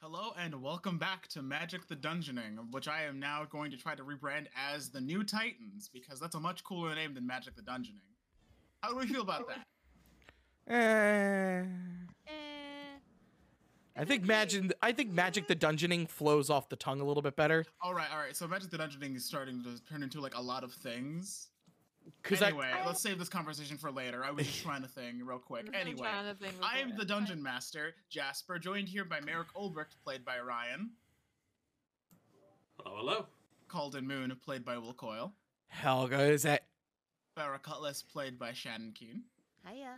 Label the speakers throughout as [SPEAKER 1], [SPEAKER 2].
[SPEAKER 1] Hello and welcome back to Magic the Dungeoning, which I am now going to try to rebrand as the New Titans because that's a much cooler name than Magic the Dungeoning. How do we feel about that?
[SPEAKER 2] Eh.
[SPEAKER 3] Eh,
[SPEAKER 2] I think magic. I think magic the dungeoning flows off the tongue a little bit better
[SPEAKER 1] All right, all right. So Magic the Dungeoning is starting to turn into like a lot of things.
[SPEAKER 2] because
[SPEAKER 1] anyway,
[SPEAKER 3] I-
[SPEAKER 1] let's save this conversation for later. I was just trying to thing real quick.
[SPEAKER 3] I'm
[SPEAKER 1] Anyway,
[SPEAKER 3] trying to think
[SPEAKER 1] I am
[SPEAKER 3] of
[SPEAKER 1] the
[SPEAKER 3] it.
[SPEAKER 1] Dungeon Master, Jasper, joined here by Merrick Ulbricht, played by Ryan,
[SPEAKER 4] Hello, Oh, hello.
[SPEAKER 1] Calden Moon, played by Will Coyle,
[SPEAKER 2] I, Helga is that
[SPEAKER 1] Farrah Cutlass, played by Shannon Keene,
[SPEAKER 3] Hiya.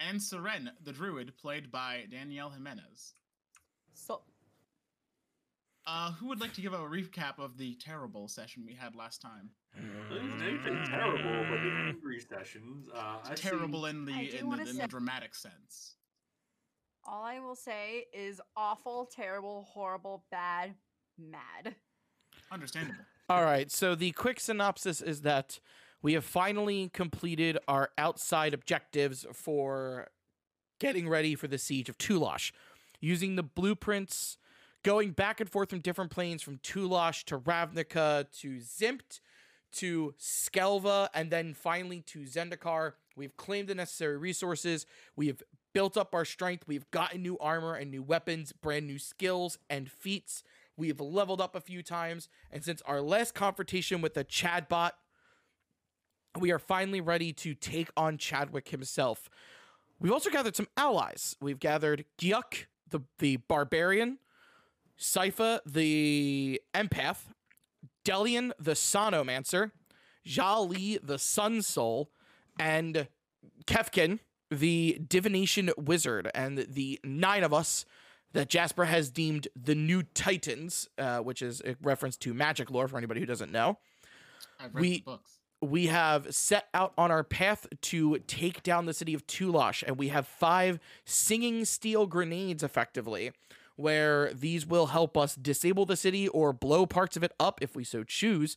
[SPEAKER 1] and Seren, the Druid, played by Danielle Jimenez.
[SPEAKER 5] So
[SPEAKER 1] Uh, who would like to give a recap of the terrible session we had last time?
[SPEAKER 4] They've been
[SPEAKER 2] Mm-hmm.
[SPEAKER 4] terrible, but the angry sessions. Uh, I see-
[SPEAKER 1] terrible in the
[SPEAKER 5] I do
[SPEAKER 1] in, the,
[SPEAKER 5] wanna
[SPEAKER 1] in
[SPEAKER 5] say-
[SPEAKER 1] the dramatic sense.
[SPEAKER 5] all I will say is awful, terrible, horrible, bad, mad.
[SPEAKER 1] Understandable.
[SPEAKER 2] All right. So the quick synopsis is that we have finally completed our outside objectives for getting ready for the siege of Tulash, using the blueprints, going back and forth from different planes from Tulash to Ravnica to Zimpt to Skelva, and then finally to Zendikar. We've claimed the necessary resources. We have built up our strength. We've gotten new armor and new weapons, brand new skills and feats. We have leveled up a few times, and since our last confrontation with the Chadbot, we are finally ready to take on Chadwick himself. We've also gathered some allies. We've gathered Gyuk, the, the barbarian, Sypha, the empath, Delian, the sonomancer, Jali, the sun soul, and Kefkin, the divination wizard, and the nine of us that Jasper has deemed the new Titans, uh, which is a reference to magic lore for anybody who doesn't know.
[SPEAKER 1] I've read
[SPEAKER 2] We-
[SPEAKER 1] the books.
[SPEAKER 2] We have set out on our path to take down the city of Tulash, and we have five singing steel grenades effectively, where these will help us disable the city or blow parts of it up if we so choose.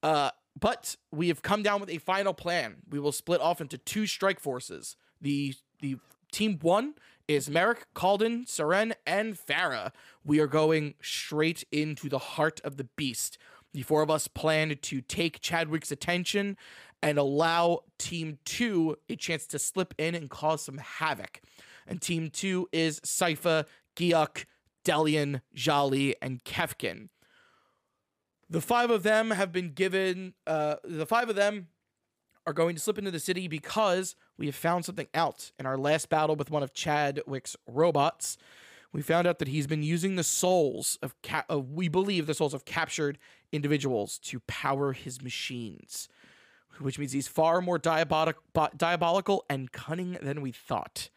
[SPEAKER 2] Uh, but we have come down with a final plan. We will split off into two strike forces. The the team one is Merrick, Calden, Seren, and Farah. We are going straight into the heart of the beast. The four of us plan to take Chadwick's attention and allow Team Two a chance to slip in and cause some havoc. And Team Two is Sypha, Giuk, Delian, Jali, and Kefkin the five of them have been given uh, the five of them are going to slip into the city because we have found something out in our last battle with one of chadwick's robots we found out that he's been using the souls of ca- uh, we believe the souls of captured individuals to power his machines which means he's far more diabolic, bo- diabolical and cunning than we thought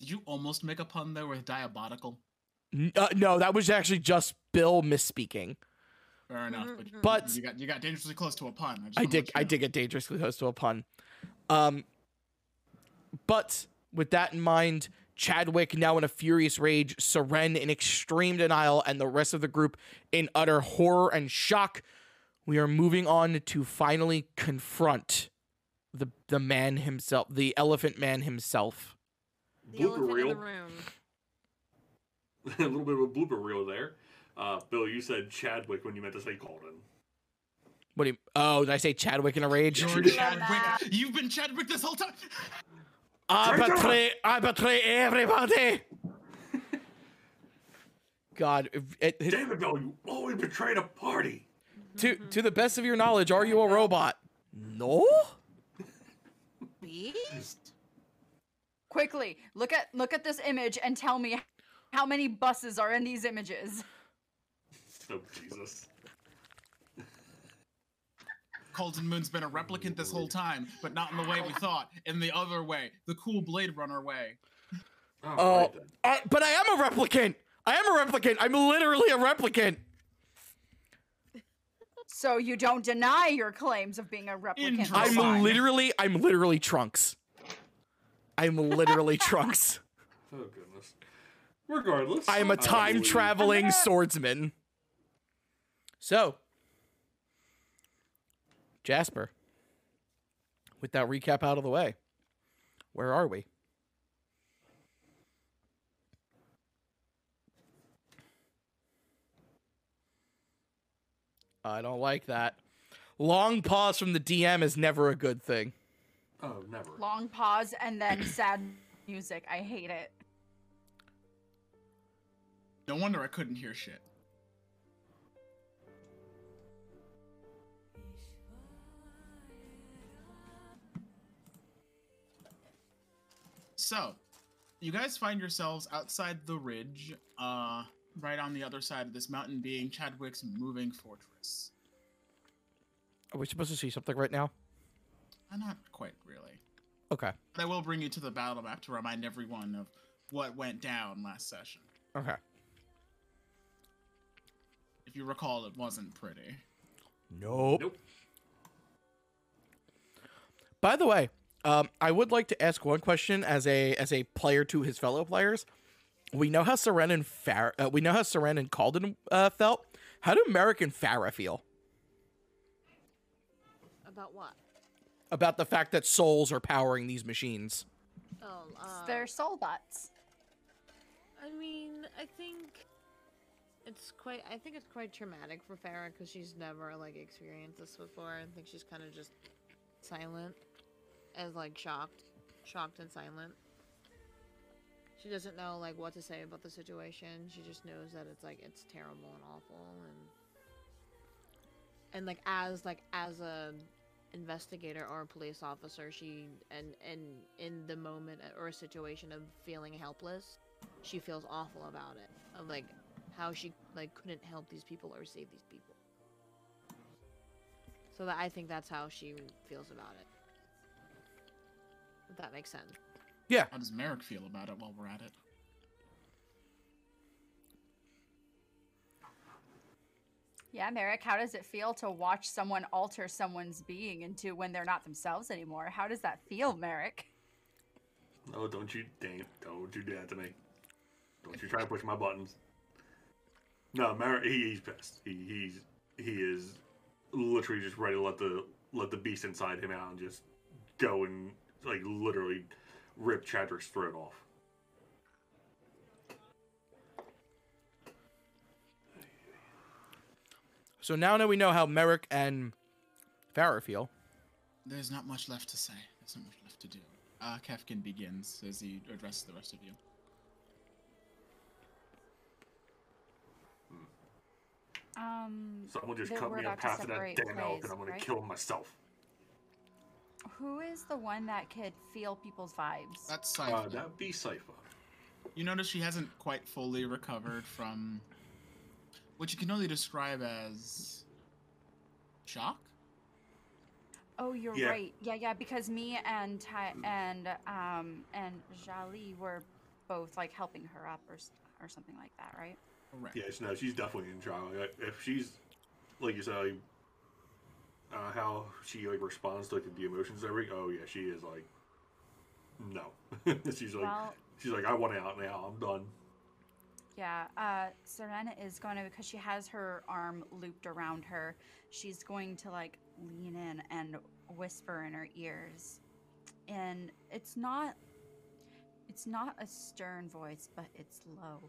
[SPEAKER 1] Did you almost make a pun there with diabolical?
[SPEAKER 2] N- uh, no that was actually just bill misspeaking
[SPEAKER 1] Fair enough,
[SPEAKER 5] Mm-hmm,
[SPEAKER 1] but, you-
[SPEAKER 2] But-
[SPEAKER 1] you got you got dangerously close to a pun. I, just
[SPEAKER 2] I
[SPEAKER 1] wanna
[SPEAKER 2] did
[SPEAKER 1] let you
[SPEAKER 2] I
[SPEAKER 1] know.
[SPEAKER 2] did get dangerously close to a pun. Um but with that in mind, Chadwick now in a furious rage, Seren in extreme denial, and the rest of the group in utter horror and shock. We are moving on to finally confront the the man himself, the elephant man himself.
[SPEAKER 3] The
[SPEAKER 4] Blooper
[SPEAKER 3] elephant in
[SPEAKER 4] reel.
[SPEAKER 3] the room.
[SPEAKER 4] a little bit of a blooper reel there. Uh, Bill, you said Chadwick when you meant to say Calden.
[SPEAKER 2] What do you, oh, did I say Chadwick in a rage?
[SPEAKER 1] You're Chadwick. You've been Chadwick this whole time.
[SPEAKER 2] I
[SPEAKER 4] Traitor!
[SPEAKER 2] betray, I betray everybody. God, if- it, it,
[SPEAKER 4] David Bill, you always betrayed a party.
[SPEAKER 2] to to the best of your knowledge, are you a robot? No.
[SPEAKER 3] Beast?
[SPEAKER 5] Quickly, look at look at this image and tell me how many buses are in these images.
[SPEAKER 4] Oh Jesus.
[SPEAKER 1] Calden Moon's been a replicant this whole time, but not in the way we thought. In the other way, the cool Blade Runner way.
[SPEAKER 4] All
[SPEAKER 2] Oh,
[SPEAKER 4] right then.
[SPEAKER 2] I- but I am a replicant. I am a replicant. I'm literally a replicant.
[SPEAKER 5] So you don't deny your claims of being a replicant.
[SPEAKER 1] Interesting.
[SPEAKER 2] I'm
[SPEAKER 1] Fine.
[SPEAKER 2] literally, I'm literally Trunks. I'm literally Trunks.
[SPEAKER 4] Oh goodness. Regardless,
[SPEAKER 2] I am a
[SPEAKER 4] uh,
[SPEAKER 2] time
[SPEAKER 4] we-
[SPEAKER 2] traveling swordsman. So, Jasper, with that recap out of the way, where are we? I don't like that. Long pause from the DM is never a good thing.
[SPEAKER 4] Oh, never.
[SPEAKER 5] Long pause and then sad music. I hate it.
[SPEAKER 1] No wonder I couldn't hear shit. So, you guys find yourselves outside the ridge, uh, right on the other side of this mountain, being Chadwick's moving fortress.
[SPEAKER 2] Are we supposed to see something right now?
[SPEAKER 1] Uh, not quite really,
[SPEAKER 2] Okay.
[SPEAKER 1] but I will bring you to the battle map to remind everyone of what went down last session.
[SPEAKER 2] Okay.
[SPEAKER 1] If you recall, it wasn't pretty.
[SPEAKER 2] Nope.
[SPEAKER 4] Nope.
[SPEAKER 2] By the way, um, I would like to ask one question as a as a player to his fellow players. We know how Seren and Farah, uh, we know how Seren and Calden uh, felt. How do American Farah feel
[SPEAKER 3] About what?
[SPEAKER 2] about the fact that souls are powering these machines?
[SPEAKER 3] Oh, uh,
[SPEAKER 5] They're soul bots.
[SPEAKER 3] I mean, I think it's quite. I think it's quite traumatic for Farah because she's never like experienced this before. I think she's kind of just silent, as like shocked, shocked and silent. She doesn't know like what to say about the situation. She just knows that it's like it's terrible and awful and and like as like as a investigator or a police officer, she and and in the moment or a situation of feeling helpless, she feels awful about it of like how she like couldn't help these people or save these people so that i think that's how she feels about it if that makes sense
[SPEAKER 2] Yeah.
[SPEAKER 1] How does Merrick feel about it while we're at it?
[SPEAKER 5] Yeah, Merrick, how does it feel to watch someone alter someone's being into when they're not themselves anymore? How does that feel, Merrick?
[SPEAKER 4] Oh, don't you dang it! Don't you do that to me! Don't you try to push my buttons. No, Mar- he, he's pissed. He he's he is literally just ready to let the let the beast inside him out and just go and like literally rip Chadrick's throat off.
[SPEAKER 2] So now that we know how Merrick and Farah feel,
[SPEAKER 1] There's not much left to say. There's not much left to do. Uh, Kefkin begins as he addresses the rest of you.
[SPEAKER 5] Um,
[SPEAKER 4] Someone just
[SPEAKER 5] They
[SPEAKER 4] cut
[SPEAKER 5] were
[SPEAKER 4] me on
[SPEAKER 5] about
[SPEAKER 4] the
[SPEAKER 5] to
[SPEAKER 4] path of that
[SPEAKER 5] separate
[SPEAKER 4] damn elk,
[SPEAKER 5] ways,
[SPEAKER 4] and I'm gonna
[SPEAKER 5] right?
[SPEAKER 4] kill myself.
[SPEAKER 5] who is the one that could feel people's vibes?
[SPEAKER 1] That's
[SPEAKER 4] Uh,
[SPEAKER 1] Sypha.
[SPEAKER 4] that'd be Sypha.
[SPEAKER 1] You notice she hasn't quite fully recovered from what you can only describe as shock.
[SPEAKER 5] Oh, you're
[SPEAKER 4] Yeah.
[SPEAKER 5] right. Yeah, yeah, because me and Ty- and um and Jali were both like helping her up or s- or something like that, right?
[SPEAKER 1] Correct.
[SPEAKER 4] Yeah, she- no, she's definitely in trial. Like, If she's like you said, like, uh, how she like responds to like the emotions and everything. Oh yeah, she is like no. she's like
[SPEAKER 5] Well-
[SPEAKER 4] she's like I want out now. I'm done.
[SPEAKER 5] Yeah, uh, Serena is going to, because she has her arm looped around her, she's going to like lean in and whisper in her ears. And it's not, it's not a stern voice, but it's low,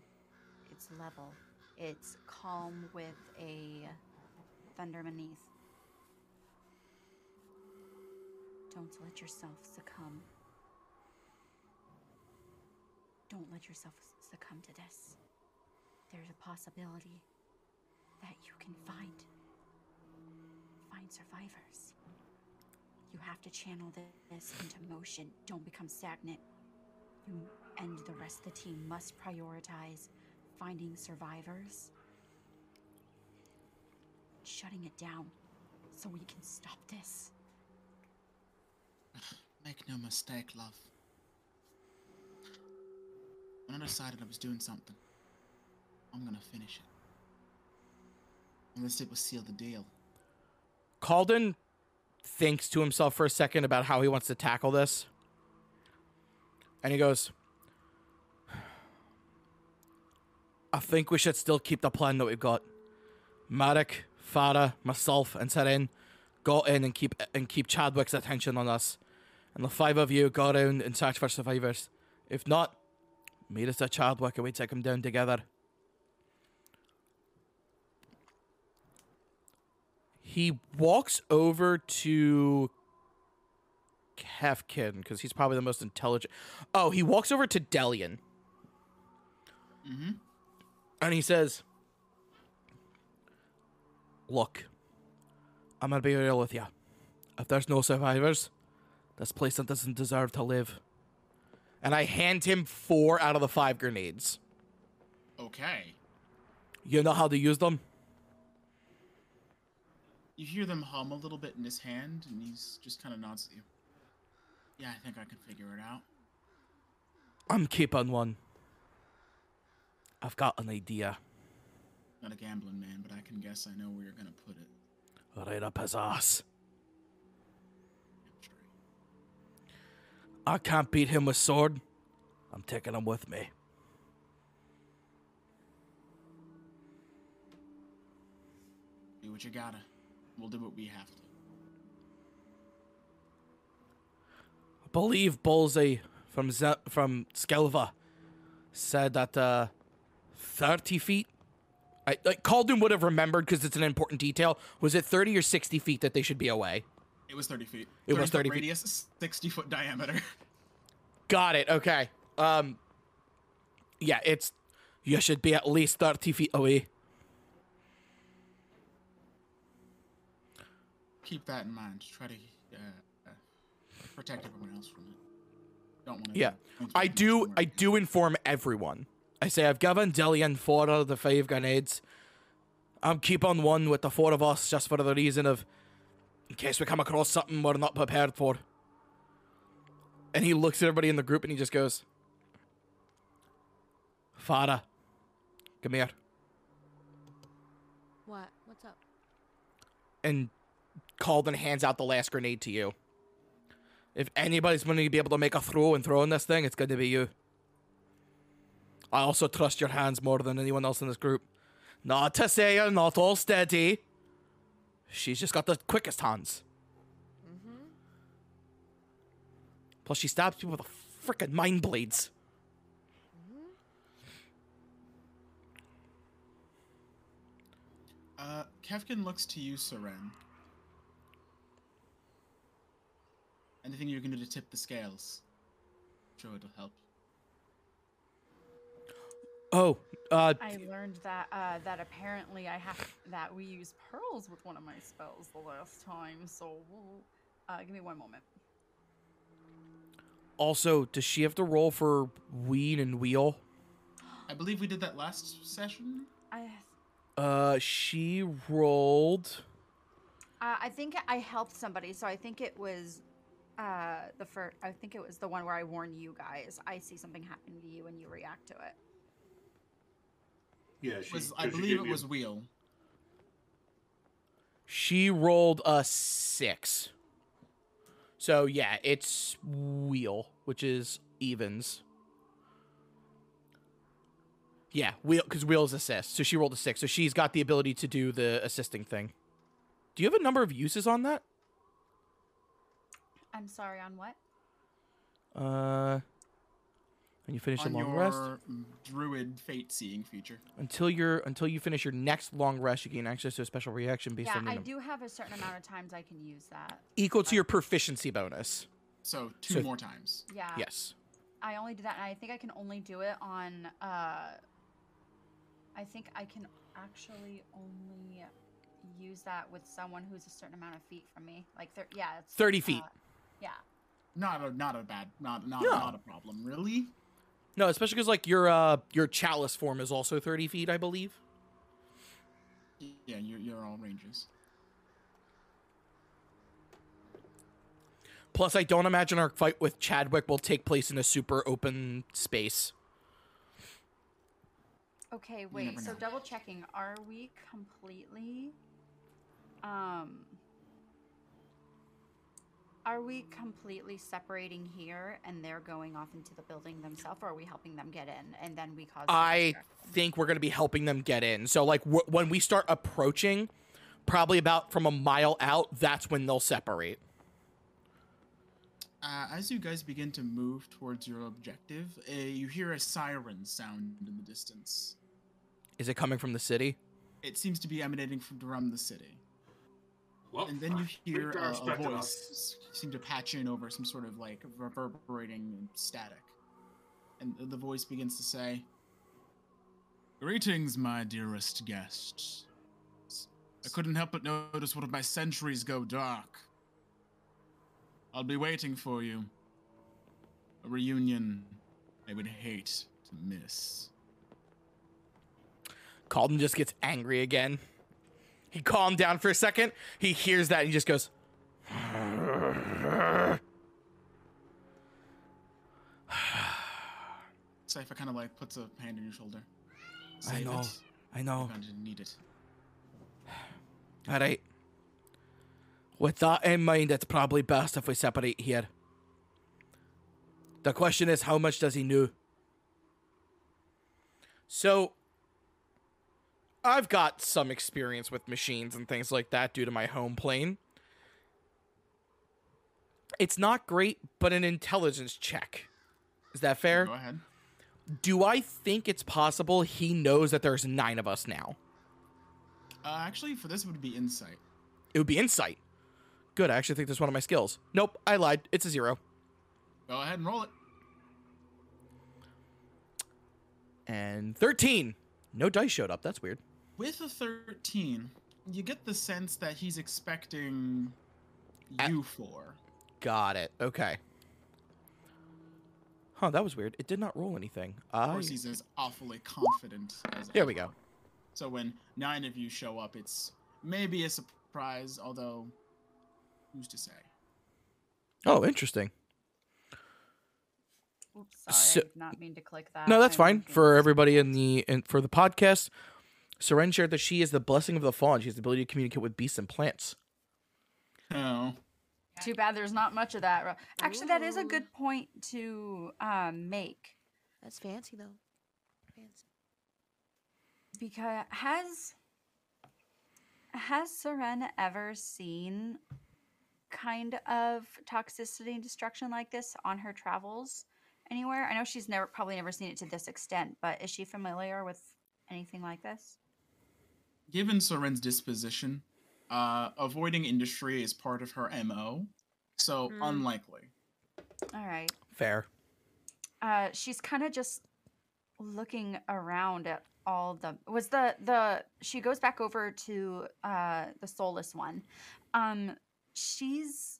[SPEAKER 5] it's level, it's calm with a thunder beneath. Don't let yourself succumb. Don't let yourself succumb to this there's a possibility that you can find find survivors you have to channel thi- this into motion don't become stagnant you and the rest of the team must prioritize finding survivors shutting it down so we can stop this
[SPEAKER 1] Make no mistake, love. When I decided I was doing something, I'm gonna finish it. Unless it will seal the deal.
[SPEAKER 2] Calden thinks to himself for a second about how he wants to tackle this. And he goes, I think we should still keep the plan that we've got. Marek, Farah, myself, and Seren go in and keep and keep Chadwick's attention on us. And the five of you go around and search for survivors. If not, meet us at Chadwick and we take him down together. He walks over to Kefkin because he's probably the most intelligent. Oh, he walks over to Delian
[SPEAKER 1] Mm-hmm.
[SPEAKER 2] and he says, "Look, I'm gonna be real with you. If there's no survivors, this place doesn't deserve to live." And I hand him four out of the five grenades.
[SPEAKER 1] Okay.
[SPEAKER 2] You know how to use them.
[SPEAKER 1] You hear them hum a little bit in his hand, and he's just kind of nods at you. Yeah, I think I can figure it out.
[SPEAKER 2] I'm keeping one. I've got an idea.
[SPEAKER 1] Not a gambling man, but I can guess I know where you're gonna put it.
[SPEAKER 2] Right up his ass. I can't beat him with sword. I'm taking him with me.
[SPEAKER 1] Do what you gotta. We'll do what we have to.
[SPEAKER 2] I believe Bullseye from Z- from Skelva said that uh, 30 feet. I, like Khaldun would have remembered because it's an important detail. Was it 30 or 60 feet that they should be away?
[SPEAKER 1] It was 30 feet.
[SPEAKER 2] It was
[SPEAKER 1] 30
[SPEAKER 2] 30 feet.
[SPEAKER 1] foot radius, 60 foot diameter.
[SPEAKER 2] Got it. Okay. Um. Yeah, it's. You should be at least thirty feet away.
[SPEAKER 1] Keep that in mind. Try to uh, uh, protect everyone else from it. Don't want to.
[SPEAKER 2] Yeah, I do. I do inform everyone. I say I've given Dillian four out of the five grenades. I'm keeping one with the four of us just for the reason of, in case we come across something we're not prepared for. And he looks at everybody in the group and he just goes, "Farah, come here."
[SPEAKER 3] What? What's up?
[SPEAKER 2] and Calden hands out the last grenade to you. If anybody's going to be able to make a throw and throw in this thing, it's going to be you. I also trust your hands more than anyone else in this group. Not to say you're not all steady. She's just got the quickest hands. Plus, she stabs people with the frickin' mind blades.
[SPEAKER 1] Uh, Kevkin looks to you, Seren. Anything you can do to tip the scales? Sure, it'll help.
[SPEAKER 2] Oh, uh,
[SPEAKER 5] I learned that uh, that apparently I have that we use pearls with one of my spells the last time. So we'll, uh, give me one moment.
[SPEAKER 2] also, does she have to roll for wean and wheel?
[SPEAKER 1] I believe we did that last session.
[SPEAKER 5] I uh,
[SPEAKER 2] Uh, she rolled.
[SPEAKER 5] uh, I think I helped somebody, so I think it was uh, the first. I think it was the one where I warned you guys. I see something happen to you and you react to it.
[SPEAKER 4] Yeah, she,
[SPEAKER 1] Was,
[SPEAKER 4] 'cause
[SPEAKER 1] I
[SPEAKER 4] she
[SPEAKER 1] believe
[SPEAKER 4] gave
[SPEAKER 1] it
[SPEAKER 4] you-
[SPEAKER 1] was Wheel.
[SPEAKER 2] She rolled a six. So yeah, it's wheel, which is evens. Yeah, wheel because wheel's assist. So she rolled a six. So she's got the ability to do the assisting thing. Do you have a number of uses on that?
[SPEAKER 5] I'm sorry. On what?
[SPEAKER 2] Uh, when you finish
[SPEAKER 1] on
[SPEAKER 2] a long
[SPEAKER 1] your
[SPEAKER 2] rest,
[SPEAKER 1] druid fate seeing feature.
[SPEAKER 2] until your until you finish your next long rest, you gain access to a special reaction based
[SPEAKER 5] Yeah,
[SPEAKER 2] on the
[SPEAKER 5] I
[SPEAKER 2] num-
[SPEAKER 5] do have a certain amount of times I can use that.
[SPEAKER 2] equal to your proficiency bonus.
[SPEAKER 1] So two
[SPEAKER 2] So-
[SPEAKER 1] more times.
[SPEAKER 5] Yeah.
[SPEAKER 2] Yes.
[SPEAKER 5] I only do that, and I think I can only do it on. Uh, I think I can actually only use that with someone who's a certain amount of feet from me. Like, thir- yeah, it's
[SPEAKER 2] 30 feet.
[SPEAKER 5] uh, yeah,
[SPEAKER 1] Not a not a bad not not,
[SPEAKER 2] No.
[SPEAKER 1] not a problem really.
[SPEAKER 2] No, especially because like your uh your chalice form is also thirty feet, I believe.
[SPEAKER 1] Yeah, you're you're all ranges.
[SPEAKER 2] Plus, I don't imagine our fight with Chadwick will take place in a super open space.
[SPEAKER 5] Okay, wait.
[SPEAKER 1] never
[SPEAKER 5] So
[SPEAKER 1] know.
[SPEAKER 5] double checking. Are we completely um are we completely separating here and they're going off into the building themselves or are we helping them get in and then we cause the
[SPEAKER 2] I
[SPEAKER 5] distraction?
[SPEAKER 2] think we're gonna be helping them get in. So like w- when we start approaching, probably about from a mile out, that's when they'll separate.
[SPEAKER 1] Uh, as you guys begin to move towards your objective, uh, you hear a siren sound in the distance.
[SPEAKER 2] Is it coming from the city?
[SPEAKER 1] It seems to be emanating from around the city.
[SPEAKER 4] Well,
[SPEAKER 1] And then you
[SPEAKER 4] we
[SPEAKER 1] hear
[SPEAKER 4] don't
[SPEAKER 1] a, a
[SPEAKER 4] expect enough.
[SPEAKER 1] voice seem to patch in over some sort of like reverberating static. And th- the voice begins to say, Greetings, my dearest guests. I couldn't help but notice one of my centuries go dark. I'll be waiting for you. A reunion I would hate to miss.
[SPEAKER 2] Calden just gets angry again. He calmed down for a second. He hears that and he just goes.
[SPEAKER 1] Cypher kind of like puts a hand on your shoulder.
[SPEAKER 2] I
[SPEAKER 1] Save
[SPEAKER 2] know.
[SPEAKER 1] it.
[SPEAKER 2] I know.
[SPEAKER 1] You're going to need it.
[SPEAKER 2] All right. With that in mind, it's probably best if we separate here. The question is, how much does he know? So, I've got some experience with machines and things like that due to my home plane. It's not great, but an intelligence check. Is that fair?
[SPEAKER 1] Go ahead.
[SPEAKER 2] Do I think it's possible he knows that there's nine of us now?
[SPEAKER 1] Uh, actually, for this it would be insight.
[SPEAKER 2] It would be insight. Good. I actually think that's one of my skills. Nope, I lied. It's a zero.
[SPEAKER 1] Go ahead and roll it.
[SPEAKER 2] And 13. No dice showed up. That's weird.
[SPEAKER 1] With a 13, you get the sense that he's expecting
[SPEAKER 2] At-
[SPEAKER 1] you for.
[SPEAKER 2] Got it. Okay. Huh, that was weird. It did not roll anything.
[SPEAKER 1] Of
[SPEAKER 2] I...
[SPEAKER 1] course, he's as awfully confident as
[SPEAKER 2] Here Oh, we go.
[SPEAKER 1] So when nine of you show up, it's maybe a surprise, although who's to say?
[SPEAKER 2] Oh, interesting.
[SPEAKER 5] Oops, sorry,
[SPEAKER 2] So-
[SPEAKER 5] I did not mean to click that.
[SPEAKER 2] No, that's
[SPEAKER 5] I
[SPEAKER 2] fine
[SPEAKER 5] moved it.
[SPEAKER 2] for everybody in the in, for the podcast. Soren shared that she is the blessing of the fallen. She has the ability to communicate with beasts and plants.
[SPEAKER 1] Oh,
[SPEAKER 5] Too bad there's not much of that. ro- Actually, that is a
[SPEAKER 3] Ooh.
[SPEAKER 5] good point to um, make
[SPEAKER 3] That's fancy though. Fancy.
[SPEAKER 5] because has has Seren ever seen kind of toxicity and destruction like this on her travels anywhere? I know she's never probably never seen it to this extent, but is she familiar with anything like this?
[SPEAKER 1] given Soren's disposition, uh, avoiding industry is part of her MO, so
[SPEAKER 2] Mm-hmm.
[SPEAKER 3] Mm.
[SPEAKER 1] unlikely.
[SPEAKER 5] All right.
[SPEAKER 2] Fair.
[SPEAKER 5] uh she's kind of just looking around at all the was the the she goes back over to uh the soulless one um she's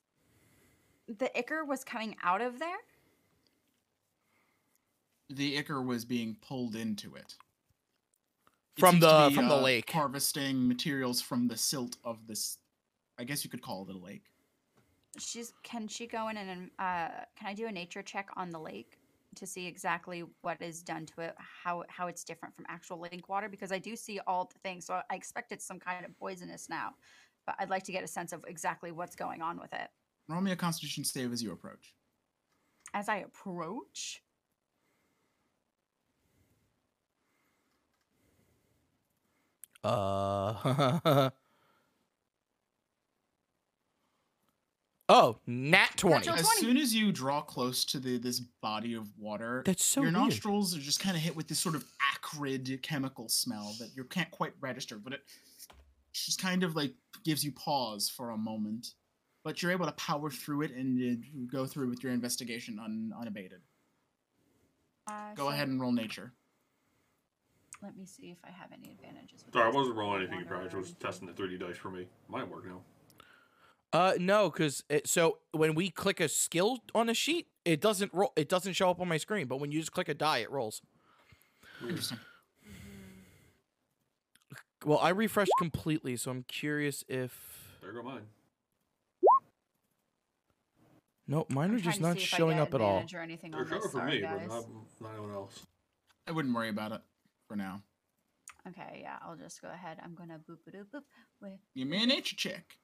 [SPEAKER 5] the ichor was coming out of there
[SPEAKER 1] The Icar was being pulled into it. It
[SPEAKER 2] From
[SPEAKER 1] seems to
[SPEAKER 2] the-
[SPEAKER 1] be, uh,
[SPEAKER 2] from the lake.
[SPEAKER 1] harvesting materials from the silt of this. I guess you could call it a lake.
[SPEAKER 5] she's can she go in and uh can i do a nature check on the lake to see exactly what is done to it how how it's different from actual lake water because i do see all the things so i expect it's some kind of poisonous now but i'd like to get a sense of exactly what's going on with it
[SPEAKER 1] Roll me a Constitution save as you approach.
[SPEAKER 5] as I approach.
[SPEAKER 2] Uh. oh, nat 20.
[SPEAKER 5] Natural
[SPEAKER 1] As
[SPEAKER 5] 20.
[SPEAKER 1] soon as you draw close to the this body of water,
[SPEAKER 2] That's so
[SPEAKER 1] your
[SPEAKER 2] weird.
[SPEAKER 1] nostrils are just kind of hit with this sort of acrid chemical smell that you can't quite register, but it just kind of like gives you pause for a moment. But you're able to power through it and you go through with your investigation un- unabated.
[SPEAKER 5] Uh,
[SPEAKER 1] Go ahead and roll nature.
[SPEAKER 5] Let me see if I have any advantages. with
[SPEAKER 4] Sorry, I
[SPEAKER 5] this.
[SPEAKER 4] wasn't rolling anything.
[SPEAKER 5] Water
[SPEAKER 4] Advantage. I was
[SPEAKER 5] and-
[SPEAKER 4] testing the 3D dice for me. Might work now.
[SPEAKER 2] Uh, no, because so when we click a skill on a sheet, it doesn't roll. It doesn't show up on my screen. But when you just click a die, it rolls.
[SPEAKER 1] Interesting.
[SPEAKER 2] Well, I refreshed completely, so I'm curious if
[SPEAKER 4] There go mine.
[SPEAKER 2] no, mine
[SPEAKER 5] I'm
[SPEAKER 2] are just
[SPEAKER 5] trying to
[SPEAKER 2] not
[SPEAKER 5] see if I
[SPEAKER 2] showing
[SPEAKER 5] get
[SPEAKER 2] up at all.
[SPEAKER 5] advantage Or anything
[SPEAKER 4] They're
[SPEAKER 5] on this.
[SPEAKER 4] covered for
[SPEAKER 5] Sorry,
[SPEAKER 4] me,
[SPEAKER 5] guys.
[SPEAKER 4] but not, not anyone else.
[SPEAKER 1] I wouldn't worry about it for now.
[SPEAKER 5] Okay, yeah, I'll just go ahead. I'm gonna boop a doop boop. Wait,
[SPEAKER 1] Give me a nature check.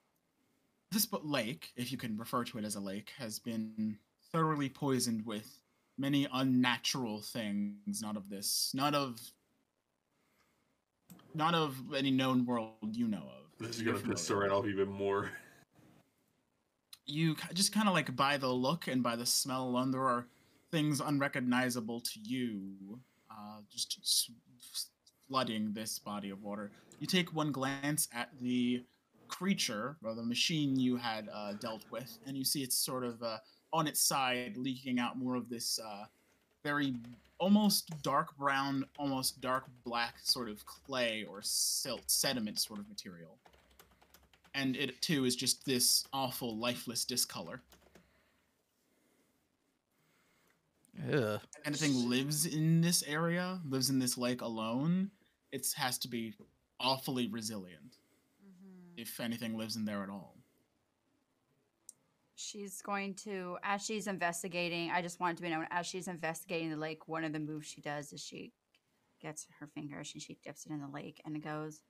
[SPEAKER 1] This but lake, if you can refer to it as a lake, has been thoroughly poisoned with many unnatural things. Not of this, not of, not of any known world you know of.
[SPEAKER 4] This is
[SPEAKER 1] You're
[SPEAKER 4] gonna piss
[SPEAKER 1] familiar
[SPEAKER 4] Soren off even more.
[SPEAKER 1] you ki- just kind of like by the look and by the smell alone, there are things unrecognizable to you, uh, just s- flooding this body of water. You take one glance at the creature or the machine you had uh, dealt with, and you see it's sort of uh, on its side leaking out more of this uh, very almost dark brown, almost dark black sort of clay or silt sediment sort of material. And it too is just this awful, lifeless discolor.
[SPEAKER 2] Ugh.
[SPEAKER 1] anything lives in this area, lives in this lake alone, it has to be awfully resilient
[SPEAKER 3] Mhm.
[SPEAKER 1] if anything lives in there at all.
[SPEAKER 5] She's going to, as she's investigating, I just want it to be known, as she's investigating the lake, one of the moves she does is she gets her fingers and she dips it in the lake and it goes.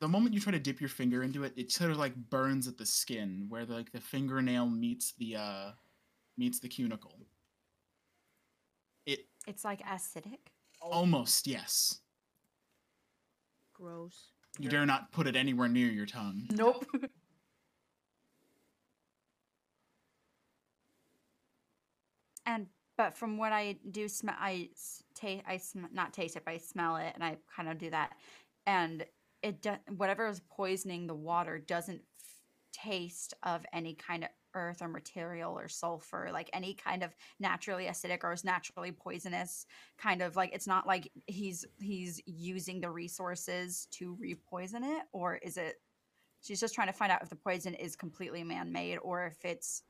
[SPEAKER 1] The moment you try to dip your finger into it, it sort of like burns at the skin where the, like the fingernail meets the uh meets the cuticle. It
[SPEAKER 5] It's like acidic.
[SPEAKER 1] almost, yes.
[SPEAKER 3] Gross.
[SPEAKER 1] You dare not put it anywhere near your tongue.
[SPEAKER 5] Nope. and but from what I do smell, I s- ta- I sm- not taste it, but I smell it, and I kind of do that, and it do- whatever is poisoning the water doesn't f- taste of any kind of earth or material or sulfur, like any kind of naturally acidic or is naturally poisonous kind of like it's not like he's he's using the resources to repoison it, or is it She's just trying to find out if the poison is completely man made or if it's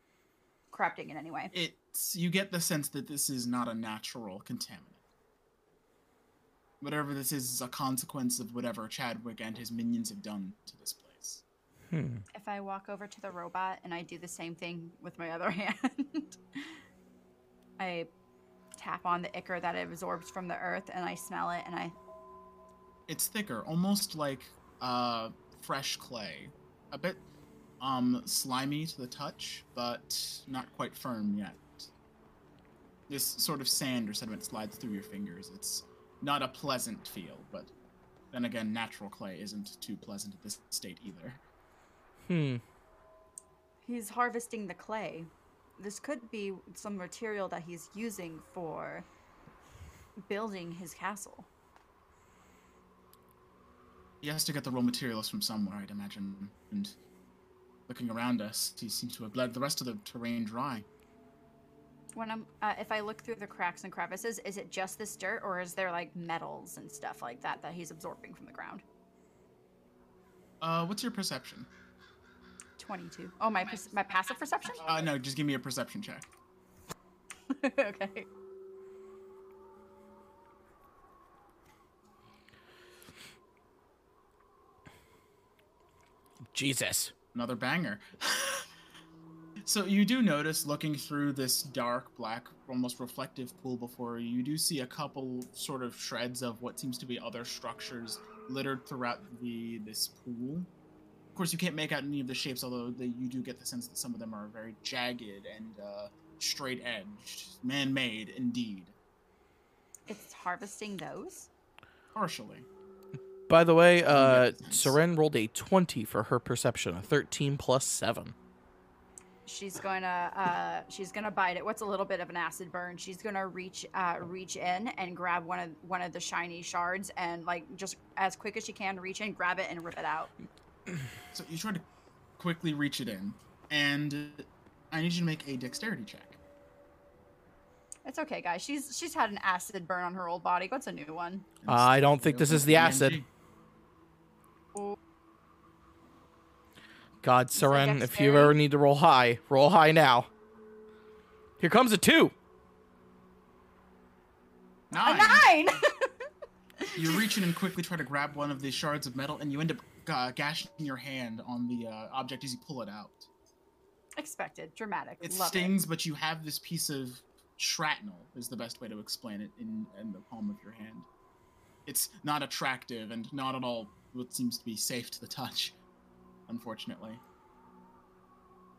[SPEAKER 5] corrupting in any way.
[SPEAKER 1] It's you get the sense that this is not a natural contaminant. Whatever this is is a consequence of whatever Chadwick and his minions have done to this place.
[SPEAKER 2] Hmm.
[SPEAKER 5] If I walk over to the robot and I do the same thing with my other hand, I tap on the ichor that it absorbs from the earth and I smell it and I.
[SPEAKER 1] It's thicker, almost like uh, fresh clay, a bit um, slimy to the touch, but not quite firm yet. This sort of sand or sediment slides through your fingers. It's not a pleasant feel, but then again, natural clay isn't too pleasant at this state either.
[SPEAKER 2] Hmm.
[SPEAKER 5] He's harvesting the clay. This could be some material that he's using for building his castle.
[SPEAKER 1] He has to get the raw materials from somewhere, I'd imagine. And looking around us, he seems to have bled the rest of the terrain dry.
[SPEAKER 5] When I'm, uh, if I look through the cracks and crevices, is it just this dirt, or is there like metals and stuff like that that he's absorbing from the ground?
[SPEAKER 1] Uh, what's your perception?
[SPEAKER 5] Twenty-two. Oh, my perce- my passive perception.
[SPEAKER 1] Uh, no, just give me a perception check.
[SPEAKER 5] okay.
[SPEAKER 2] Jesus.
[SPEAKER 1] Another banger. so you do notice, looking through this dark, black, almost reflective pool before you, you do see a couple sort of shreds of what seems to be other structures littered throughout the this pool. Of course, you can't make out any of the shapes, although they, you do get the sense that some of them are very jagged and uh, straight-edged, man-made indeed.
[SPEAKER 5] It's harvesting those.
[SPEAKER 1] Partially,
[SPEAKER 2] By the way, uh,
[SPEAKER 1] makes sense.
[SPEAKER 2] Seren rolled a 20 for her perception, a 13 plus 7.
[SPEAKER 5] She's gonna, uh, she's gonna bite it. What's a little bit of an acid burn? She's gonna reach, uh, reach in and grab one of one of the shiny shards and like just as quick as she can, reach in, grab it, and rip it out.
[SPEAKER 1] so you try to quickly reach it in, and I need you to make a dexterity check.
[SPEAKER 5] It's okay, guys. She's she's had an acid burn on her old body. What's a new one?
[SPEAKER 1] And this-
[SPEAKER 2] I don't think this is the acid. God,
[SPEAKER 5] like
[SPEAKER 2] Seren, if you
[SPEAKER 5] dexterity.
[SPEAKER 2] ever need to roll high, roll high now. Here comes a 2.
[SPEAKER 5] A
[SPEAKER 1] Nine.
[SPEAKER 5] nine.
[SPEAKER 1] You reach in and quickly try to grab one of the shards of metal, and you end up uh, gashing your hand on the uh, object as you pull it out.
[SPEAKER 5] Expected, dramatic.
[SPEAKER 1] It
[SPEAKER 5] Love it.
[SPEAKER 1] stings, but you have this piece of shrapnel. Is the best way to explain it in, in the palm of your hand. It's not attractive and not at all what seems to be safe to the touch, unfortunately.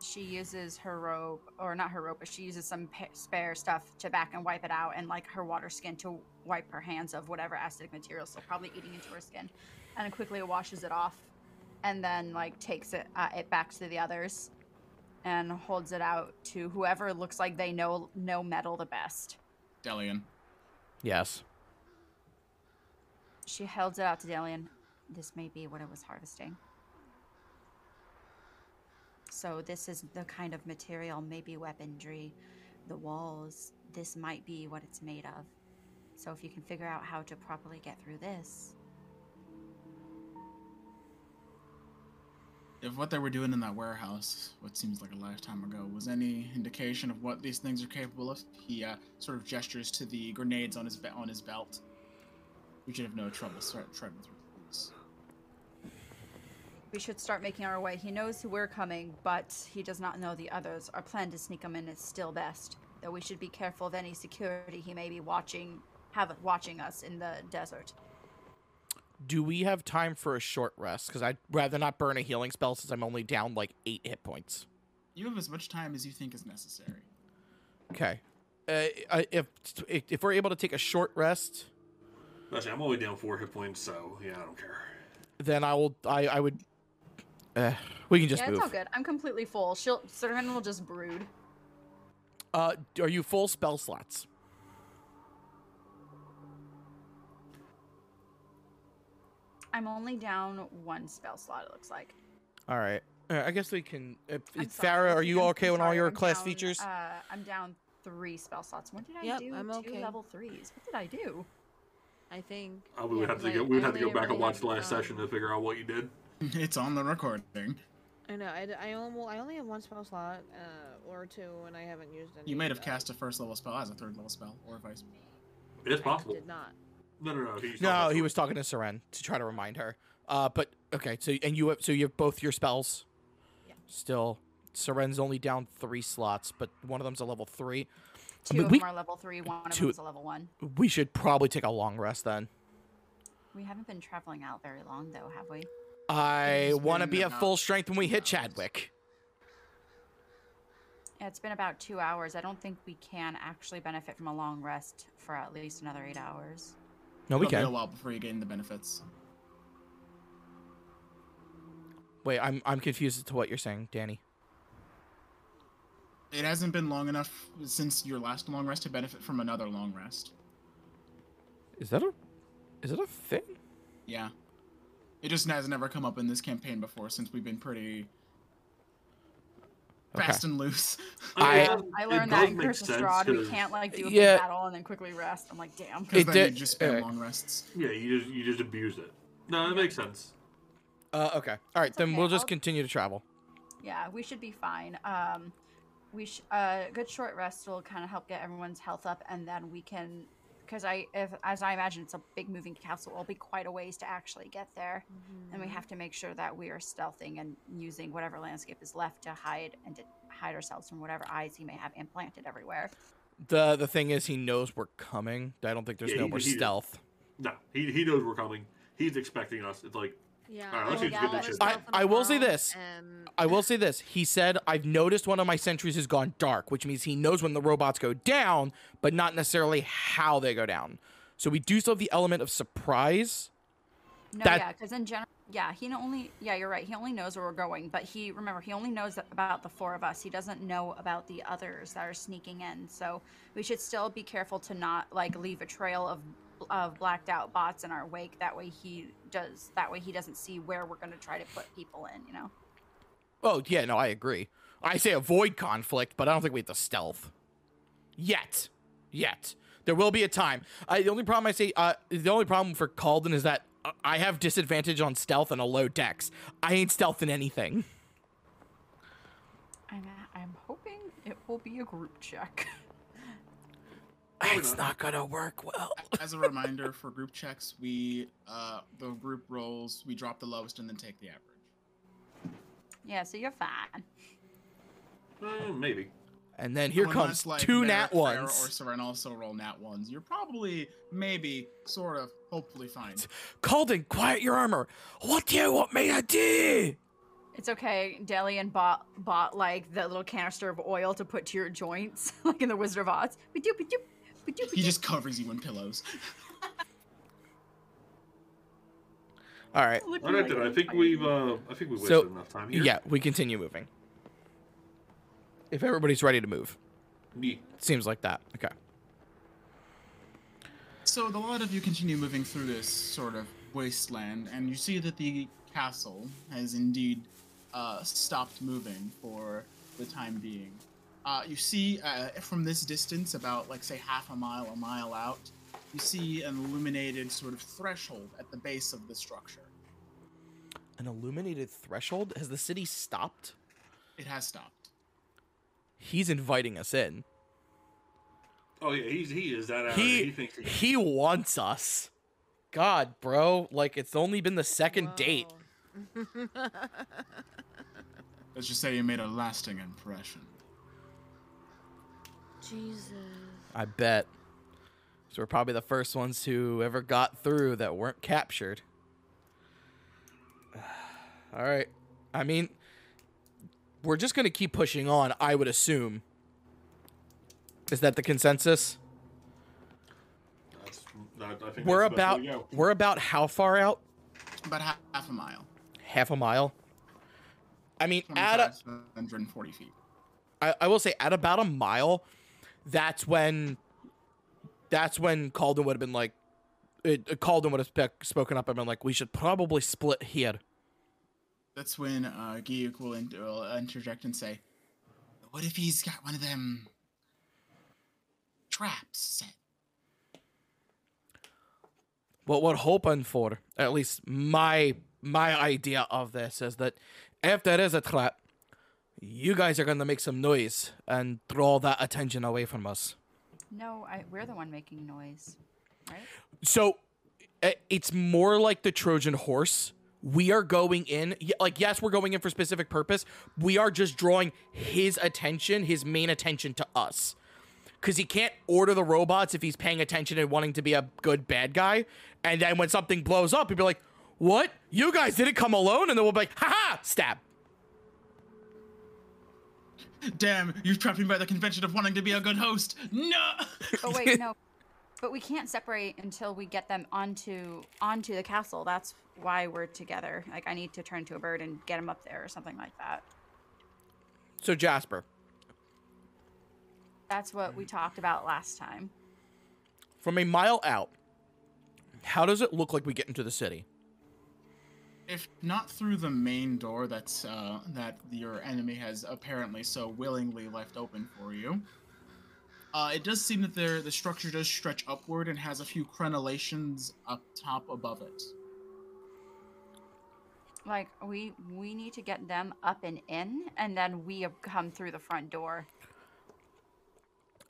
[SPEAKER 5] she uses her robe or not her robe but she uses some pa- spare stuff to back and wipe it out and like her water skin to wipe her hands of whatever acidic material so probably eating into her skin and quickly washes it off and then like takes it uh, it back to the others and holds it out to whoever looks like they know know metal the best
[SPEAKER 1] Delian.
[SPEAKER 2] Yes.
[SPEAKER 5] She holds it out to Dalian. This may be what it was harvesting. So this is the kind of material, maybe weaponry, the walls. This might be what it's made of. So if you can figure out how to properly get through this,
[SPEAKER 1] If what they were doing in that warehouse, what seems like a lifetime ago, was any indication of what these things are capable of, he uh, sort of gestures to the grenades on his be- on his belt. We should have no trouble start treading through these.
[SPEAKER 5] we should start making our way. He knows who we're coming, but he does not know the others. Our plan to sneak him in is still best, though we should be careful of any security he may be watching, have watching us in the desert.
[SPEAKER 2] Do we have time for a short rest? Because I'd rather not burn a healing spell since I'm only down like eight hit points.
[SPEAKER 1] You have as much time as you think is necessary.
[SPEAKER 2] Okay. Uh, I- if if we're able to take a short rest,
[SPEAKER 4] Actually, I'm only down four hit points, so yeah, I don't care.
[SPEAKER 2] then I will. I I would. Uh, we can just
[SPEAKER 5] yeah, it's all
[SPEAKER 2] move.
[SPEAKER 5] good. I'm completely full. She'll Serena will just brood.
[SPEAKER 2] Uh, are you full spell slots?
[SPEAKER 5] I'm only down one spell slot. It looks like.
[SPEAKER 2] All right. Uh, I guess we can. Uh,
[SPEAKER 5] I'm sorry,
[SPEAKER 2] Farah, are
[SPEAKER 5] I'm-
[SPEAKER 2] you
[SPEAKER 5] I'm
[SPEAKER 2] okay
[SPEAKER 5] so
[SPEAKER 2] on all
[SPEAKER 5] sorry,
[SPEAKER 2] your
[SPEAKER 5] I'm
[SPEAKER 2] class
[SPEAKER 5] down,
[SPEAKER 2] features?
[SPEAKER 5] Uh, I'm down three spell slots. What did I
[SPEAKER 3] Yep,
[SPEAKER 5] do?
[SPEAKER 3] I'm
[SPEAKER 5] Two
[SPEAKER 3] okay.
[SPEAKER 5] level threes. What did I do?
[SPEAKER 3] I think.
[SPEAKER 4] Uh, we would
[SPEAKER 3] yeah,
[SPEAKER 4] have
[SPEAKER 3] 'cause
[SPEAKER 4] to
[SPEAKER 3] I-
[SPEAKER 4] go. We would
[SPEAKER 3] I
[SPEAKER 4] have to go
[SPEAKER 3] only
[SPEAKER 4] back and
[SPEAKER 3] really
[SPEAKER 4] watch
[SPEAKER 3] have,
[SPEAKER 4] the last
[SPEAKER 3] um,
[SPEAKER 4] session to figure out what you did.
[SPEAKER 1] it's on the recording.
[SPEAKER 3] I know. I, d- I only well, I only have one spell slot, uh, or two, and I haven't used any.
[SPEAKER 1] You might
[SPEAKER 3] of
[SPEAKER 1] have
[SPEAKER 3] those.
[SPEAKER 1] cast a first level spell as a third level spell, or vice.
[SPEAKER 4] It's
[SPEAKER 3] I
[SPEAKER 4] possible.
[SPEAKER 3] Did not.
[SPEAKER 4] No, no, no. He's
[SPEAKER 2] no,
[SPEAKER 4] talking
[SPEAKER 2] he
[SPEAKER 4] to-
[SPEAKER 2] was talking to Seren to try to remind her. Uh, but okay. So and you have so you have both your spells.
[SPEAKER 3] Yeah.
[SPEAKER 2] Still, Seren's only down three slots, but one of them's a level three.
[SPEAKER 5] Two
[SPEAKER 2] mean,
[SPEAKER 5] of
[SPEAKER 2] we-
[SPEAKER 5] them are level three. One of
[SPEAKER 2] two-
[SPEAKER 5] them is a level one.
[SPEAKER 2] We should probably take a long rest then.
[SPEAKER 5] We haven't been traveling out very long, though, have we?
[SPEAKER 2] I
[SPEAKER 1] It's
[SPEAKER 2] want to
[SPEAKER 1] been
[SPEAKER 2] be at
[SPEAKER 1] about
[SPEAKER 2] full strength when we hit
[SPEAKER 1] two hours.
[SPEAKER 2] Chadwick.
[SPEAKER 5] Yeah, it's been about two hours. I don't think we can actually benefit from a long rest for at least another eight hours.
[SPEAKER 2] No, Oh, we
[SPEAKER 1] It'll be a
[SPEAKER 2] can.
[SPEAKER 1] while before you gain the benefits.
[SPEAKER 2] Wait, I'm I'm confused as to what you're saying, Danny.
[SPEAKER 1] It hasn't been long enough since your last long rest to benefit from another long rest.
[SPEAKER 2] Is that a is it a thing?
[SPEAKER 1] Yeah. It just has never come up in this campaign before since we've been pretty
[SPEAKER 2] Okay.
[SPEAKER 1] fast and loose.
[SPEAKER 2] I-
[SPEAKER 4] Yeah,
[SPEAKER 5] I
[SPEAKER 4] it
[SPEAKER 5] learned that
[SPEAKER 4] does
[SPEAKER 5] in
[SPEAKER 4] make
[SPEAKER 5] Curse of
[SPEAKER 4] sense,
[SPEAKER 5] Strahd. We
[SPEAKER 4] 'cause-
[SPEAKER 5] can't like do a
[SPEAKER 2] Yeah.
[SPEAKER 5] big battle and then quickly rest. I'm like, damn.
[SPEAKER 1] Because
[SPEAKER 2] It
[SPEAKER 1] then
[SPEAKER 2] did- uh,
[SPEAKER 1] you just spend
[SPEAKER 2] alright.
[SPEAKER 1] long rests.
[SPEAKER 4] Yeah, you just you just abused it. No, that makes sense.
[SPEAKER 2] Uh, okay. All right,
[SPEAKER 5] It's
[SPEAKER 2] then
[SPEAKER 5] okay,
[SPEAKER 2] we'll just
[SPEAKER 5] I'll-
[SPEAKER 2] continue to travel.
[SPEAKER 5] Yeah, we should be fine. Um, we sh- uh, good short rest will kind of help get everyone's health up, and then we can, because I, if as I imagine, it's a big moving castle. It'll be quite a ways to actually get there, and we
[SPEAKER 3] Mm-hmm.
[SPEAKER 5] have to make sure that we are stealthing and using whatever landscape is left to hide and to hide ourselves from whatever eyes he may have implanted everywhere.
[SPEAKER 2] The the thing is, he knows we're coming. I don't think there's
[SPEAKER 4] Yeah,
[SPEAKER 2] no
[SPEAKER 4] he-
[SPEAKER 2] more
[SPEAKER 4] he-
[SPEAKER 2] stealth.
[SPEAKER 4] No, he he knows we're coming. He's expecting us. It's like
[SPEAKER 3] Yeah.
[SPEAKER 4] Alright,
[SPEAKER 5] let's see
[SPEAKER 3] I
[SPEAKER 5] if
[SPEAKER 3] will
[SPEAKER 5] you
[SPEAKER 3] gather
[SPEAKER 5] get this
[SPEAKER 3] myself
[SPEAKER 5] shit done.
[SPEAKER 3] on
[SPEAKER 2] I- I
[SPEAKER 3] the
[SPEAKER 2] will say
[SPEAKER 3] ground
[SPEAKER 2] this.
[SPEAKER 3] And
[SPEAKER 2] I will say this. He said, "I've noticed one of my sentries has gone dark, which means he knows when the robots go down, but not necessarily how they go down." So we do still have the element of surprise.
[SPEAKER 5] No,
[SPEAKER 2] That-
[SPEAKER 5] yeah, because in general, yeah, he not only, yeah, you're right. He only knows where we're going, but he remember he only knows about the four of us. He doesn't know about the others that are sneaking in. So we should still be careful to not like leave a trail of of blacked out bots in our wake. That way he does. That way he doesn't see where we're going to try to put people in. You know.
[SPEAKER 2] Oh yeah, no, I agree. I say avoid conflict, but I don't think we have to stealth yet. Yet there will be a time. I, the only problem I say, uh, the only problem for Calden is that uh, I have disadvantage on stealth and a low dex. I ain't stealthing anything.
[SPEAKER 5] I'm I'm hoping it will be a group check.
[SPEAKER 2] It's not gonna work well.
[SPEAKER 1] As a reminder for group checks, we uh the group rolls, we drop the lowest and then take the average.
[SPEAKER 5] yeah, so you're fine.
[SPEAKER 4] eh, maybe.
[SPEAKER 2] And then here
[SPEAKER 1] Unless,
[SPEAKER 2] comes
[SPEAKER 1] like,
[SPEAKER 2] two
[SPEAKER 1] Merrick,
[SPEAKER 2] nat
[SPEAKER 1] Farrah,
[SPEAKER 2] ones.
[SPEAKER 1] Or Seren also roll nat ones. You're probably maybe sort of hopefully fine.
[SPEAKER 2] Calden, quiet your armor. What do you want me to do?
[SPEAKER 5] It's okay. Delian bought bought like the little canister of oil to put to your joints, like in the Wizard of Oz. Ba-doop, ba-doop, ba-doop,
[SPEAKER 1] He
[SPEAKER 5] ba-doop.
[SPEAKER 1] just covers you in pillows.
[SPEAKER 2] All right.
[SPEAKER 5] Look
[SPEAKER 4] All right,
[SPEAKER 5] like
[SPEAKER 4] then. I
[SPEAKER 5] a
[SPEAKER 4] think
[SPEAKER 5] fire.
[SPEAKER 4] we've uh, I think we wasted
[SPEAKER 2] So-
[SPEAKER 4] enough time here.
[SPEAKER 2] Yeah, we continue moving. If everybody's ready to move,
[SPEAKER 4] Ye-
[SPEAKER 2] seems like that. Okay.
[SPEAKER 1] So the lot of you continue moving through this sort of wasteland, and you see that the castle has indeed uh, stopped moving for the time being. Uh, you see uh, from this distance, about like say half a mile, a mile out, you see an illuminated sort of threshold at the base of the structure.
[SPEAKER 2] An illuminated threshold? Has the city stopped?
[SPEAKER 1] It has stopped.
[SPEAKER 2] He's inviting us in.
[SPEAKER 4] Oh yeah, he's he is that. He, he
[SPEAKER 2] He
[SPEAKER 4] thinks he,
[SPEAKER 2] he wants us. God, bro, like it's only been the second date.
[SPEAKER 3] Whoa.
[SPEAKER 1] Let's just say you made a lasting impression.
[SPEAKER 3] Jesus.
[SPEAKER 2] I bet. So we're probably the first ones who ever got through that weren't captured. All right. I mean, we're just going to keep pushing on, I would assume. Is that the consensus?
[SPEAKER 4] that's, that, I think
[SPEAKER 2] we're
[SPEAKER 4] that's the best
[SPEAKER 2] about
[SPEAKER 4] way to go.
[SPEAKER 2] we're about how far out?
[SPEAKER 1] About half, half a mile.
[SPEAKER 2] Half a mile. I mean, at a,
[SPEAKER 1] 25 to 140 feet.
[SPEAKER 2] I, I will say at about a mile, that's when that's when Calden would have been like it, uh, Calden would have spec spoken up and been like, we should probably split here.
[SPEAKER 1] That's when uh, Giyuk will, in- will interject and say, What if he's got one of them traps set?
[SPEAKER 2] What we're hoping for, at least my my idea of this is that if there is a trap, you guys are gonna make some noise and draw that attention away from us.
[SPEAKER 5] No, I, we're the one making noise, right?
[SPEAKER 2] So i- it's more like the Trojan horse. We are going in, y- like, yes, we're going in for specific purpose. We are just drawing his attention, his main attention to us. Because he can't order the robots if he's paying attention and wanting to be a good bad guy. And then when something blows up, he'd be like, What? You guys didn't come alone? And then we'll be like, Haha, stab.
[SPEAKER 1] Damn, you've trapped me by the convention of wanting to be a good host. No!
[SPEAKER 5] But Oh, wait, no. But we can't separate until we get them onto onto the castle. That's why we're together. Like I need to turn to a bird and get him up there or something like that.
[SPEAKER 2] So, Jasper,
[SPEAKER 5] That's what we talked about last time.
[SPEAKER 2] from a mile out, how does it look like we get into the city?
[SPEAKER 1] if not through the main door that's uh, that your enemy has apparently so willingly left open for you, uh, it does seem that there the structure does stretch upward and has a few crenellations up top above it.
[SPEAKER 5] Like we we need to get them up and in, and then we have come through the front door.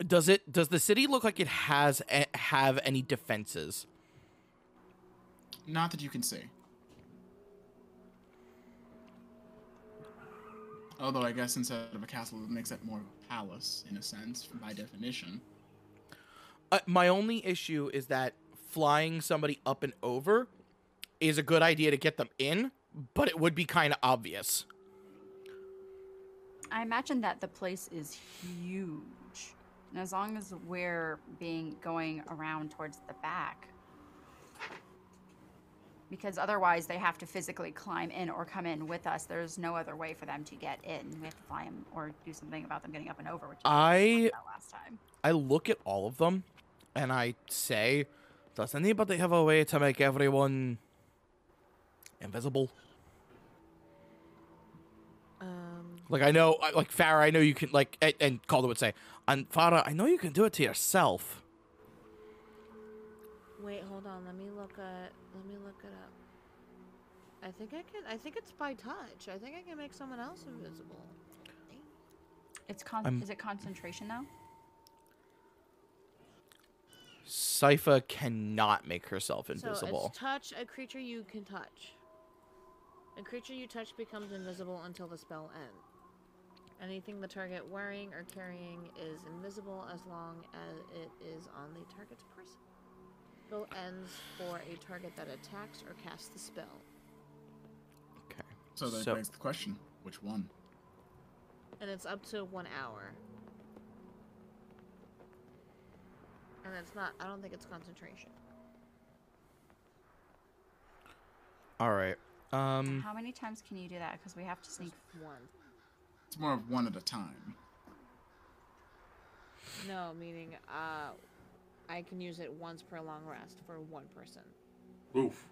[SPEAKER 2] Does it? Does the city look like it has a- have any defenses?
[SPEAKER 1] Not that you can see. Although I guess instead of a castle, it makes it more of a palace in a sense, by definition.
[SPEAKER 2] Uh, my only issue is that flying somebody up and over is a good idea to get them in, but it would be kind of obvious.
[SPEAKER 5] I imagine that the place is huge, and as long as we're being going around towards the back, because otherwise they have to physically climb in or come in with us. There's no other way for them to get in. We have to fly them or do something about them getting up and over, which is what we
[SPEAKER 2] I
[SPEAKER 5] talked about last time.
[SPEAKER 2] I look at all of them, and I say, "Does anybody have a way to make everyone invisible?"
[SPEAKER 3] Um,
[SPEAKER 2] Like I know, I- like Farah, I know you can. Like and, and Calder would say, "And Farah, I know you can do it to yourself."
[SPEAKER 3] wait, hold on. Let me look at. Let me look it up. I think I can. I think it's by touch. I think I can make someone else invisible.
[SPEAKER 5] It's con-
[SPEAKER 2] I'm-
[SPEAKER 5] is it concentration now?
[SPEAKER 2] Sypha cannot make herself invisible.
[SPEAKER 3] So it's touch a creature you can touch. A creature you touch becomes invisible until the spell ends. Anything the target wearing or carrying is invisible as long as it is on the target's person. Spell ends for a target that attacks or casts the spell.
[SPEAKER 2] okay.
[SPEAKER 1] So that
[SPEAKER 2] So-
[SPEAKER 1] begs the question: Which one?
[SPEAKER 3] And it's up to one hour. And it's not, I don't think it's concentration.
[SPEAKER 2] All right. Um.
[SPEAKER 5] How many times can you do that? Because we have to sneak.
[SPEAKER 3] One.
[SPEAKER 1] It's more of one at a time.
[SPEAKER 3] No, meaning uh, I can use it once per long rest for one person.
[SPEAKER 4] Oof.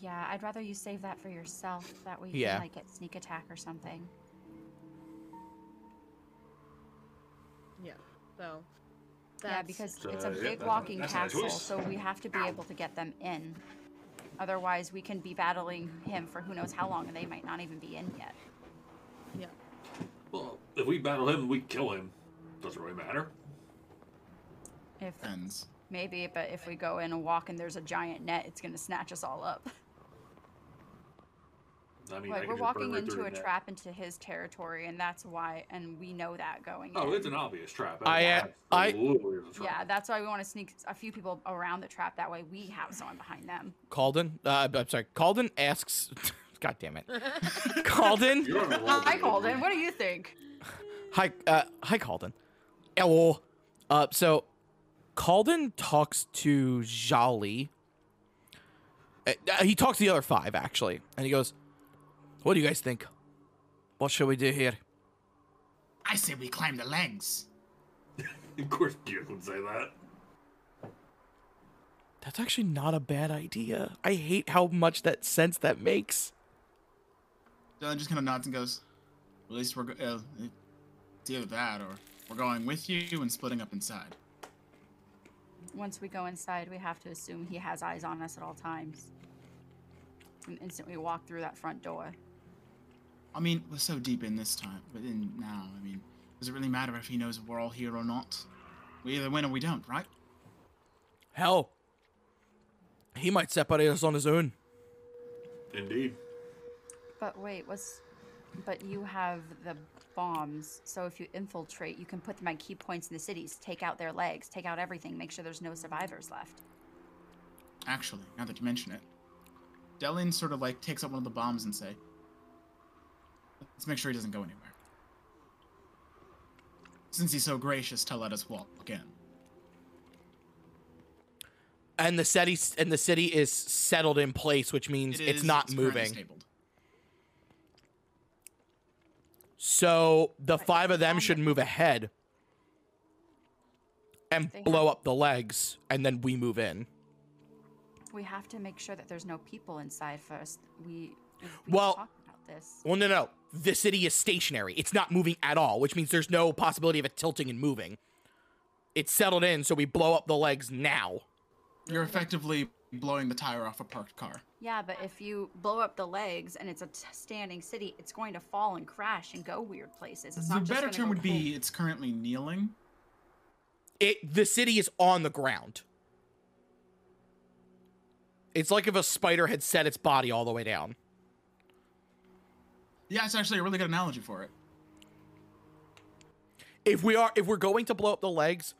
[SPEAKER 5] Yeah, I'd rather you save that for yourself. That way you
[SPEAKER 2] Yeah.
[SPEAKER 5] can like get sneak attack or something.
[SPEAKER 3] Yeah. So.
[SPEAKER 5] yeah,
[SPEAKER 3] that's-
[SPEAKER 5] because
[SPEAKER 4] So,
[SPEAKER 5] it's a
[SPEAKER 4] yeah,
[SPEAKER 5] big
[SPEAKER 4] that's-
[SPEAKER 5] walking
[SPEAKER 4] that's not a
[SPEAKER 5] castle,
[SPEAKER 4] choice.
[SPEAKER 5] so we have to be able to get them in. Otherwise, we can be battling him for who knows how long, and they might not even be in yet.
[SPEAKER 3] Yeah.
[SPEAKER 4] Well, if we battle him, we kill him. Doesn't really matter.
[SPEAKER 5] If
[SPEAKER 1] Depends.
[SPEAKER 5] maybe, but if we go in and walk and there's a giant net, it's gonna snatch us all up.
[SPEAKER 4] I mean, I
[SPEAKER 5] Like
[SPEAKER 4] can
[SPEAKER 5] we're
[SPEAKER 4] just burn
[SPEAKER 5] walking
[SPEAKER 4] right
[SPEAKER 5] into
[SPEAKER 4] through
[SPEAKER 5] a
[SPEAKER 4] the net.
[SPEAKER 5] trap into his territory, and that's why, and we know that going.
[SPEAKER 4] Oh,
[SPEAKER 5] in.
[SPEAKER 4] it's an obvious trap.
[SPEAKER 2] I, uh, I-
[SPEAKER 4] absolutely is a trap.
[SPEAKER 5] Yeah, that's why we want to sneak a few people around the trap. That way, we have someone behind them.
[SPEAKER 2] Calden, uh, I'm sorry, Calden asks. God damn it, Calden.
[SPEAKER 4] You're on a roll
[SPEAKER 5] Hi,
[SPEAKER 4] today.
[SPEAKER 5] Golden. What do you think?
[SPEAKER 2] Hi, uh, hi, Calden. Hello. Uh, so Calden talks to Jolly. Uh, uh, he talks to the other five actually, and he goes, "What do you guys think? What should we do here?"
[SPEAKER 1] I say we climb the legs.
[SPEAKER 4] Of course, you would say that.
[SPEAKER 2] That's actually not a bad idea. I hate how much that sense that makes.
[SPEAKER 1] Dylan just kind of nods and goes, "At least we're go- uh, it's either that or we're going with you and splitting up inside."
[SPEAKER 5] Once we go inside, we have to assume he has eyes on us at all times. And instantly walk through that front door.
[SPEAKER 1] I mean, we're so deep in this time, but in now, I mean, does it really matter if he knows we're all here or not? We either win or we don't, right?
[SPEAKER 2] Hell, he might separate us on his own.
[SPEAKER 4] Indeed.
[SPEAKER 5] But wait, what's? But you have the bombs, so if you infiltrate, you can put them at key points in the cities, take out their legs, take out everything, make sure there's no survivors left.
[SPEAKER 1] Actually, now that you mention it, Delin sort of like takes up one of the bombs and say, "Let's make sure he doesn't go anywhere." Since he's so gracious to let us walk in,
[SPEAKER 2] And the city and the city is settled in place, which means it's
[SPEAKER 1] is-
[SPEAKER 2] not
[SPEAKER 1] currently
[SPEAKER 2] moving.
[SPEAKER 1] Stabled.
[SPEAKER 2] So the five of them
[SPEAKER 5] found
[SPEAKER 2] should move ahead and
[SPEAKER 5] They
[SPEAKER 2] blow up the legs, and then we move in.
[SPEAKER 5] We have to make sure that there's no people inside first. We, we
[SPEAKER 2] Well-
[SPEAKER 5] talked about this.
[SPEAKER 2] Well, no, no. The city is stationary. It's not moving at all, which means there's no possibility of it tilting and moving. It's settled in, so we blow up the legs now.
[SPEAKER 1] You're effectively blowing the tire off a parked car.
[SPEAKER 5] Yeah, but if you blow up the legs and it's a t- standing city, it's going to fall and crash and go weird places. It's
[SPEAKER 1] the
[SPEAKER 5] not just
[SPEAKER 1] better
[SPEAKER 5] gonna
[SPEAKER 1] term
[SPEAKER 5] go
[SPEAKER 1] would be it's currently kneeling.
[SPEAKER 2] It the city is on the ground. It's like if a spider had set its body all the way down.
[SPEAKER 1] Yeah, it's actually a really good analogy for it.
[SPEAKER 2] if we are if we're going to blow up the legs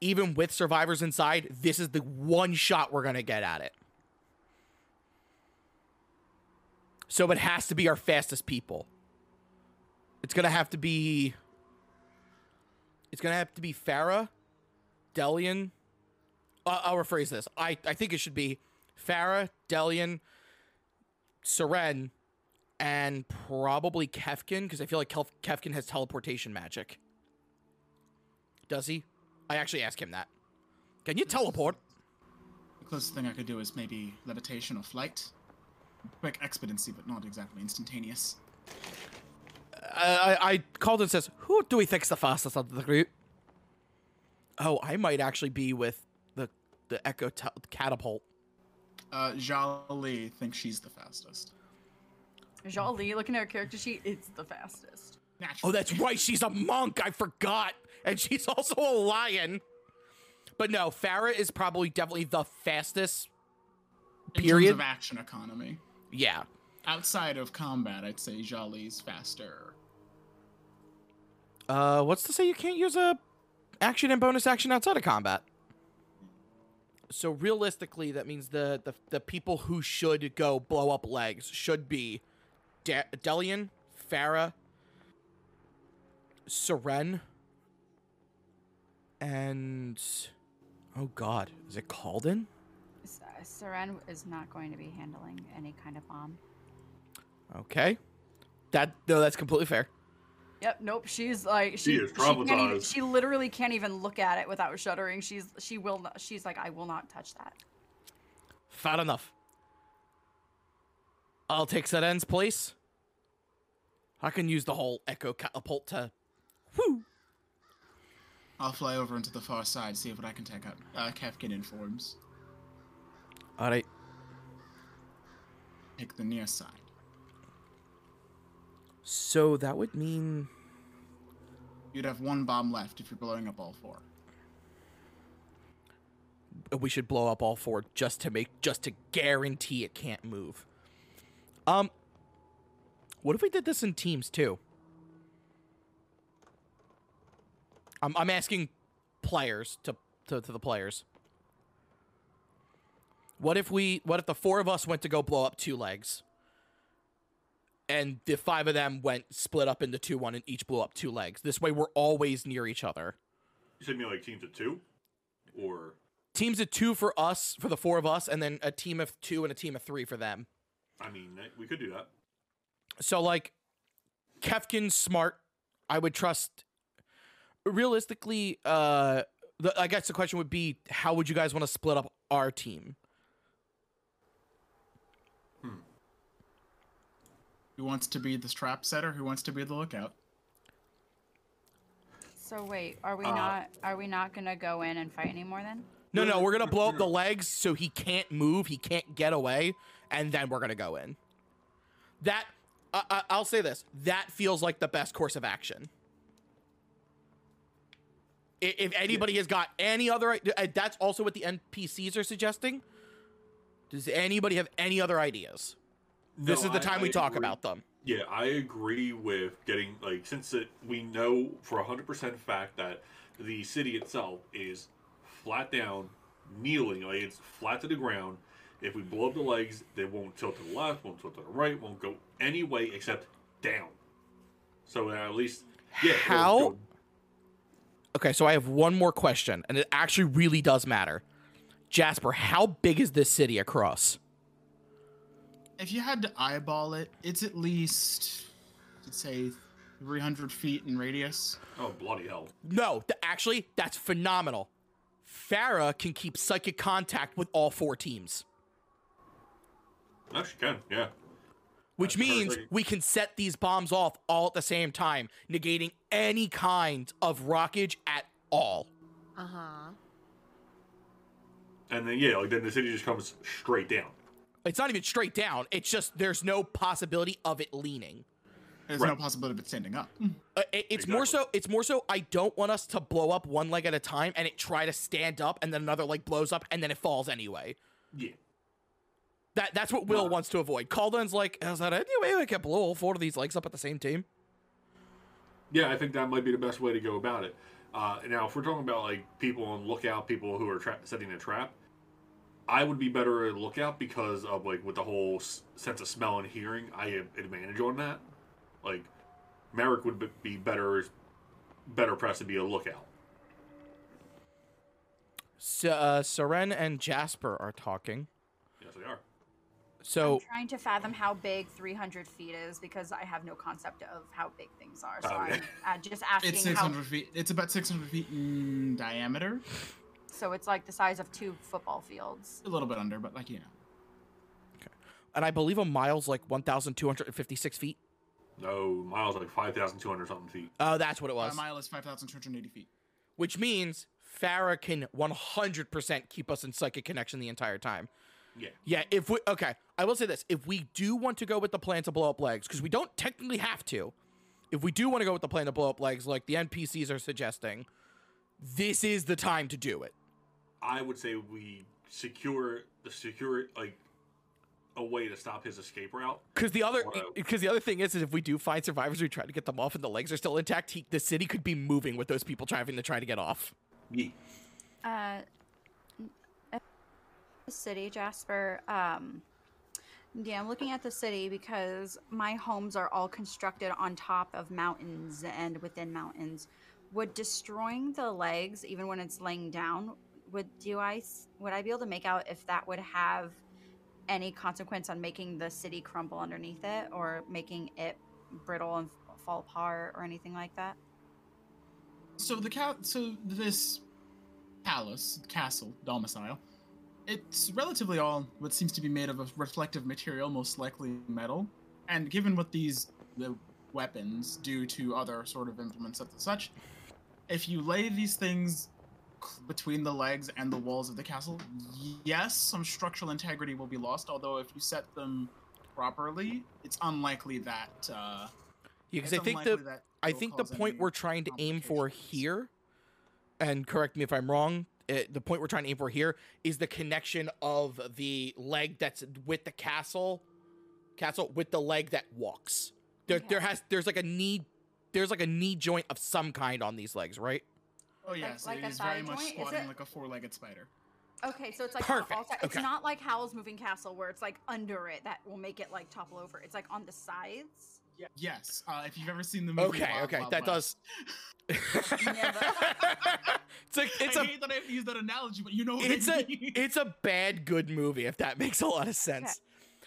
[SPEAKER 2] even with survivors inside this is the one shot we're gonna get at it so it has to be our fastest people it's gonna have to be it's gonna have to be farah delian uh, i'll rephrase this i i think it should be farah delian seren and probably Kefkin because I feel like Kelf- Kefkin has teleportation magic. Does he? I actually asked him that. Can you teleport?
[SPEAKER 1] The closest thing I could do is maybe levitation or flight. Quick expediency, but not exactly instantaneous.
[SPEAKER 2] I, I, I called and says, "Who do we think's the fastest out of the group?" Oh, I might actually be with the the echo te- catapult.
[SPEAKER 1] Uh, Jali thinks she's the fastest.
[SPEAKER 5] Zhao Li, looking at her character sheet, it's the fastest.
[SPEAKER 1] Naturally.
[SPEAKER 2] Oh, that's right. She's a monk. I forgot, and she's also a lion. But no, Farah is probably definitely the fastest.
[SPEAKER 1] In
[SPEAKER 2] period.
[SPEAKER 1] terms of action economy.
[SPEAKER 2] Yeah,
[SPEAKER 1] Outside of combat, I'd say Jali's faster.
[SPEAKER 2] Uh, what's to say you can't use a action and bonus action outside of combat? So realistically, that means the the, the people who should go blow up legs should be De- Delian, Farah, Seren, and oh god, is it Calden?
[SPEAKER 5] S- uh, Seren is not going to be handling any kind of bomb.
[SPEAKER 2] Okay, that no, that's completely fair.
[SPEAKER 5] Yep. Nope. She's like she.
[SPEAKER 4] is
[SPEAKER 5] can't even,
[SPEAKER 4] traumatized.
[SPEAKER 5] she literally can't even look at it without shuddering. She's she will not. She's like I will not touch that.
[SPEAKER 2] Fair enough. I'll take Seren's place. I can use the whole echo catapult to.
[SPEAKER 1] I'll fly over into the far side, see what I can take out. Uh, Kefkin informs.
[SPEAKER 2] All right.
[SPEAKER 1] Take the near side.
[SPEAKER 2] So that would mean
[SPEAKER 1] You'd have one bomb left if you're blowing up all four.
[SPEAKER 2] we should blow up all four just to make just to guarantee it can't move. Um. What if we did this in teams too? I'm I'm asking players to to, to the players. What if we what if the four of us went to go blow up two legs? And the five of them went split up into two one and each blew up two legs. This way we're always near each other.
[SPEAKER 4] You said me like teams of two, or
[SPEAKER 2] teams of two for us for the four of us and then a team of two and a team of three for them
[SPEAKER 4] I mean, that- we could do that.
[SPEAKER 2] so like kefkin's smart i would trust realistically uh the, i guess the question would be how would you guys want to split up our team
[SPEAKER 1] Who wants to be the trap setter? Who wants to be the lookout?
[SPEAKER 5] So wait, are we
[SPEAKER 4] Uh,
[SPEAKER 5] not are we not gonna go in and fight anymore then?
[SPEAKER 2] no no we're gonna blow up the legs so he can't move he can't get away and then we're gonna go in that I I- i'll say this that feels like the best course of action I- if anybody has got any other i- uh, that's also what the npcs are suggesting does anybody have any other ideas this
[SPEAKER 4] No,
[SPEAKER 2] is the
[SPEAKER 4] I-
[SPEAKER 2] time we
[SPEAKER 4] I
[SPEAKER 2] talk
[SPEAKER 4] agree.
[SPEAKER 2] about them
[SPEAKER 4] Yeah, I agree with getting like since it, we know for hundred percent fact that the city itself is flat down, kneeling, like it's flat to the ground. If we blow up the legs, they won't tilt to the left, won't tilt to the right, won't go any way except down. So uh, at least, yeah. it'll
[SPEAKER 2] How-
[SPEAKER 4] go-
[SPEAKER 2] okay so i have one more question and it actually really does matter jasper how big is this city across
[SPEAKER 1] If you had to eyeball it, it's at least, I'd say, 300 feet in radius.
[SPEAKER 4] Oh bloody hell!
[SPEAKER 2] No, th- actually, that's phenomenal. Farah can keep psychic contact with all four teams,
[SPEAKER 4] Actually, can yeah.
[SPEAKER 2] which
[SPEAKER 4] That's
[SPEAKER 2] means
[SPEAKER 4] perfect.
[SPEAKER 2] we can set these bombs off all at the same time, negating any kind of rockage at all.
[SPEAKER 3] Uh huh.
[SPEAKER 4] And then yeah, like then the city just comes straight down.
[SPEAKER 2] It's not even straight down, it's just there's no possibility of it leaning.
[SPEAKER 1] There's no
[SPEAKER 4] Right.
[SPEAKER 1] possibility of it standing up.
[SPEAKER 2] Uh, it- it's more
[SPEAKER 4] Exactly.
[SPEAKER 2] so it's more so I don't want us to blow up one leg at a time and it try to stand up and then another leg blows up and then it falls anyway.
[SPEAKER 4] Yeah.
[SPEAKER 2] That that's what Will
[SPEAKER 4] Right.
[SPEAKER 2] wants to avoid. Calden's like, is that any way we can blow all four of these legs up at the same time?
[SPEAKER 4] Yeah, I think that might be the best way to go about it. Uh, now, if we're talking about like people on lookout, people who are tra- setting a trap, I would be better at lookout because of like with the whole s- sense of smell and hearing, I have advantage on that. Like, Merrick would b- be better better pressed to be a lookout.
[SPEAKER 2] S- uh, Seren and Jasper are talking.
[SPEAKER 4] Yes, they are.
[SPEAKER 1] Oh.
[SPEAKER 2] So
[SPEAKER 5] I'm trying to fathom how big 300 feet is because I have no concept of how big things are. So
[SPEAKER 4] Oh,
[SPEAKER 5] I'm
[SPEAKER 4] yeah.
[SPEAKER 5] uh, just asking
[SPEAKER 1] It's
[SPEAKER 5] how.
[SPEAKER 1] 600 feet. It's about 600 feet in diameter.
[SPEAKER 5] So it's like the size of two football fields.
[SPEAKER 1] A little bit under, but like, you know.
[SPEAKER 2] and I believe a mile's like 1,256 feet.
[SPEAKER 4] No, Miles like five thousand two hundred something feet.
[SPEAKER 2] Oh, that's what it
[SPEAKER 1] A
[SPEAKER 2] was.
[SPEAKER 1] mile is 5,280 feet.
[SPEAKER 2] Which means Farah can 100% keep us in psychic connection the entire time.
[SPEAKER 4] Yeah.
[SPEAKER 2] Yeah, if we okay, I will say this: if we do want to go with the plan to blow up legs, because we don't technically have to, if we do want to go with the plan to blow up legs, like the NPCs are suggesting, this is the time to do it.
[SPEAKER 4] I would say we secure the secure like a way to stop his escape route.
[SPEAKER 2] Because the other,
[SPEAKER 4] Wow.
[SPEAKER 2] because the other thing is, is if we do find survivors, we try to get them off, and the legs are still intact, he, the city could be moving with those people trying to try to get off.
[SPEAKER 4] Yeah.
[SPEAKER 5] Uh, the city, Jasper. Um, yeah, I'm looking at the city because my homes are all constructed on top of mountains and within mountains. Would destroying the legs, even when it's laying down, would do I s- would I be able to make out if that would have any consequence on making the city crumble underneath it or making it brittle and f- fall apart or anything like that?
[SPEAKER 1] So the cat, so this palace, castle, domicile, it's relatively all what seems to be made of a reflective material, most likely metal. And given what these the weapons do to other sort of implements and such, if you lay these things c- between the legs and the walls of the castle, yes, some structural integrity will be lost. Although if you set them properly, it's unlikely that. Uh,
[SPEAKER 2] Yeah, because I
[SPEAKER 1] it's
[SPEAKER 2] think
[SPEAKER 1] unlikely
[SPEAKER 2] the
[SPEAKER 1] that
[SPEAKER 2] I
[SPEAKER 1] it'll
[SPEAKER 2] think the
[SPEAKER 1] cause
[SPEAKER 2] point
[SPEAKER 1] any-
[SPEAKER 2] we're trying to aim for
[SPEAKER 1] complications.
[SPEAKER 2] here, and correct me if I'm wrong, eh, the point we're trying to aim for here is the connection of the leg that's with the castle, castle with the leg that walks. There, there
[SPEAKER 5] Okay.
[SPEAKER 2] has there's like a knee, there's like a knee joint of some kind on these legs, right?
[SPEAKER 1] Oh yes,
[SPEAKER 5] like
[SPEAKER 1] it
[SPEAKER 5] a
[SPEAKER 1] is very
[SPEAKER 5] side
[SPEAKER 1] much
[SPEAKER 5] joint, is
[SPEAKER 1] squatting
[SPEAKER 5] it?
[SPEAKER 1] like a four-legged spider.
[SPEAKER 5] Okay, so it's like on all
[SPEAKER 2] Perfect,
[SPEAKER 5] si- It's
[SPEAKER 2] okay.
[SPEAKER 5] not like Howl's Moving Castle where it's like under it that will make it like topple over. It's like on the sides.
[SPEAKER 1] Yes, uh, if you've ever seen the movie.
[SPEAKER 2] Okay,
[SPEAKER 1] Wild
[SPEAKER 2] okay,
[SPEAKER 1] Wild
[SPEAKER 2] that
[SPEAKER 1] West-
[SPEAKER 2] does. it's like it's
[SPEAKER 1] I
[SPEAKER 2] a
[SPEAKER 1] hate that I have to use that analogy, but you know what
[SPEAKER 2] it's
[SPEAKER 1] I
[SPEAKER 2] a
[SPEAKER 1] mean.
[SPEAKER 2] it's a bad good movie if that makes a lot of sense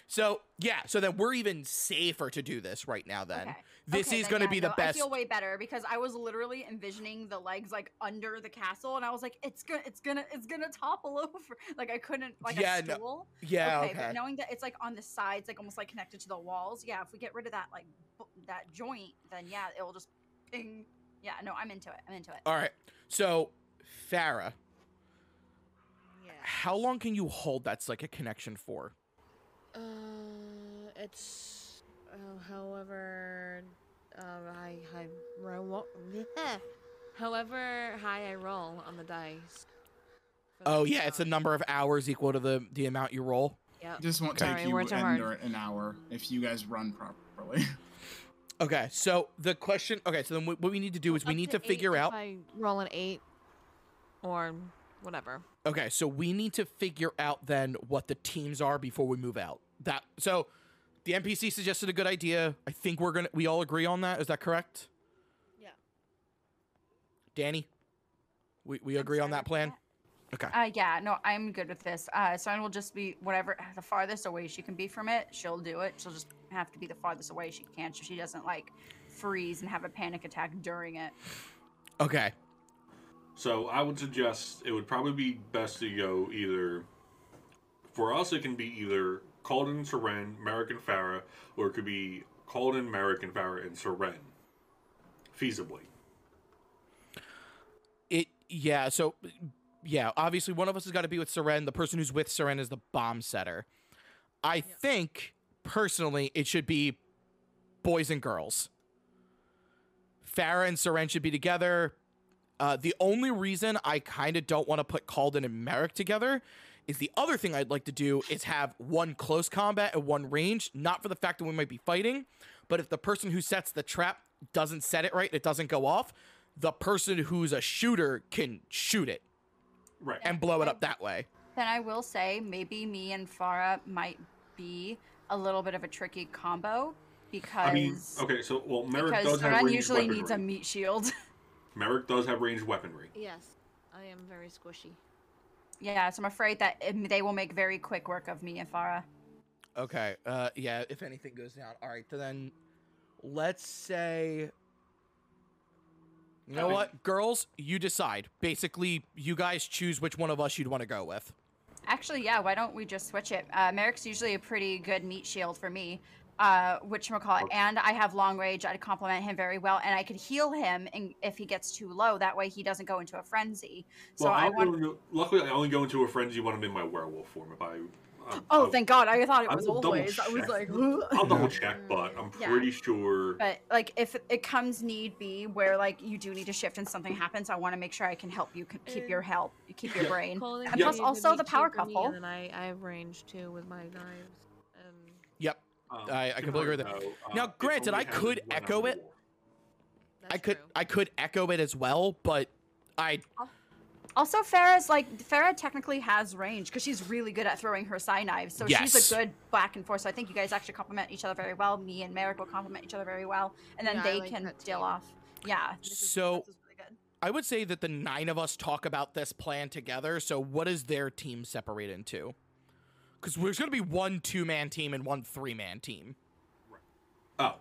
[SPEAKER 2] so yeah so then we're even safer to do this right now then
[SPEAKER 5] Okay.
[SPEAKER 2] this
[SPEAKER 5] Okay,
[SPEAKER 2] is
[SPEAKER 5] then
[SPEAKER 2] going to
[SPEAKER 5] yeah,
[SPEAKER 2] be the
[SPEAKER 5] no, I
[SPEAKER 2] best
[SPEAKER 5] feel way better because I was literally envisioning the legs like under the castle, and I was like, it's gonna, it's gonna, it's gonna topple over. Like I couldn't, like
[SPEAKER 2] Yeah,
[SPEAKER 5] a
[SPEAKER 2] no-
[SPEAKER 5] stool.
[SPEAKER 2] yeah
[SPEAKER 5] okay,
[SPEAKER 2] okay,
[SPEAKER 5] but knowing that it's like on the sides, like almost like connected to the walls. Yeah, if we get rid of that like bu- that joint, then yeah, it'll just ping. Yeah, no, I'm into it. I'm into it.
[SPEAKER 2] all right so farah
[SPEAKER 3] Yeah.
[SPEAKER 2] how long can you hold that psychic connection for
[SPEAKER 3] Uh, it's uh, however uh, I I roll. however high I roll on the dice. for
[SPEAKER 2] oh
[SPEAKER 3] that
[SPEAKER 2] yeah it's the
[SPEAKER 3] round.
[SPEAKER 2] number of hours equal to the the amount you roll
[SPEAKER 3] Yep.
[SPEAKER 1] This won't
[SPEAKER 3] Okay.
[SPEAKER 1] take
[SPEAKER 3] Sorry,
[SPEAKER 1] you
[SPEAKER 3] words are hard.
[SPEAKER 1] under an hour if you guys run properly.
[SPEAKER 2] okay so the question okay so then what what we need to do is we
[SPEAKER 3] Up
[SPEAKER 2] need to
[SPEAKER 3] to eight
[SPEAKER 2] figure
[SPEAKER 3] if
[SPEAKER 2] out
[SPEAKER 3] I roll an eight or whatever.
[SPEAKER 2] Okay, so we need to figure out then what the teams are before we move out. That so the NPC suggested a good idea. I think we're gonna we all agree on that. Is that correct?
[SPEAKER 3] Yeah.
[SPEAKER 2] Danny? We we
[SPEAKER 5] I'm
[SPEAKER 2] agree on
[SPEAKER 5] sorry,
[SPEAKER 2] that plan? Okay.
[SPEAKER 5] Uh, yeah, no, I'm good with this. Uh, Soren will just be whatever the farthest away she can be from it. She'll do it. She'll just have to be the farthest away she can, so she doesn't like freeze and have a panic attack during it.
[SPEAKER 2] Okay.
[SPEAKER 4] So I would suggest it would probably be best to go either. For us, it can be either Calden, Seren, Merrick, and Farah, or it could be Calden, Merrick, and Farah, and Seren. Feasibly.
[SPEAKER 2] It yeah, so yeah, obviously one of us has got to be with Seren. The person who's with Seren is the bomb setter. I think personally it should be boys and girls. Farah and Seren should be together. Uh, the only reason I kind of don't want to put Calden and Merrick together is the other thing I'd like to do is have one close combat and one range, not for the fact that we might be fighting, but if the person who sets the trap doesn't set it right, it doesn't go off, the person who's a shooter can shoot it
[SPEAKER 4] Right.
[SPEAKER 2] and blow it up that way.
[SPEAKER 5] Then I will say maybe me and Farah might be a little bit of a tricky combo because
[SPEAKER 4] I mean, okay, so, well, Merrick
[SPEAKER 5] because
[SPEAKER 4] does have
[SPEAKER 5] Soren
[SPEAKER 4] ranged
[SPEAKER 5] usually
[SPEAKER 4] weaponry.
[SPEAKER 5] needs a meat shield.
[SPEAKER 4] Merrick does have ranged weaponry.
[SPEAKER 3] Yes, I am very squishy.
[SPEAKER 5] yeah, so I'm afraid that um, they will make very quick work of me and Farah.
[SPEAKER 2] Okay. Uh yeah, if anything goes down. All right, then let's say You know
[SPEAKER 4] Okay.
[SPEAKER 2] what? Girls, you decide. Basically, you guys choose which one of us you'd want to go with.
[SPEAKER 5] Actually, yeah. Why don't we just switch it? Uh, Merrick's usually a pretty good meat shield for me, uh, which call it.
[SPEAKER 4] Okay.
[SPEAKER 5] And I have long range. I'd compliment him very well, and I could heal him in, if he gets too low. That way, he doesn't go into a frenzy. So
[SPEAKER 4] well,
[SPEAKER 5] I
[SPEAKER 4] I'll
[SPEAKER 5] want.
[SPEAKER 4] go- luckily, I only go into a frenzy when I'm in my werewolf form. If I. I'm-
[SPEAKER 5] Oh,
[SPEAKER 4] I'm-
[SPEAKER 5] thank God! I thought it
[SPEAKER 4] I
[SPEAKER 5] was
[SPEAKER 4] will double
[SPEAKER 5] always. I was
[SPEAKER 4] check.
[SPEAKER 5] like.
[SPEAKER 4] I'll double check, but I'm
[SPEAKER 5] Yeah.
[SPEAKER 4] pretty sure.
[SPEAKER 5] But like, if it comes need be, where like you do need to shift and something happens, I want to make sure I can help you c- keep your help, keep your
[SPEAKER 4] Yeah.
[SPEAKER 5] brain.
[SPEAKER 3] Calling
[SPEAKER 5] And
[SPEAKER 4] Yeah.
[SPEAKER 5] plus,
[SPEAKER 3] Jade would
[SPEAKER 5] also
[SPEAKER 3] be
[SPEAKER 5] the
[SPEAKER 3] two
[SPEAKER 5] power
[SPEAKER 3] for me,
[SPEAKER 5] couple.
[SPEAKER 3] And then I I have range too with my knives. And
[SPEAKER 2] Yep.
[SPEAKER 4] um,
[SPEAKER 2] I- I completely agree with
[SPEAKER 4] though, uh,
[SPEAKER 2] Now,
[SPEAKER 4] it
[SPEAKER 2] granted,
[SPEAKER 4] only
[SPEAKER 2] I could
[SPEAKER 4] happens when I'm
[SPEAKER 2] echo
[SPEAKER 4] in
[SPEAKER 2] it.
[SPEAKER 4] war.
[SPEAKER 3] that's
[SPEAKER 2] I could
[SPEAKER 3] true.
[SPEAKER 2] I could echo it as well, but I
[SPEAKER 5] Also, Farah's like Farah technically has range because she's really good at throwing her side knives, so
[SPEAKER 2] Yes.
[SPEAKER 5] she's a good back and forth. So I think you guys actually complement each other very well. Me and Merrick will complement each other very well, and then
[SPEAKER 3] Yeah, I
[SPEAKER 5] they
[SPEAKER 3] like
[SPEAKER 5] can
[SPEAKER 3] that
[SPEAKER 5] deal
[SPEAKER 3] team.
[SPEAKER 5] off. Yeah.
[SPEAKER 2] So-
[SPEAKER 5] this is really good.
[SPEAKER 2] I would say that the nine of us talk about this plan together. So what is their team separate into? Because there's going to be one two man team and one three man team.
[SPEAKER 4] Oh,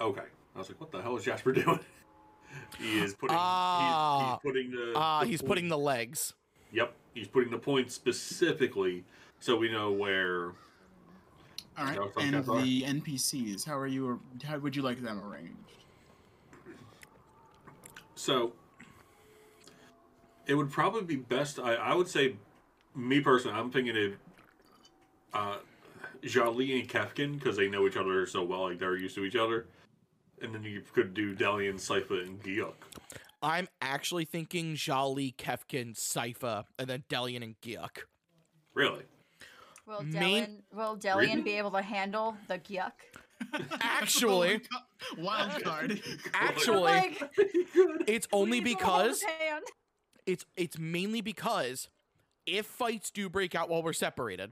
[SPEAKER 4] okay. I was like, what the hell is Jasper doing? he is putting. he's,
[SPEAKER 2] Ah.
[SPEAKER 4] he's putting the.
[SPEAKER 2] Ah,
[SPEAKER 4] the
[SPEAKER 2] he's
[SPEAKER 4] point-
[SPEAKER 2] putting the legs.
[SPEAKER 4] Yep, he's putting the point specifically, so we know where.
[SPEAKER 1] All right,
[SPEAKER 4] No, it's okay,
[SPEAKER 1] and
[SPEAKER 4] it's all right.
[SPEAKER 1] the NPCs. How are you? How would you like them arranged?
[SPEAKER 4] So it would probably be best. I, I would say, me personally, I'm thinking of uh, Jali and Kefkin because they know each other so well, like they're used to each other. And then you could do Dalian, Sypha, and Geok.
[SPEAKER 2] I'm actually thinking Jolly, Kefkin, Sypha, and then Delian and Giuk.
[SPEAKER 4] Really?
[SPEAKER 5] Will
[SPEAKER 2] Main-
[SPEAKER 5] Delian, will Delian
[SPEAKER 4] Really?
[SPEAKER 5] be able to handle the yuck?
[SPEAKER 2] Actually-
[SPEAKER 1] wild card.
[SPEAKER 2] Actually,
[SPEAKER 5] Like,
[SPEAKER 2] it's only
[SPEAKER 5] please hold his
[SPEAKER 2] because
[SPEAKER 5] hand.
[SPEAKER 2] it's it's mainly because if fights do break out while we're separated,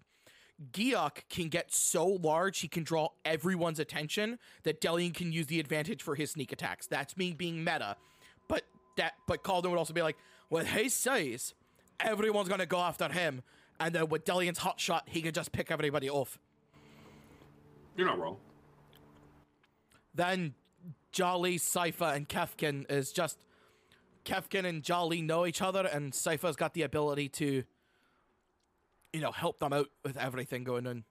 [SPEAKER 2] Giok can get so large he can draw everyone's attention that Delian can use the advantage for his sneak attacks. That's me being meta. But that but Calden would also be like, with his size, everyone's gonna go after him. And then with Delian's hot shot, he can just pick everybody off.
[SPEAKER 4] You're not wrong.
[SPEAKER 2] Then Jolly, Cypher, and Kefkin is just Kefkin and Jolly know each other, and Cypher's got the ability to, you know, help them out with everything going on.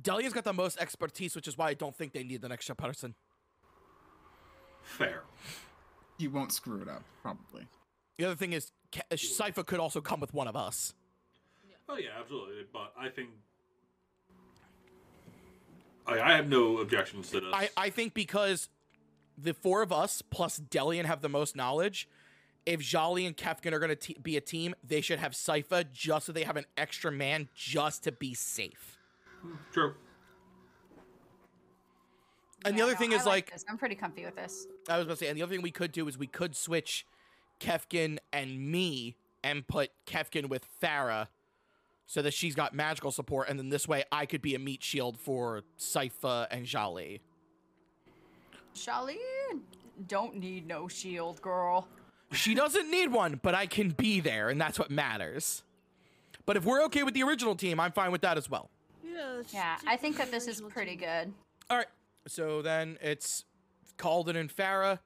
[SPEAKER 2] Delia's got the most expertise, which is why I don't think they need an extra person.
[SPEAKER 4] Fair.
[SPEAKER 1] he won't screw it up, probably.
[SPEAKER 2] The other thing is, Ke- uh, Cypher could also come with one of us.
[SPEAKER 4] Oh yeah, absolutely. But I think I, I have no objections to this.
[SPEAKER 2] I, I think because the four of us plus Delian have the most knowledge, if Jolly and Kefkin are going to te- be a team, they should have Cypher just so they have an extra man just to be safe.
[SPEAKER 4] True.
[SPEAKER 2] And
[SPEAKER 5] Yeah,
[SPEAKER 2] the other
[SPEAKER 5] no,
[SPEAKER 2] thing
[SPEAKER 5] I
[SPEAKER 2] is like,
[SPEAKER 5] this. I'm pretty comfy with this.
[SPEAKER 2] I was about to say, and the other thing we could do is we could switch Kefkin and me and put Kefkin with Farah so that she's got magical support, and then this way I could be a meat shield for Sypha and Jali.
[SPEAKER 5] Charlene don't need no shield, girl.
[SPEAKER 2] She doesn't need one, but I can be there, and that's what matters. But if we're okay with the original team, I'm fine with that as well.
[SPEAKER 3] Yeah, let's
[SPEAKER 5] Yeah,
[SPEAKER 3] stick
[SPEAKER 5] I
[SPEAKER 3] with
[SPEAKER 5] think
[SPEAKER 3] the
[SPEAKER 5] that this is
[SPEAKER 3] original
[SPEAKER 5] pretty
[SPEAKER 3] team.
[SPEAKER 5] good.
[SPEAKER 2] All right, so then it's Calden and Farah.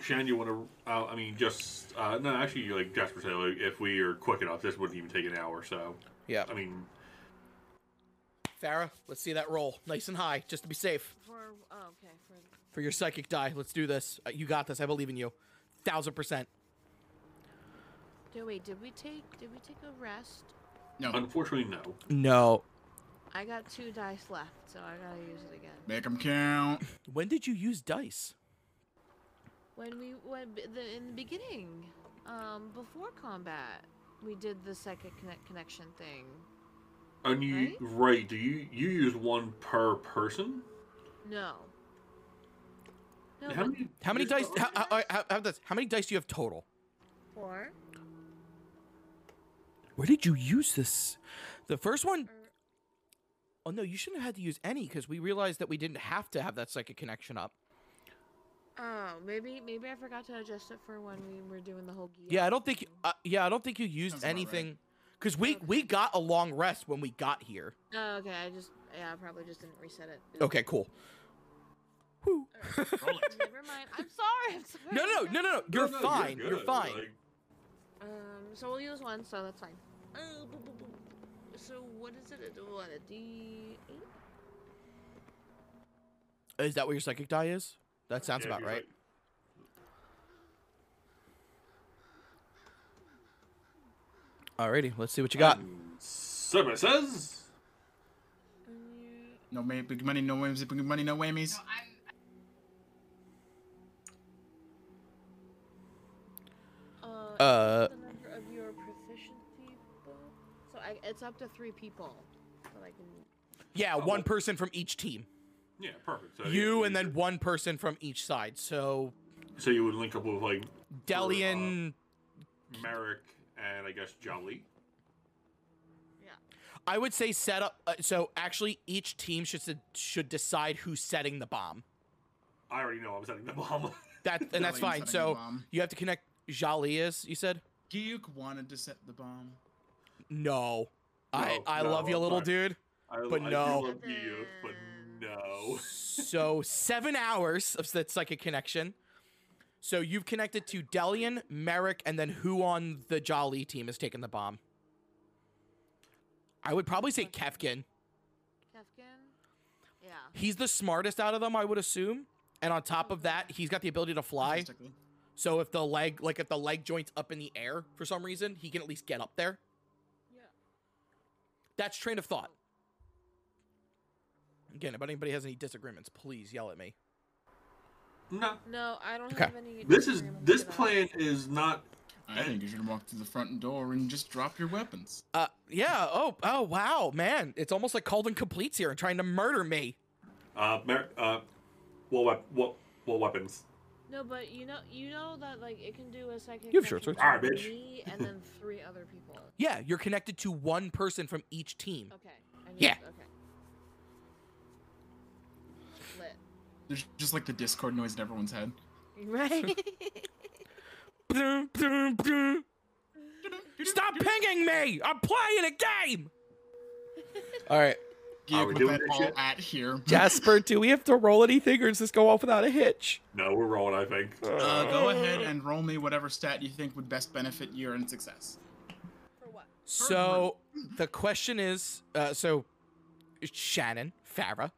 [SPEAKER 4] Shan, you want to? Uh, I mean, just uh, no. Actually, like Jasper said, like, if we are quick enough, this wouldn't even take an hour. So,
[SPEAKER 2] Yeah,
[SPEAKER 4] I mean,
[SPEAKER 2] Farah, let's see that roll, nice and high, just to be safe.
[SPEAKER 3] For oh, okay, for
[SPEAKER 2] for your psychic die. Let's do this. Uh, You got this. I believe in you. Thousand percent.
[SPEAKER 3] no, wait, did we take did we take a rest?
[SPEAKER 1] No,
[SPEAKER 4] unfortunately, no.
[SPEAKER 2] No.
[SPEAKER 3] I got two dice left, so I gotta use it again.
[SPEAKER 1] make him count.
[SPEAKER 2] When did you use dice?
[SPEAKER 3] When we when b- the in the beginning, um, before combat, we did the second connect connection thing.
[SPEAKER 4] And you right?
[SPEAKER 3] Right?
[SPEAKER 4] Do you you use one per person?
[SPEAKER 3] No. No,
[SPEAKER 4] How
[SPEAKER 3] but
[SPEAKER 4] many? Oh,
[SPEAKER 2] How many
[SPEAKER 4] there's
[SPEAKER 2] dice?
[SPEAKER 4] no-
[SPEAKER 2] How, how, how, how, how, how many dice do you have total?
[SPEAKER 3] four.
[SPEAKER 2] Where did you use this? The first one
[SPEAKER 3] Or,
[SPEAKER 2] oh no, you shouldn't have had to use any because we realized that we didn't have to have that psychic connection up.
[SPEAKER 3] oh, maybe maybe I forgot to adjust it for when we were doing the whole. Geo
[SPEAKER 2] Yeah, I don't think.
[SPEAKER 3] thing.
[SPEAKER 2] Uh, yeah, I don't think you used
[SPEAKER 1] Sounds about right.
[SPEAKER 2] anything because we we got a long rest when we got here.
[SPEAKER 3] Oh, okay, I just yeah, I probably just didn't reset it.
[SPEAKER 2] Okay, cool. Whew.
[SPEAKER 1] Roll it.
[SPEAKER 3] Never mind. I'm sorry. I'm sorry.
[SPEAKER 2] No, no,
[SPEAKER 3] I'm
[SPEAKER 2] no, no, no.
[SPEAKER 3] sorry.
[SPEAKER 2] You're
[SPEAKER 4] No, no,
[SPEAKER 2] fine. You're
[SPEAKER 4] good,
[SPEAKER 2] fine.
[SPEAKER 4] like,
[SPEAKER 3] Um, so we'll use one, so that's fine. Uh, bu- bu- bu- so what is it? It's What a D eight?
[SPEAKER 2] Is that what your psychic die is? That sounds
[SPEAKER 4] yeah,
[SPEAKER 2] about
[SPEAKER 4] you're
[SPEAKER 2] right. Alrighty, let's see what you got.
[SPEAKER 4] And Services.
[SPEAKER 1] No ma- big money, no whammies. Big money, no whammies.
[SPEAKER 3] Uh,
[SPEAKER 2] Uh,
[SPEAKER 3] the number of your proficiency bo- So I, it's up to three people that I can.
[SPEAKER 2] Yeah,
[SPEAKER 4] Oh.
[SPEAKER 2] one person from each team.
[SPEAKER 4] Yeah, perfect. So
[SPEAKER 2] You
[SPEAKER 4] you-
[SPEAKER 2] and then one person from each side. So
[SPEAKER 4] so you would link up with like
[SPEAKER 2] Delian,
[SPEAKER 4] Merrick and I guess Jolly.
[SPEAKER 2] I would say set up. Uh, so actually, each team should s- should decide who's setting the bomb.
[SPEAKER 4] I already know I'm setting the bomb.
[SPEAKER 2] That and
[SPEAKER 1] Delian's
[SPEAKER 2] that's fine.
[SPEAKER 1] setting the
[SPEAKER 2] So
[SPEAKER 1] bomb.
[SPEAKER 2] you have to connect Jali is you said
[SPEAKER 1] Geek wanted to set the bomb.
[SPEAKER 2] no. I
[SPEAKER 4] No,
[SPEAKER 2] I
[SPEAKER 4] no,
[SPEAKER 2] love you,
[SPEAKER 4] I'm
[SPEAKER 2] little
[SPEAKER 4] fine.
[SPEAKER 2] dude.
[SPEAKER 4] I,
[SPEAKER 2] But
[SPEAKER 4] I do
[SPEAKER 2] no.
[SPEAKER 4] love you, but no.
[SPEAKER 2] so seven hours of that psychic connection. So you've connected to Delian, Merrick, and then who on the Jolly team has taken the bomb? I would probably say Kevkin.
[SPEAKER 3] Kefkin? Yeah.
[SPEAKER 2] He's the smartest out of them, I would assume. And on top of that, he's got the ability to fly.
[SPEAKER 1] Statistically.
[SPEAKER 2] So if the leg, like if the leg joint's up in the air for some reason, he can at least get up there.
[SPEAKER 3] Yeah.
[SPEAKER 2] That's train of thought. Again, if anybody has any disagreements, please yell at me.
[SPEAKER 4] No.
[SPEAKER 3] No, I don't
[SPEAKER 2] Okay.
[SPEAKER 3] have any.
[SPEAKER 4] This is
[SPEAKER 3] disagreements
[SPEAKER 4] this
[SPEAKER 3] at all.
[SPEAKER 4] plan is not
[SPEAKER 1] I think you should walk through the front door and just drop your weapons.
[SPEAKER 2] Uh, yeah. Oh, oh, wow, man. It's almost like Calden completes here and trying to murder me.
[SPEAKER 4] uh mer- uh what wep- what what weapons.
[SPEAKER 3] No, but you know, you know that like it can do a psychic.
[SPEAKER 2] You have short
[SPEAKER 3] connection
[SPEAKER 4] swords. Alright,
[SPEAKER 3] to
[SPEAKER 4] bitch.
[SPEAKER 3] Me and then three other people.
[SPEAKER 2] Yeah, you're connected to one person from each team.
[SPEAKER 3] Okay. I
[SPEAKER 2] Yeah.
[SPEAKER 3] Okay. Lit.
[SPEAKER 1] There's just like the Discord noise in everyone's head.
[SPEAKER 3] Right.
[SPEAKER 2] Bloom, bloom, bloom. Stop pinging me! I'm playing a game. All right,
[SPEAKER 1] Gig
[SPEAKER 4] Are we
[SPEAKER 1] with
[SPEAKER 4] doing
[SPEAKER 1] that
[SPEAKER 4] this
[SPEAKER 1] all
[SPEAKER 4] yet?
[SPEAKER 1] at here.
[SPEAKER 2] Jasper. Do we have to roll anything, or does this go off without a hitch?
[SPEAKER 4] No, we're rolling. I think.
[SPEAKER 1] Uh, go ahead and roll me whatever stat you think would best benefit your in success.
[SPEAKER 3] For what?
[SPEAKER 2] So the question is, uh, so Shannon, Farah,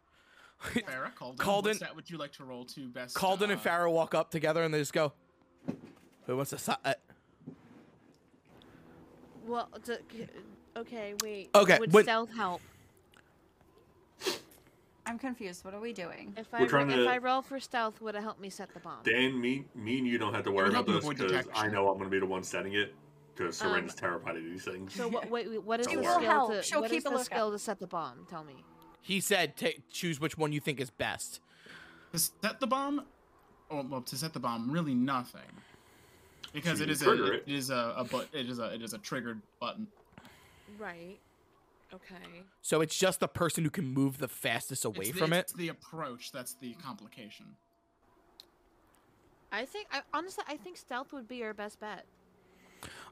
[SPEAKER 1] Farah, Calden,
[SPEAKER 2] Calden-
[SPEAKER 1] what stat would you like to roll to best?
[SPEAKER 2] Calden, and
[SPEAKER 1] uh,
[SPEAKER 2] Farah walk up together, and they just go, "Who wants to?" Si- uh,
[SPEAKER 3] Well, d- c- okay, wait.
[SPEAKER 2] Okay,
[SPEAKER 3] Would
[SPEAKER 2] what-
[SPEAKER 3] stealth help?
[SPEAKER 5] I'm confused. What are we doing?
[SPEAKER 3] If
[SPEAKER 4] We're
[SPEAKER 3] I
[SPEAKER 4] trying
[SPEAKER 3] ro- if
[SPEAKER 4] to-
[SPEAKER 3] I roll for stealth, would it help me set the bomb?
[SPEAKER 4] Dan, me, me, and you don't have to worry
[SPEAKER 1] would help
[SPEAKER 4] about this
[SPEAKER 1] avoid
[SPEAKER 4] because I
[SPEAKER 1] detection.
[SPEAKER 4] know I'm going to be the one setting it. Because
[SPEAKER 3] Um,
[SPEAKER 4] Serena's terrified of these things.
[SPEAKER 3] So what? Wait, wait, what is
[SPEAKER 4] It
[SPEAKER 3] the
[SPEAKER 4] will
[SPEAKER 3] skill
[SPEAKER 5] help.
[SPEAKER 3] to?
[SPEAKER 5] She'll
[SPEAKER 3] what
[SPEAKER 5] keep
[SPEAKER 3] is
[SPEAKER 5] a
[SPEAKER 3] the
[SPEAKER 5] lookout.
[SPEAKER 3] skill to set the bomb? Tell me.
[SPEAKER 2] he said, Ta "Choose which one you think is best."
[SPEAKER 1] To set the bomb? Oh, well, to set the bomb, really nothing. Because
[SPEAKER 4] So
[SPEAKER 1] it
[SPEAKER 4] you
[SPEAKER 1] is a
[SPEAKER 4] trigger
[SPEAKER 1] it
[SPEAKER 4] it.
[SPEAKER 1] is a, a but it is a it is a triggered button.
[SPEAKER 3] Right. Okay.
[SPEAKER 2] So it's just the person who can move the fastest away
[SPEAKER 1] It's the-
[SPEAKER 2] from it.
[SPEAKER 1] It's the approach that's the complication.
[SPEAKER 3] I think I honestly I think stealth would be your best bet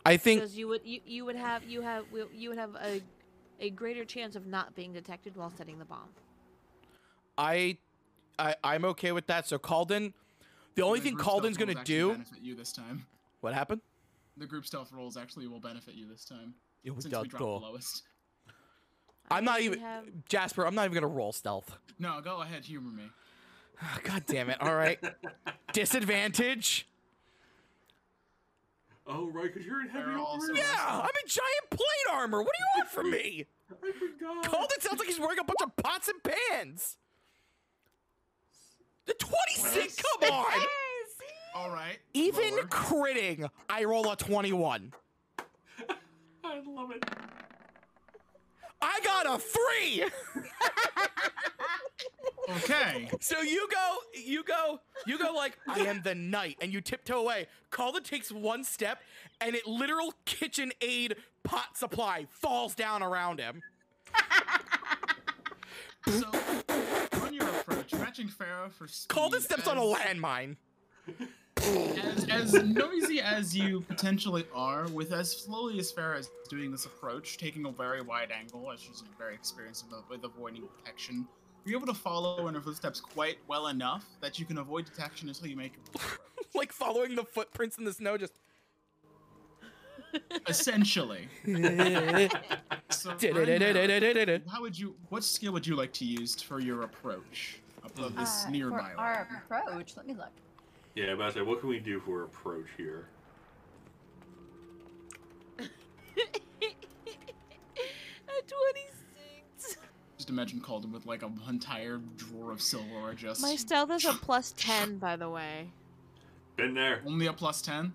[SPEAKER 2] I think
[SPEAKER 3] because you would you, you would have you have you would have a a greater chance of not being detected while setting the bomb.
[SPEAKER 2] I, I I'm okay with that. So Calden, the only
[SPEAKER 1] The
[SPEAKER 2] thing
[SPEAKER 1] group stealth
[SPEAKER 2] Calden's gonna
[SPEAKER 1] rolls actually
[SPEAKER 2] do.
[SPEAKER 1] benefit you this time.
[SPEAKER 2] What happened?
[SPEAKER 1] The group stealth rolls actually will benefit you this time.
[SPEAKER 2] It was
[SPEAKER 1] Since we
[SPEAKER 2] done.
[SPEAKER 1] dropped the lowest.
[SPEAKER 3] I
[SPEAKER 2] I'm not
[SPEAKER 3] already
[SPEAKER 2] even
[SPEAKER 3] have-
[SPEAKER 2] Jasper. I'm not even gonna roll stealth.
[SPEAKER 1] No, go ahead, humor me.
[SPEAKER 2] God damn it! All right, disadvantage.
[SPEAKER 4] oh right, because you're in heavy
[SPEAKER 1] They're also-
[SPEAKER 4] armor.
[SPEAKER 2] Yeah, I'm in giant plate armor. What do you want from me?
[SPEAKER 4] I forgot.
[SPEAKER 2] Calden sounds like he's wearing a bunch of pots and pans. The 26. Come on.
[SPEAKER 1] All right.
[SPEAKER 2] Even
[SPEAKER 1] lower.
[SPEAKER 2] critting, I roll a 21.
[SPEAKER 4] I love it.
[SPEAKER 2] I got a three.
[SPEAKER 1] okay.
[SPEAKER 2] So you go, you go, you go like, I am the knight, and you tiptoe away. Calden takes one step, and it literal kitchen aid pot supply falls down around him.
[SPEAKER 1] So on your approach, matching Pharaoh for speed.
[SPEAKER 2] Calden steps on a
[SPEAKER 1] as-
[SPEAKER 2] landmine.
[SPEAKER 1] As, as noisy as you potentially are, with as slowly as Farah is doing this approach, taking a very wide angle, as she's very experienced with- with avoiding detection, you're able to follow in her footsteps quite well enough that you can avoid detection until you make your approach.
[SPEAKER 2] like following the footprints in the snow, just.
[SPEAKER 1] Essentially. So Ragnar,
[SPEAKER 2] That's
[SPEAKER 1] how would you? What skill would you like to use for your approach of of this
[SPEAKER 5] Uh, for
[SPEAKER 1] nearby? one?
[SPEAKER 5] our approach, let me look.
[SPEAKER 4] Yeah, but I say, what can we do for approach here?
[SPEAKER 3] At twenty six.
[SPEAKER 1] Just imagine Calden with like an entire drawer of silverware just
[SPEAKER 3] My stealth is a plus ten, by the way.
[SPEAKER 4] Been there.
[SPEAKER 1] only a plus ten.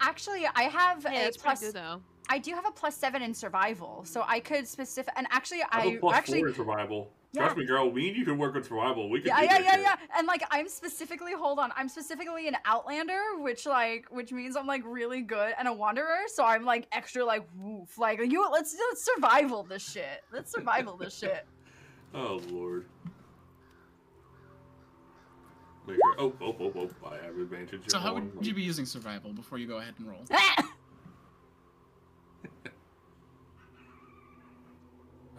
[SPEAKER 5] Actually, I have
[SPEAKER 3] Yeah,
[SPEAKER 5] a
[SPEAKER 3] it's pretty
[SPEAKER 5] plus.
[SPEAKER 3] good though.
[SPEAKER 5] I do have a plus seven in survival, so I could specific. And actually,
[SPEAKER 4] I have
[SPEAKER 5] I
[SPEAKER 4] a plus
[SPEAKER 5] actually.
[SPEAKER 4] four in survival.
[SPEAKER 5] Yeah.
[SPEAKER 4] Trust me, girl. We need you to work on survival. We can
[SPEAKER 5] Yeah,
[SPEAKER 4] do
[SPEAKER 5] yeah,
[SPEAKER 4] that
[SPEAKER 5] yeah,
[SPEAKER 4] shit.
[SPEAKER 5] yeah. And like, I'm specifically hold on. I'm specifically an outlander, which like, which means I'm like really good and a wanderer. So I'm like extra like woof. Like you, let's let's survival this shit. Let's survival this shit.
[SPEAKER 4] Oh lord. Make sure- Oh, oh, oh, oh! I have advantage.
[SPEAKER 1] So how would
[SPEAKER 4] on,
[SPEAKER 1] you
[SPEAKER 4] like-
[SPEAKER 1] be using survival before you go ahead and roll?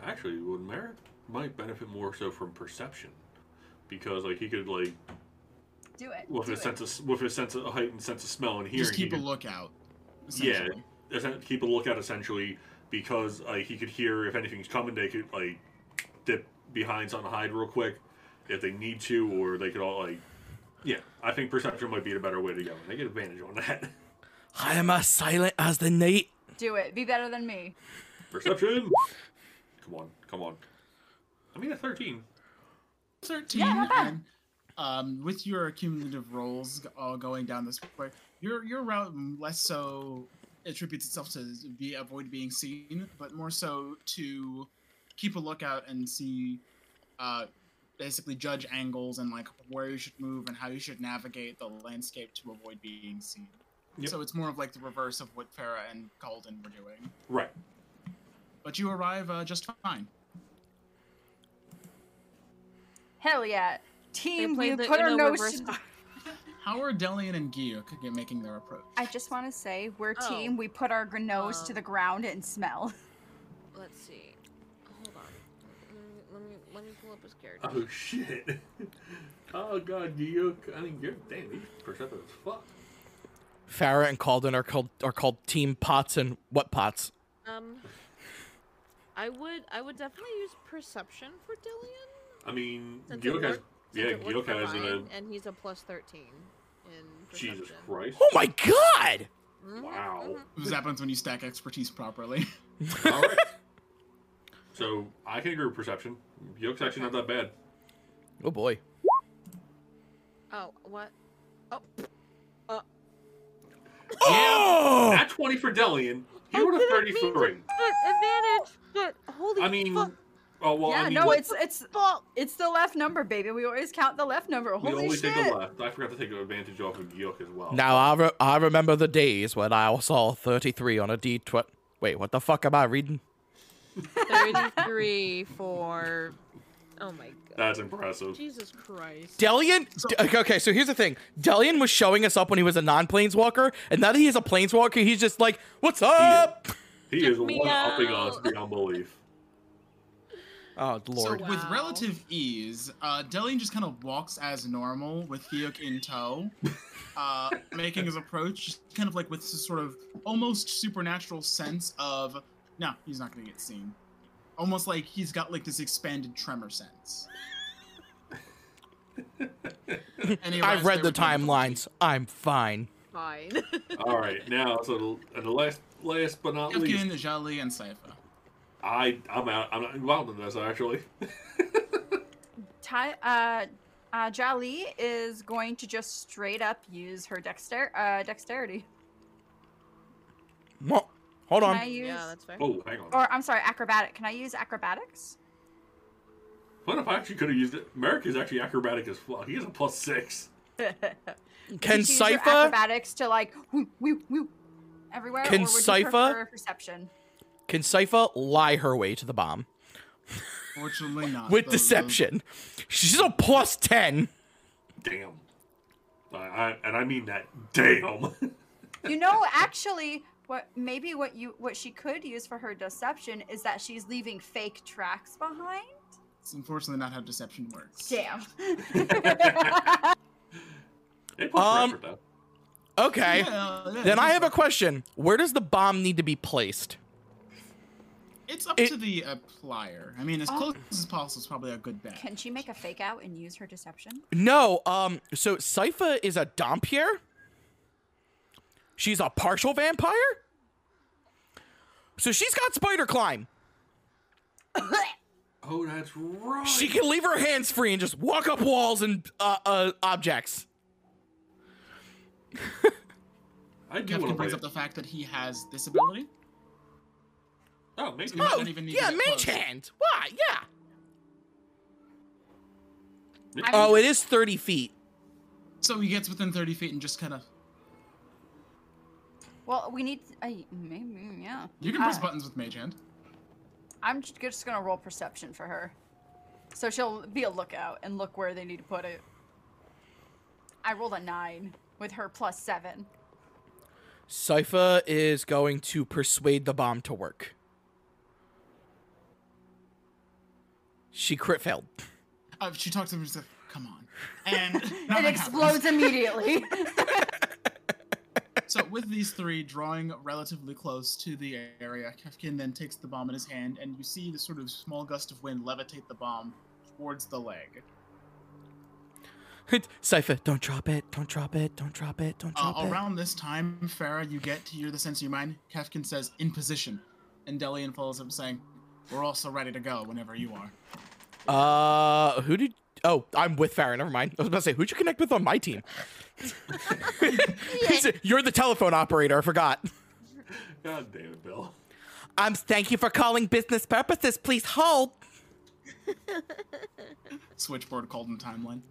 [SPEAKER 4] Actually, would merit might benefit more so from perception. because like he could like
[SPEAKER 5] Do it.
[SPEAKER 4] with
[SPEAKER 5] do
[SPEAKER 4] his
[SPEAKER 5] it.
[SPEAKER 4] sense of with his sense of a heightened sense of smell and hearing,
[SPEAKER 1] Just keep
[SPEAKER 4] he
[SPEAKER 1] a
[SPEAKER 4] could
[SPEAKER 1] lookout.
[SPEAKER 4] Yeah.
[SPEAKER 1] essentially.
[SPEAKER 4] essen- keep a lookout essentially because like he could hear if anything's coming. They could like dip behind something, to hide real quick if they need to, or they could all like. Yeah, I think perception might be the better way to go, and they get advantage on that.
[SPEAKER 2] I am as silent as the night.
[SPEAKER 5] Do it. Be better than me.
[SPEAKER 4] Perception. come on, come on. I mean, a thirteen.
[SPEAKER 1] 13 and um, with your cumulative rolls g- all going down this way your your route less so attributes itself to be avoid being seen but more so to keep a lookout and see uh, basically judge angles and like where you should move and how you should navigate the landscape to avoid being seen
[SPEAKER 4] Yep.
[SPEAKER 1] so it's more of like the reverse of what Farah and Calden were doing
[SPEAKER 4] Right.
[SPEAKER 1] but you arrive uh, just fine
[SPEAKER 5] Hell yeah. Team,
[SPEAKER 3] played
[SPEAKER 5] we
[SPEAKER 3] the
[SPEAKER 5] put our
[SPEAKER 3] Uno
[SPEAKER 5] nose.
[SPEAKER 3] reverse
[SPEAKER 5] to-
[SPEAKER 3] card.
[SPEAKER 1] how are Delian and Giyuk g- making their approach
[SPEAKER 5] I just want to say we're
[SPEAKER 3] Oh.
[SPEAKER 5] team. We put our nose to
[SPEAKER 3] Um.
[SPEAKER 5] the ground and smell.
[SPEAKER 3] Let's see. Hold on. Let me, let me let me pull up his character.
[SPEAKER 4] Oh shit. oh god, you. I mean, you're damn. He's perceptive as fuck.
[SPEAKER 2] Farah and Calden are called are called Team Pots and what Pots?
[SPEAKER 3] Um, I would I would definitely use perception for Dillian.
[SPEAKER 4] I mean,
[SPEAKER 3] Since it
[SPEAKER 4] Gilk has.
[SPEAKER 3] worked- since
[SPEAKER 4] Yeah,
[SPEAKER 3] it worked
[SPEAKER 4] Gilk
[SPEAKER 3] for
[SPEAKER 4] has a.
[SPEAKER 3] mine, and he's a plus thirteen in perception.
[SPEAKER 4] Jesus Christ.
[SPEAKER 2] Oh my God!
[SPEAKER 3] Mhm,
[SPEAKER 4] Wow.
[SPEAKER 3] mhm.
[SPEAKER 1] This happens when you stack expertise properly.
[SPEAKER 4] All right. So I can agree with perception. Gilk's actually not that bad.
[SPEAKER 2] Oh boy.
[SPEAKER 3] Oh, what?
[SPEAKER 2] Oh!
[SPEAKER 4] At 20 for Delian, he
[SPEAKER 3] I
[SPEAKER 5] Oh,
[SPEAKER 4] would have
[SPEAKER 3] didn't mean
[SPEAKER 4] 33.
[SPEAKER 3] But advantage. But holy
[SPEAKER 4] I mean,
[SPEAKER 3] fuck.
[SPEAKER 4] oh well.
[SPEAKER 5] yeah,
[SPEAKER 4] I mean,
[SPEAKER 5] no,
[SPEAKER 4] we-
[SPEAKER 5] it's it's it's the left number, baby. We always count the left number.
[SPEAKER 4] we
[SPEAKER 5] Holy
[SPEAKER 4] always
[SPEAKER 5] shit!
[SPEAKER 4] take the left. I forgot to take advantage off of Gilk as well.
[SPEAKER 2] Now I, re- I remember the days when I saw 33 on a D tw- Wait, what the fuck am I reading?
[SPEAKER 3] Thirty-three for. Oh my god.
[SPEAKER 4] That's impressive.
[SPEAKER 3] Jesus Christ.
[SPEAKER 2] Delian? D- okay, so here's the thing. Delian was showing us up when he was a non-planeswalker, and now that he is a planeswalker, he's just like, what's up?
[SPEAKER 4] He is
[SPEAKER 3] Check me
[SPEAKER 4] one upping
[SPEAKER 3] out.
[SPEAKER 4] us beyond belief.
[SPEAKER 2] Oh, Lord.
[SPEAKER 1] So with
[SPEAKER 3] Wow.
[SPEAKER 1] relative ease, uh, Delian just kind of walks as normal with Hyuk in tow, uh, making his approach, just kind of like with this sort of almost supernatural sense of, no, he's not going to get seen. Almost like he's got like this expanded tremor sense. And he
[SPEAKER 2] I've
[SPEAKER 1] arrives
[SPEAKER 2] read
[SPEAKER 1] there
[SPEAKER 2] the
[SPEAKER 1] with him.
[SPEAKER 2] timelines. I'm fine.
[SPEAKER 3] Fine.
[SPEAKER 4] All right, now so the, and the last, last but not least,
[SPEAKER 1] Hyuk, Jali, and Sypha.
[SPEAKER 4] I I'm out. I'm not involved in this actually.
[SPEAKER 5] Ty, uh, uh, Jali is going to just straight up use her dexter uh, dexterity.
[SPEAKER 2] Mwah. Hold
[SPEAKER 5] Can
[SPEAKER 2] on.
[SPEAKER 5] I use?
[SPEAKER 3] yeah, that's fair.
[SPEAKER 4] Oh, hang on.
[SPEAKER 5] Or I'm sorry, acrobatic. Can I use acrobatics?
[SPEAKER 4] What if I actually could have used it? Merrick is actually acrobatic as fuck. He has a plus six.
[SPEAKER 2] Can
[SPEAKER 5] Did you use your
[SPEAKER 2] Sypha
[SPEAKER 5] acrobatics to like woo, woo, woo, everywhere?
[SPEAKER 2] Can
[SPEAKER 5] or would you
[SPEAKER 2] Sypha-
[SPEAKER 5] prefer perception?
[SPEAKER 2] can Sypha lie her way to the bomb
[SPEAKER 1] Fortunately not.
[SPEAKER 2] with
[SPEAKER 1] Those- those-
[SPEAKER 2] deception? She's a plus 10.
[SPEAKER 4] Damn. I, I, and I mean that. Damn.
[SPEAKER 5] You know, actually, what maybe what you what she could use for her deception is that she's leaving fake tracks behind.
[SPEAKER 1] It's unfortunately not how deception works.
[SPEAKER 5] Damn.
[SPEAKER 4] They put
[SPEAKER 2] Um,
[SPEAKER 4] um, effort though.
[SPEAKER 2] Okay.
[SPEAKER 1] Yeah, yeah,
[SPEAKER 2] Then I
[SPEAKER 1] it's
[SPEAKER 2] have a
[SPEAKER 1] fine.
[SPEAKER 2] question. Where does the bomb need to be placed?
[SPEAKER 1] It's up
[SPEAKER 2] It-
[SPEAKER 1] to the applier. I mean, as close as possible is probably a good bet.
[SPEAKER 5] Oh. Can she make a fake out and use her deception?
[SPEAKER 2] No, um, so Sypha is a Dompierre? She's a partial vampire? So she's got spider climb.
[SPEAKER 4] Oh, that's right.
[SPEAKER 2] She can leave her hands free and just walk up walls and uh, uh objects.
[SPEAKER 4] I do want
[SPEAKER 1] Kefka
[SPEAKER 4] to play.
[SPEAKER 1] brings up the fact that he has this ability.
[SPEAKER 4] Oh, maybe.
[SPEAKER 1] I
[SPEAKER 2] Oh,
[SPEAKER 1] don't even need to
[SPEAKER 2] yeah,
[SPEAKER 1] get close.
[SPEAKER 2] mage hand. Why? Yeah.
[SPEAKER 5] I mean,
[SPEAKER 2] Oh, it is 30 feet.
[SPEAKER 1] So he gets within 30 feet and just kind of.
[SPEAKER 5] well, we need. I maybe, yeah.
[SPEAKER 1] You can press
[SPEAKER 5] Uh,
[SPEAKER 1] buttons with mage hand.
[SPEAKER 5] I'm ju- just gonna roll perception for her, so she'll be a lookout and look where they need to put it. I rolled a nine with her plus seven.
[SPEAKER 2] Sypha is going to persuade the bomb to work. She crit failed.
[SPEAKER 1] Uh, she talks to him and says, Come on. And nothing
[SPEAKER 5] It explodes immediately.
[SPEAKER 1] happens. So with these three drawing relatively close to the area, Kefkin then takes the bomb in his hand, and you see the sort of small gust of wind levitate the bomb towards the leg.
[SPEAKER 2] Cypher, don't drop it. Don't drop it. Don't drop it. Don't
[SPEAKER 1] Uh,
[SPEAKER 2] drop it.
[SPEAKER 1] around this time, Farah, you get to hear the sense of your mind. Kefkin says, "In position," and Delian follows up saying, "We're also ready to go whenever you are."
[SPEAKER 2] Uh, who did? Oh, I'm with Farrah. Never mind. I was about to say, who'd you connect with on my team? He said, You're the telephone operator. I forgot.
[SPEAKER 4] God damn it, Bill.
[SPEAKER 2] Um, thank you for calling business purposes. Please hold.
[SPEAKER 1] Switchboard called in timeline.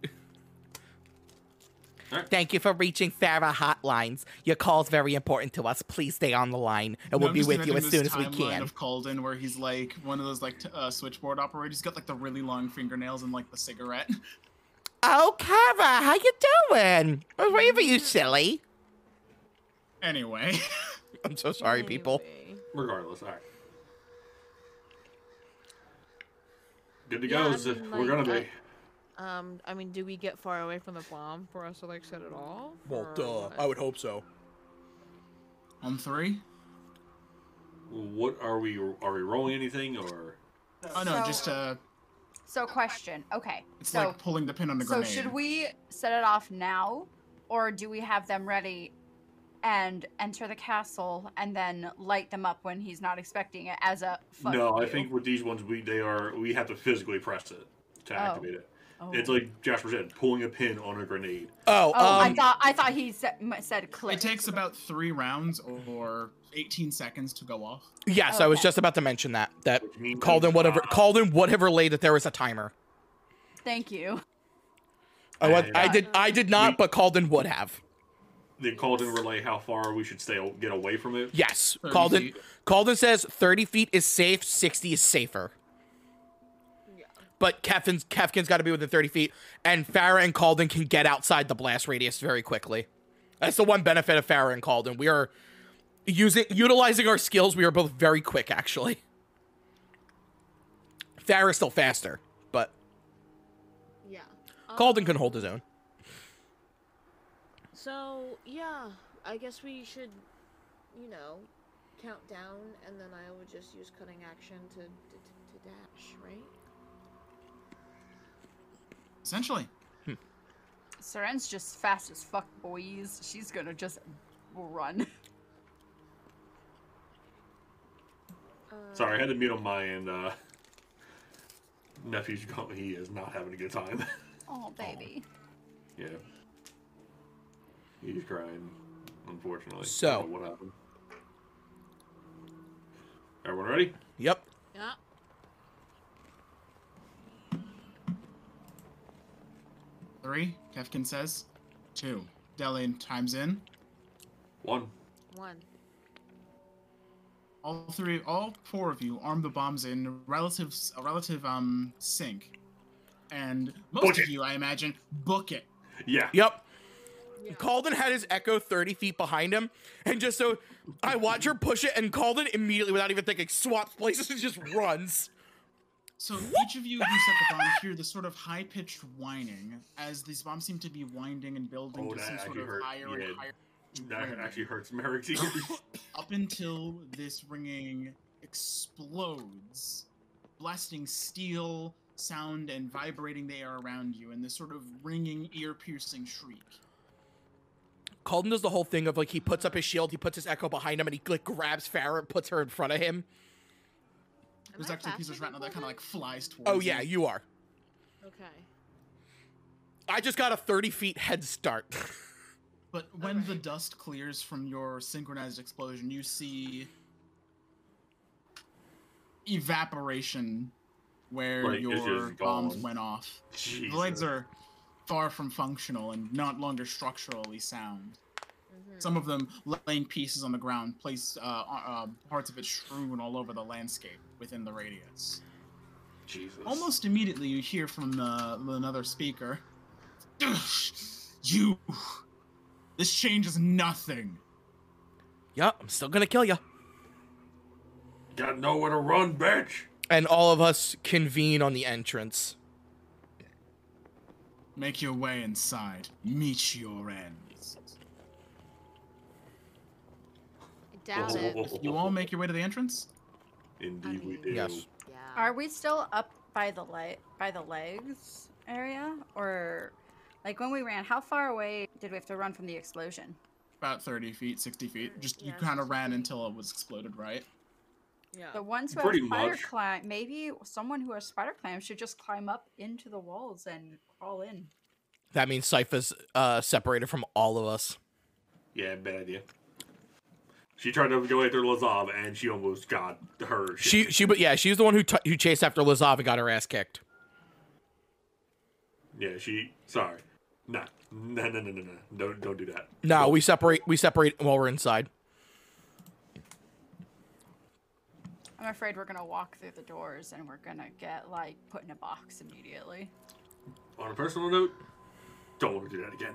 [SPEAKER 2] Thank you for reaching Farah Hotlines. Your call's very important to us. Please stay on the line, and we'll
[SPEAKER 1] I'm
[SPEAKER 2] be
[SPEAKER 1] just
[SPEAKER 2] with you
[SPEAKER 1] imagining
[SPEAKER 2] as
[SPEAKER 1] this
[SPEAKER 2] soon as we
[SPEAKER 1] timeline
[SPEAKER 2] can.
[SPEAKER 1] Of Calden, where he's like one of those like t- uh, switchboard operators. He's got like the really long fingernails and like the cigarette.
[SPEAKER 2] Oh, Kara, how you doing? I was waiting for you, silly.
[SPEAKER 1] anyway,
[SPEAKER 2] I'm so sorry, people.
[SPEAKER 3] Anyway.
[SPEAKER 4] Regardless, all right. Good to
[SPEAKER 3] Yeah,
[SPEAKER 4] go.
[SPEAKER 3] I
[SPEAKER 4] Zip.
[SPEAKER 3] mean,
[SPEAKER 4] We're gonna
[SPEAKER 3] like,
[SPEAKER 4] be.
[SPEAKER 3] I- Um, I mean, do we get far away from the bomb for us to like set it off? or what?
[SPEAKER 2] would hope so.
[SPEAKER 1] on three.
[SPEAKER 4] What are we? Are we rolling anything or?
[SPEAKER 1] Oh no,
[SPEAKER 5] So-
[SPEAKER 1] just uh,
[SPEAKER 5] so question. Okay.
[SPEAKER 1] it's
[SPEAKER 5] so
[SPEAKER 1] like pulling the pin on the
[SPEAKER 5] so
[SPEAKER 1] grenade.
[SPEAKER 5] should we set it off now, or do we have them ready and enter the castle and then light them up when he's not expecting it as a fuck
[SPEAKER 4] no, I
[SPEAKER 5] you?
[SPEAKER 4] think with these ones we they are we have to physically press it to activate it.
[SPEAKER 5] Oh.
[SPEAKER 4] It's like Jasper said, pulling a pin on a grenade.
[SPEAKER 2] Oh,
[SPEAKER 5] Oh, I
[SPEAKER 2] um,
[SPEAKER 5] thought I thought he said, m- said click.
[SPEAKER 1] It takes about three rounds or 18 seconds to go off.
[SPEAKER 2] yes, I was
[SPEAKER 5] Okay.
[SPEAKER 2] just about to mention that. That
[SPEAKER 4] Which means
[SPEAKER 2] called in whatever
[SPEAKER 4] uh,
[SPEAKER 2] called in whatever lay that there was a timer. Oh,
[SPEAKER 5] Thank you.
[SPEAKER 2] I, wa-
[SPEAKER 4] Yeah.
[SPEAKER 2] I did I did not, but Calden would have.
[SPEAKER 4] They called in relay how far we should stay get away from it.
[SPEAKER 2] Yes,
[SPEAKER 1] 30
[SPEAKER 2] Calden.
[SPEAKER 1] feet.
[SPEAKER 2] Calden says thirty feet is safe, sixty is safer.
[SPEAKER 3] Yeah.
[SPEAKER 2] But Kefkin's Kefkin's got to be within thirty feet, and Farah and Calden can get outside the blast radius very quickly. That's the one benefit of Farah and Calden. We are using utilizing our skills. We are both very quick, actually. Farah's still faster, but
[SPEAKER 3] Yeah.
[SPEAKER 2] Calden
[SPEAKER 3] Um,
[SPEAKER 2] can hold his own.
[SPEAKER 3] So yeah, I guess we should, you know, count down, and then I would just use cutting action to to, to dash, right?
[SPEAKER 1] Essentially,
[SPEAKER 5] Seren's just fast as fuck, boys. She's gonna just run.
[SPEAKER 3] Uh,
[SPEAKER 4] Sorry, I had to mute on my end. Uh, nephew's going. He is not having a good time.
[SPEAKER 5] Oh baby.
[SPEAKER 4] yeah, he's crying. Unfortunately.
[SPEAKER 2] So-
[SPEAKER 4] I don't know what happened? Everyone ready?
[SPEAKER 2] Yep.
[SPEAKER 3] Yeah.
[SPEAKER 1] three. Kefkin says, two. Delian times in.
[SPEAKER 4] One.
[SPEAKER 3] One.
[SPEAKER 1] All three, all four of you arm the bombs in relative, a relative um sync, and most
[SPEAKER 4] Book
[SPEAKER 1] of
[SPEAKER 4] it.
[SPEAKER 1] you, I imagine, book it.
[SPEAKER 4] Yeah.
[SPEAKER 2] Yep.
[SPEAKER 3] Yeah.
[SPEAKER 2] Calden had his echo 30 feet behind him, and just so I watch her push it, and Calden immediately, without even thinking, swaps places and just runs.
[SPEAKER 1] So each of you who set the bomb hear the sort of high-pitched whining as these bombs seem to be winding and building
[SPEAKER 4] Oh,
[SPEAKER 1] to
[SPEAKER 4] that
[SPEAKER 1] some sort
[SPEAKER 4] actually
[SPEAKER 1] of
[SPEAKER 4] hurt.
[SPEAKER 1] higher
[SPEAKER 4] Yeah.
[SPEAKER 1] and higher.
[SPEAKER 4] That
[SPEAKER 1] rhythm.
[SPEAKER 4] actually hurts Merrick's ears.
[SPEAKER 1] up until this ringing explodes, blasting steel sound and vibrating the air around you in this sort of ringing, ear piercing shriek.
[SPEAKER 2] Calden does the whole thing of like he puts up his shield, he puts his echo behind him, and he like grabs Farrah and puts her in front of him.
[SPEAKER 3] Am
[SPEAKER 1] There's
[SPEAKER 3] I
[SPEAKER 1] actually a piece of
[SPEAKER 3] faster than
[SPEAKER 1] shrapnel that kind of
[SPEAKER 3] Corbin?
[SPEAKER 1] like flies towards
[SPEAKER 2] Oh, yeah,
[SPEAKER 1] you.
[SPEAKER 2] you are.
[SPEAKER 3] Okay.
[SPEAKER 2] I just got a 30 feet head start.
[SPEAKER 1] But when the
[SPEAKER 3] Alright.
[SPEAKER 1] dust clears from your synchronized explosion, you see evaporation where
[SPEAKER 4] Like, it's
[SPEAKER 1] your
[SPEAKER 4] just
[SPEAKER 1] bombs
[SPEAKER 4] gone.
[SPEAKER 1] went off. The
[SPEAKER 4] Jesus.
[SPEAKER 1] lights are far from functional and not longer structurally sound.
[SPEAKER 3] Mhm.
[SPEAKER 1] Some of them laying pieces on the ground, place uh, uh, parts of it strewn all over the landscape within the radius.
[SPEAKER 4] Jesus.
[SPEAKER 1] Almost immediately, you hear from uh, another speaker, "You, this changes nothing."
[SPEAKER 2] yep, I'm still gonna kill you.
[SPEAKER 4] Got nowhere to run, bitch.
[SPEAKER 2] And all of us convene on the entrance.
[SPEAKER 1] Make your way inside. Meet your ends.
[SPEAKER 3] I doubt it.
[SPEAKER 1] You all make your way to the entrance?
[SPEAKER 4] Indeed, we
[SPEAKER 3] mean-
[SPEAKER 4] do.
[SPEAKER 2] Yes.
[SPEAKER 3] Yeah.
[SPEAKER 5] Are we still up by the light by the legs area, or like when we ran? How far away did we have to run from the explosion?
[SPEAKER 1] About 30 feet, 60 feet. Just you
[SPEAKER 3] Yeah,
[SPEAKER 1] kind of
[SPEAKER 3] 60
[SPEAKER 1] ran
[SPEAKER 3] feet.
[SPEAKER 1] until it was exploded, right?
[SPEAKER 3] yeah.
[SPEAKER 5] The ones who
[SPEAKER 4] Pretty
[SPEAKER 5] have spider
[SPEAKER 4] much.
[SPEAKER 5] climb, maybe someone who has spider climb should just climb up into the walls and crawl in.
[SPEAKER 2] That means Sypha's uh, separated from all of us.
[SPEAKER 4] Yeah, bad idea. She tried to go after Lazav, and she almost got her. shit
[SPEAKER 2] She
[SPEAKER 4] kicked.
[SPEAKER 2] she but yeah, she's the one who t- who chased after Lazav and got her ass kicked.
[SPEAKER 4] Yeah, she. Sorry. Nah. No, no, no, no, no. Don't, don't do that.
[SPEAKER 2] No, we separate we separate while we're inside.
[SPEAKER 5] I'm afraid we're gonna walk through the doors and we're gonna get like put in a box immediately.
[SPEAKER 4] On a personal note, don't want to do that again.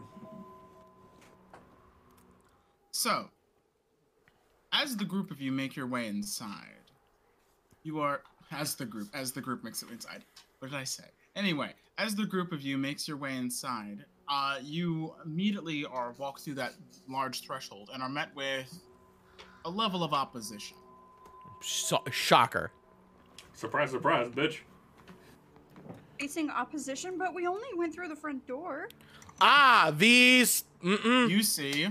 [SPEAKER 1] So, as the group of you make your way inside, you are as the group as the group makes it inside. What did I say? Anyway, as the group of you makes your way inside, uh, you immediately are walked through that large threshold and are met with a level of opposition.
[SPEAKER 2] So- shocker.
[SPEAKER 4] Surprise, surprise, bitch.
[SPEAKER 5] Facing opposition, but we only went through the front door.
[SPEAKER 2] Ah, these. Mm-mm.
[SPEAKER 1] You see,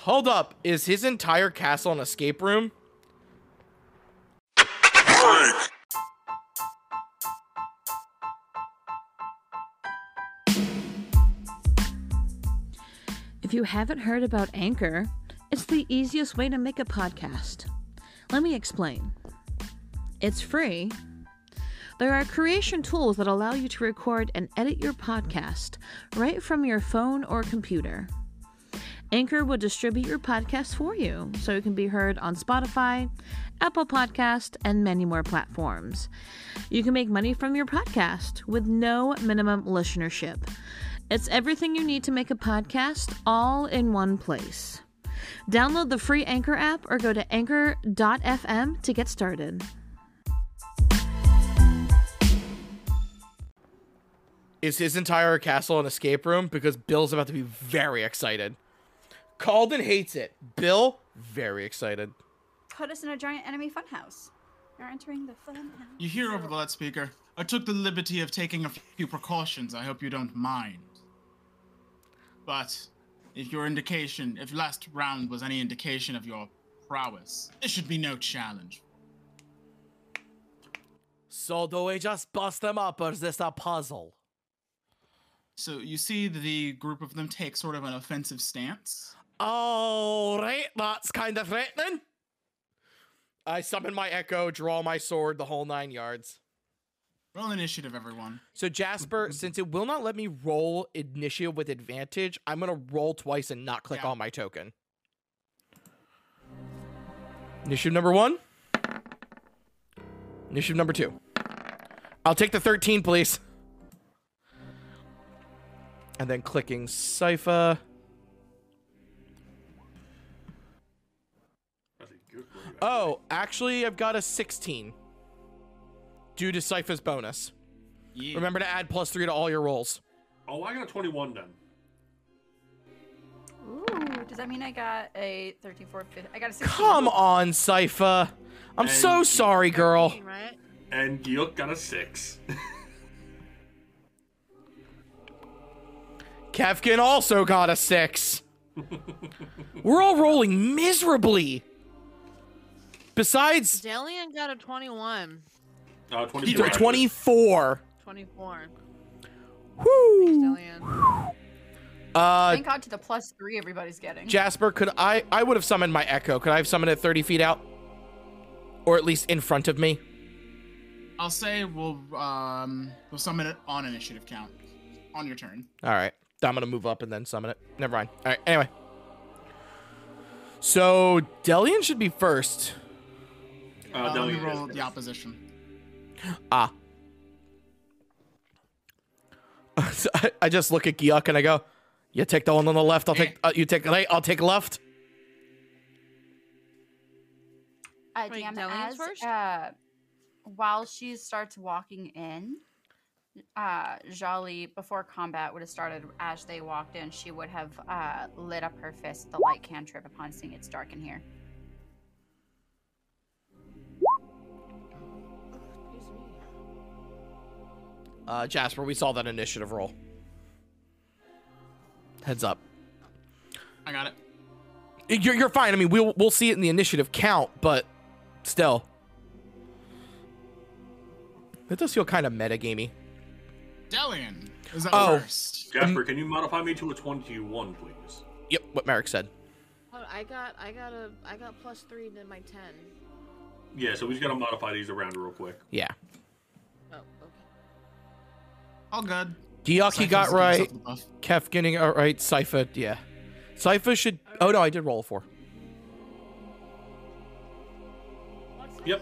[SPEAKER 2] Hold up. Is his entire castle an escape room?
[SPEAKER 6] If you haven't heard about Anchor, it's the easiest way to make a podcast. Let me explain. It's free. There are creation tools that allow you to record and edit your podcast right from your phone or computer. Anchor will distribute your podcast for you so it can be heard on Spotify, Apple Podcast, and many more platforms. You can make money from your podcast with no minimum listenership. It's everything you need to make a podcast all in one place. Download the free Anchor app or go to anchor.fm to get started.
[SPEAKER 2] Is his entire castle an escape room? Because Bill's about to be very excited. Calden hates it. Bill, very excited.
[SPEAKER 5] Put us in a giant enemy funhouse. You're entering the funhouse.
[SPEAKER 1] you hear over the loudspeaker. I took the liberty of taking a few precautions. I hope you don't mind. But if your indication, if last round was any indication of your prowess, it should be no challenge.
[SPEAKER 2] So do we just bust them up, or is this a puzzle?
[SPEAKER 1] So you see the group of them take sort of an offensive stance.
[SPEAKER 2] All right, that's kind of threatening. I summon my echo, draw my sword, the whole nine yards. Mm-hmm.
[SPEAKER 1] Roll initiative, everyone.
[SPEAKER 2] So Jasper, since it will not let me roll initiative with advantage, I'm gonna roll twice and not click
[SPEAKER 1] Yeah.
[SPEAKER 2] on my token. Initiative number one. Initiative number two. I'll take the 13, please. And then clicking Sypha.
[SPEAKER 4] That's a good one.
[SPEAKER 2] Oh, actually, I've got a 16. Due to Sypha's bonus.
[SPEAKER 1] Yeah.
[SPEAKER 2] Remember to add plus three to all your rolls.
[SPEAKER 4] Oh, I got a 21 then.
[SPEAKER 5] Ooh, does that mean I got a 13, 4, 15? I got a 16.
[SPEAKER 2] Come on, Sypha. I'm so
[SPEAKER 4] Thank
[SPEAKER 2] sorry, girl.
[SPEAKER 3] Right?
[SPEAKER 4] And Giyok got a 6.
[SPEAKER 2] Kevkin also got a six. We're all rolling miserably. Besides,
[SPEAKER 3] Delian got a 21.
[SPEAKER 4] Uh, 24.
[SPEAKER 2] he threw a 24.
[SPEAKER 3] 24.
[SPEAKER 2] Whew.
[SPEAKER 3] Delian.
[SPEAKER 2] Uh,
[SPEAKER 5] Thank God to the plus three everybody's getting.
[SPEAKER 2] Jasper, could I? I would have summoned my echo. Could I have summoned it 30 feet out, or at least in front of me?
[SPEAKER 1] I'll say we'll um we'll summon it on initiative count on your turn.
[SPEAKER 2] All right. I'm going to move up and then summon it. Never mind. All right. Anyway. So Delian should be first.
[SPEAKER 4] Uh,
[SPEAKER 1] Uh,
[SPEAKER 4] no,
[SPEAKER 1] let me
[SPEAKER 4] he is.
[SPEAKER 1] roll the opposition.
[SPEAKER 2] Ah. So I, I just look at Giyuk and I go, "You take the one on the left. I'll take. Uh, you take right. I'll take left."
[SPEAKER 5] Uh,
[SPEAKER 3] Wait,
[SPEAKER 5] DM
[SPEAKER 3] Delian's
[SPEAKER 5] as,
[SPEAKER 3] first?
[SPEAKER 5] uh, while she starts walking in, uh, Jolly, before combat would have started as they walked in, she would have uh, lit up her fist, the light cantrip, upon seeing it's dark in here.
[SPEAKER 3] Excuse me.
[SPEAKER 2] Uh, Jasper, we saw that initiative roll. Heads up.
[SPEAKER 1] I got it.
[SPEAKER 2] You're, you're fine. I mean, we'll we'll see it in the initiative count, but still, it does feel kind of metagamey.
[SPEAKER 1] Delian is at
[SPEAKER 2] Oh.
[SPEAKER 1] first.
[SPEAKER 4] Jasper, can you modify me to a 21, please?
[SPEAKER 2] Yep, what Merrick said.
[SPEAKER 3] Hold on, I got I got a I got plus three to my ten.
[SPEAKER 4] Yeah, so we just gotta modify these around real quick.
[SPEAKER 2] Yeah,
[SPEAKER 3] Oh, okay.
[SPEAKER 1] All good.
[SPEAKER 2] Diaki
[SPEAKER 1] Cypher's
[SPEAKER 2] got
[SPEAKER 1] giving himself
[SPEAKER 2] right.
[SPEAKER 1] the buff.
[SPEAKER 2] Kef getting all right. Cypher, yeah. Cypher should. Oh no, I did roll a four.
[SPEAKER 4] Yep.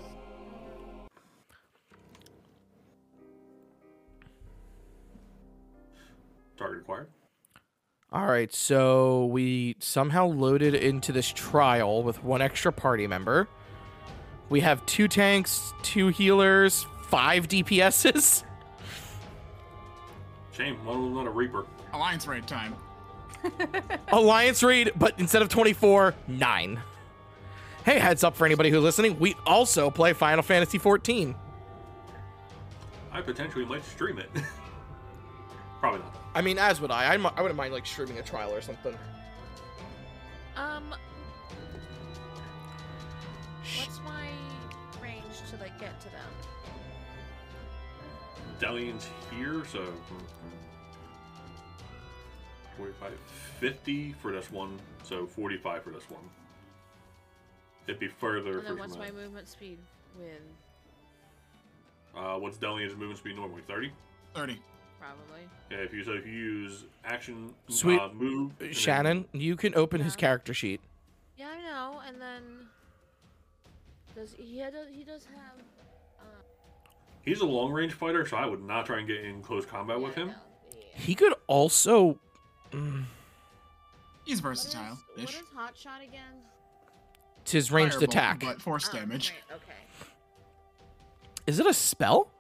[SPEAKER 4] Target acquired.
[SPEAKER 2] All right, so we somehow loaded into this trial with one extra party member. We have two tanks, two healers, five DPSs.
[SPEAKER 4] Shame, one of them not a Reaper.
[SPEAKER 1] Alliance raid time.
[SPEAKER 2] Alliance raid, but instead of 24, 9. Hey, heads up for anybody who's listening, we also play Final Fantasy 14.
[SPEAKER 4] I potentially might stream it. Probably not.
[SPEAKER 2] I mean, as would I. I, mi- I wouldn't mind like streaming a trial or something.
[SPEAKER 3] Um, what's my range to like get to them?
[SPEAKER 4] Delian's here, so 45, 50 for this one, so 45 for this one. It'd be further
[SPEAKER 3] And
[SPEAKER 4] for
[SPEAKER 3] then what's my
[SPEAKER 4] Shemai.
[SPEAKER 3] movement speed with
[SPEAKER 4] Uh, what's Delian's movement speed normally? 30?
[SPEAKER 1] 30.
[SPEAKER 3] probably?
[SPEAKER 4] Yeah, if you so if you use action,
[SPEAKER 2] Sweet.
[SPEAKER 4] Uh, move, and then-
[SPEAKER 2] Shannon, you can open his
[SPEAKER 3] Yeah.
[SPEAKER 2] character sheet.
[SPEAKER 3] Yeah, I know. And then does he had a, he does have?
[SPEAKER 4] He's a long range fighter, so I would not try and get in close combat
[SPEAKER 3] yeah,
[SPEAKER 4] with
[SPEAKER 3] I
[SPEAKER 4] him.
[SPEAKER 3] know, yeah.
[SPEAKER 2] He could also. Mm,
[SPEAKER 1] He's
[SPEAKER 3] What is,
[SPEAKER 1] versatile.
[SPEAKER 3] what
[SPEAKER 1] Ish.
[SPEAKER 3] is hot shot again?
[SPEAKER 2] it's his ranged
[SPEAKER 1] Firebolt,
[SPEAKER 2] attack.
[SPEAKER 1] But force
[SPEAKER 3] Oh,
[SPEAKER 1] damage.
[SPEAKER 3] right, okay.
[SPEAKER 2] Is it a spell?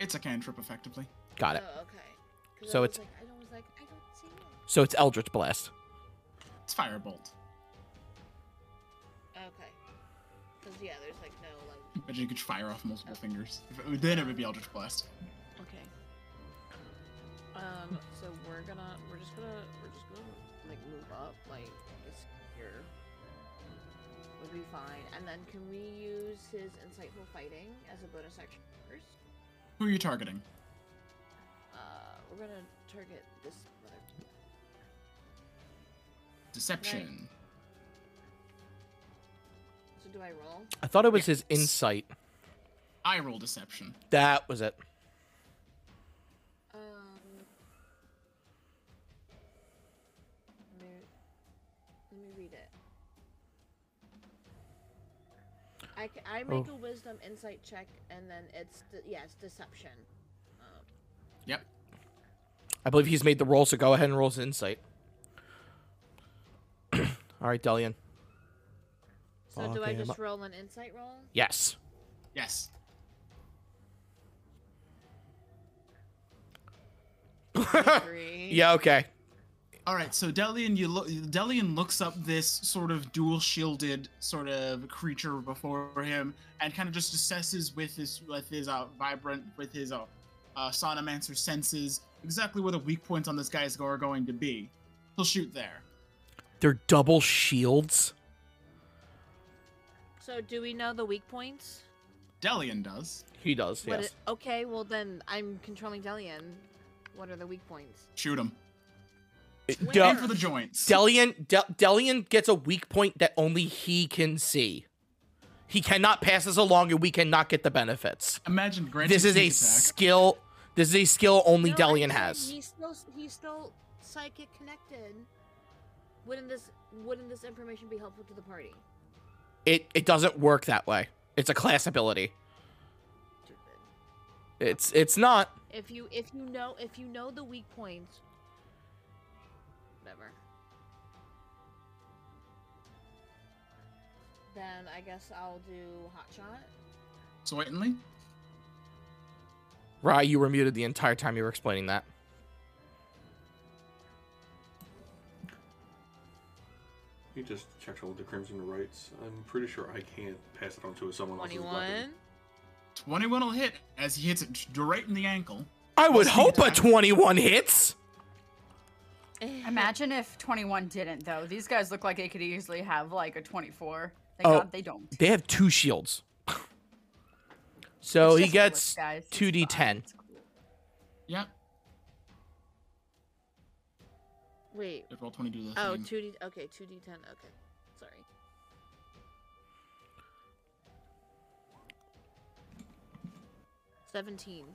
[SPEAKER 1] It's a cantrip, effectively.
[SPEAKER 2] Got it.
[SPEAKER 3] Oh, okay. 'Cause I
[SPEAKER 2] So
[SPEAKER 3] was
[SPEAKER 2] it's-
[SPEAKER 3] Like, I was like, I don't see it.
[SPEAKER 2] So it's Eldritch Blast.
[SPEAKER 1] It's firebolt.
[SPEAKER 3] Okay. Because yeah, there's like no like.
[SPEAKER 1] Imagine you could fire off multiple fingers. If it- then it would be Eldritch Blast.
[SPEAKER 3] Okay. Um. So we're gonna we're just gonna we're just gonna like move up like this here. We'll be fine. And then can we use his insightful fighting as a bonus action first?
[SPEAKER 1] Who are you targeting?
[SPEAKER 3] Uh, we're gonna target this mother.
[SPEAKER 1] Deception.
[SPEAKER 3] So do I roll?
[SPEAKER 2] I thought it was his
[SPEAKER 1] Yes.
[SPEAKER 2] insight.
[SPEAKER 1] I roll deception.
[SPEAKER 2] That was it.
[SPEAKER 3] Um. Let me, let me read it. I, ca- I make
[SPEAKER 2] Oh.
[SPEAKER 3] a wisdom insight check, and then it's de- yeah, it's deception. Um,
[SPEAKER 1] Yep.
[SPEAKER 2] I believe he's made the roll, so go ahead and roll his insight. All right, Delian.
[SPEAKER 3] so do I
[SPEAKER 2] Okay, I'm
[SPEAKER 3] just
[SPEAKER 2] up.
[SPEAKER 3] roll an insight roll?
[SPEAKER 2] Yes.
[SPEAKER 1] Yes.
[SPEAKER 3] Three.
[SPEAKER 2] Yeah, okay.
[SPEAKER 1] All right, so Delian, you look. Delian looks up this sort of dual shielded sort of creature before him, and kind of just assesses with his with his uh, vibrant with his uh, uh, sonomancer senses exactly where the weak points on this guy's are going to be. He'll shoot there.
[SPEAKER 2] They're double shields.
[SPEAKER 3] So do we know the weak points?
[SPEAKER 1] Delian does
[SPEAKER 2] He does,
[SPEAKER 3] What
[SPEAKER 2] yes.
[SPEAKER 3] i- okay, well then I'm controlling Delian. What are the weak points?
[SPEAKER 1] shoot him.
[SPEAKER 2] It-
[SPEAKER 3] Where?
[SPEAKER 2] Del-
[SPEAKER 1] Aim for the joints.
[SPEAKER 2] Delian, Del- Delian gets a weak point that only he can see. He cannot pass this along, and we cannot get the benefits.
[SPEAKER 1] Imagine Grant.
[SPEAKER 2] This is a
[SPEAKER 1] attack.
[SPEAKER 2] skill. This is a skill only
[SPEAKER 3] No, I
[SPEAKER 2] Delian
[SPEAKER 3] said
[SPEAKER 2] has.
[SPEAKER 3] He's still he's still psychic connected. Wouldn't this wouldn't this information be helpful to the party?
[SPEAKER 2] It it doesn't work that way. It's a class ability.
[SPEAKER 3] Stupid.
[SPEAKER 2] It's it's not.
[SPEAKER 3] If you if you know if you know the weak points, whatever. Then I guess I'll do hot shot.
[SPEAKER 1] So wait, Inley?
[SPEAKER 2] Rye, you were muted the entire time you were explaining that.
[SPEAKER 4] You just checked all the crimson rights. I'm pretty sure I can't pass it on to someone else's weapon.
[SPEAKER 3] 21.
[SPEAKER 1] 21 will hit as he hits it right in the ankle.
[SPEAKER 2] I would
[SPEAKER 1] Speed
[SPEAKER 2] hope a
[SPEAKER 1] attack.
[SPEAKER 2] 21 hits.
[SPEAKER 5] Imagine if 21 didn't though. These guys look like they could easily have like a 24. Thank
[SPEAKER 2] Oh.
[SPEAKER 5] God they don't.
[SPEAKER 2] They have two shields. So Oh, he
[SPEAKER 5] It's just a look,
[SPEAKER 2] gets
[SPEAKER 5] guys. It's
[SPEAKER 2] 2d10.
[SPEAKER 5] fine. It's cool.
[SPEAKER 1] Yep.
[SPEAKER 3] Wait.
[SPEAKER 1] If roll 20 do the
[SPEAKER 3] Oh,
[SPEAKER 1] thing.
[SPEAKER 3] 2D. Okay, 2D10. Okay. Sorry. Seventeen.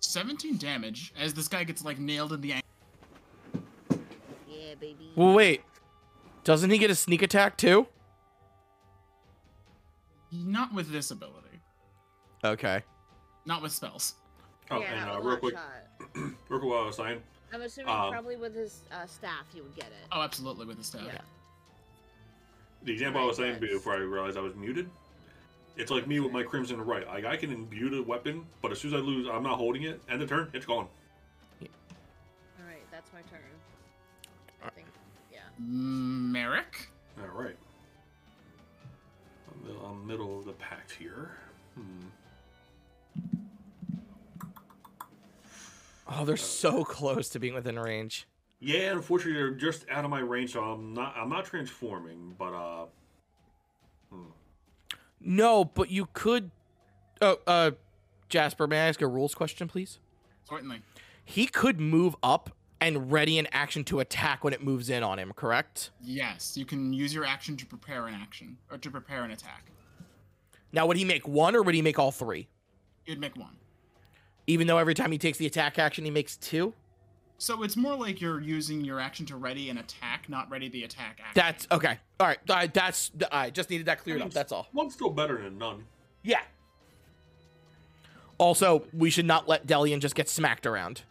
[SPEAKER 1] 17 damage as this guy gets like nailed in the ankle.
[SPEAKER 3] Yeah, baby.
[SPEAKER 2] Well, wait. Doesn't he get a sneak attack too?
[SPEAKER 1] Not with this ability.
[SPEAKER 2] Okay.
[SPEAKER 1] Not with spells.
[SPEAKER 4] Oh,
[SPEAKER 3] yeah,
[SPEAKER 4] and
[SPEAKER 3] a
[SPEAKER 4] uh, real
[SPEAKER 3] long
[SPEAKER 4] quick,
[SPEAKER 3] shot.
[SPEAKER 4] real quick, while I was saying,
[SPEAKER 3] I'm assuming
[SPEAKER 4] Um,
[SPEAKER 3] probably with his uh, staff he would get it.
[SPEAKER 1] Oh, absolutely with the staff.
[SPEAKER 3] yeah.
[SPEAKER 4] the example I was saying
[SPEAKER 3] Right, yes.
[SPEAKER 4] before I realized I was muted. It's like me with my crimson right. I, I can imbue the weapon, but as soon as I lose, I'm not holding it. End of turn, it's gone.
[SPEAKER 3] All right, that's my turn. I think. Yeah.
[SPEAKER 1] Merrick?
[SPEAKER 4] All right. I'm, mid- I'm middle of the pack here. Hmm.
[SPEAKER 2] Oh, they're so close to being within range.
[SPEAKER 4] Yeah, unfortunately, they're just out of my range, so I'm not. I'm not transforming, but uh,
[SPEAKER 2] No, but you could. Oh, uh, Jasper, may I ask a rules question, please?
[SPEAKER 1] Certainly.
[SPEAKER 2] He could move up and ready an action to attack when it moves in on him, correct?
[SPEAKER 1] Yes, you can use your action to prepare an action, or to prepare an attack.
[SPEAKER 2] Now, would he make one or would he make all three?
[SPEAKER 1] You'd make one.
[SPEAKER 2] Even though every time he takes the attack action, he makes two?
[SPEAKER 1] So it's more like you're using your action to ready an attack, not ready the attack action.
[SPEAKER 2] That's okay. All right. I, that's I just needed that cleared up. That's all.
[SPEAKER 4] one's still better than none.
[SPEAKER 2] Yeah. Also, we should not let Delian just get smacked around.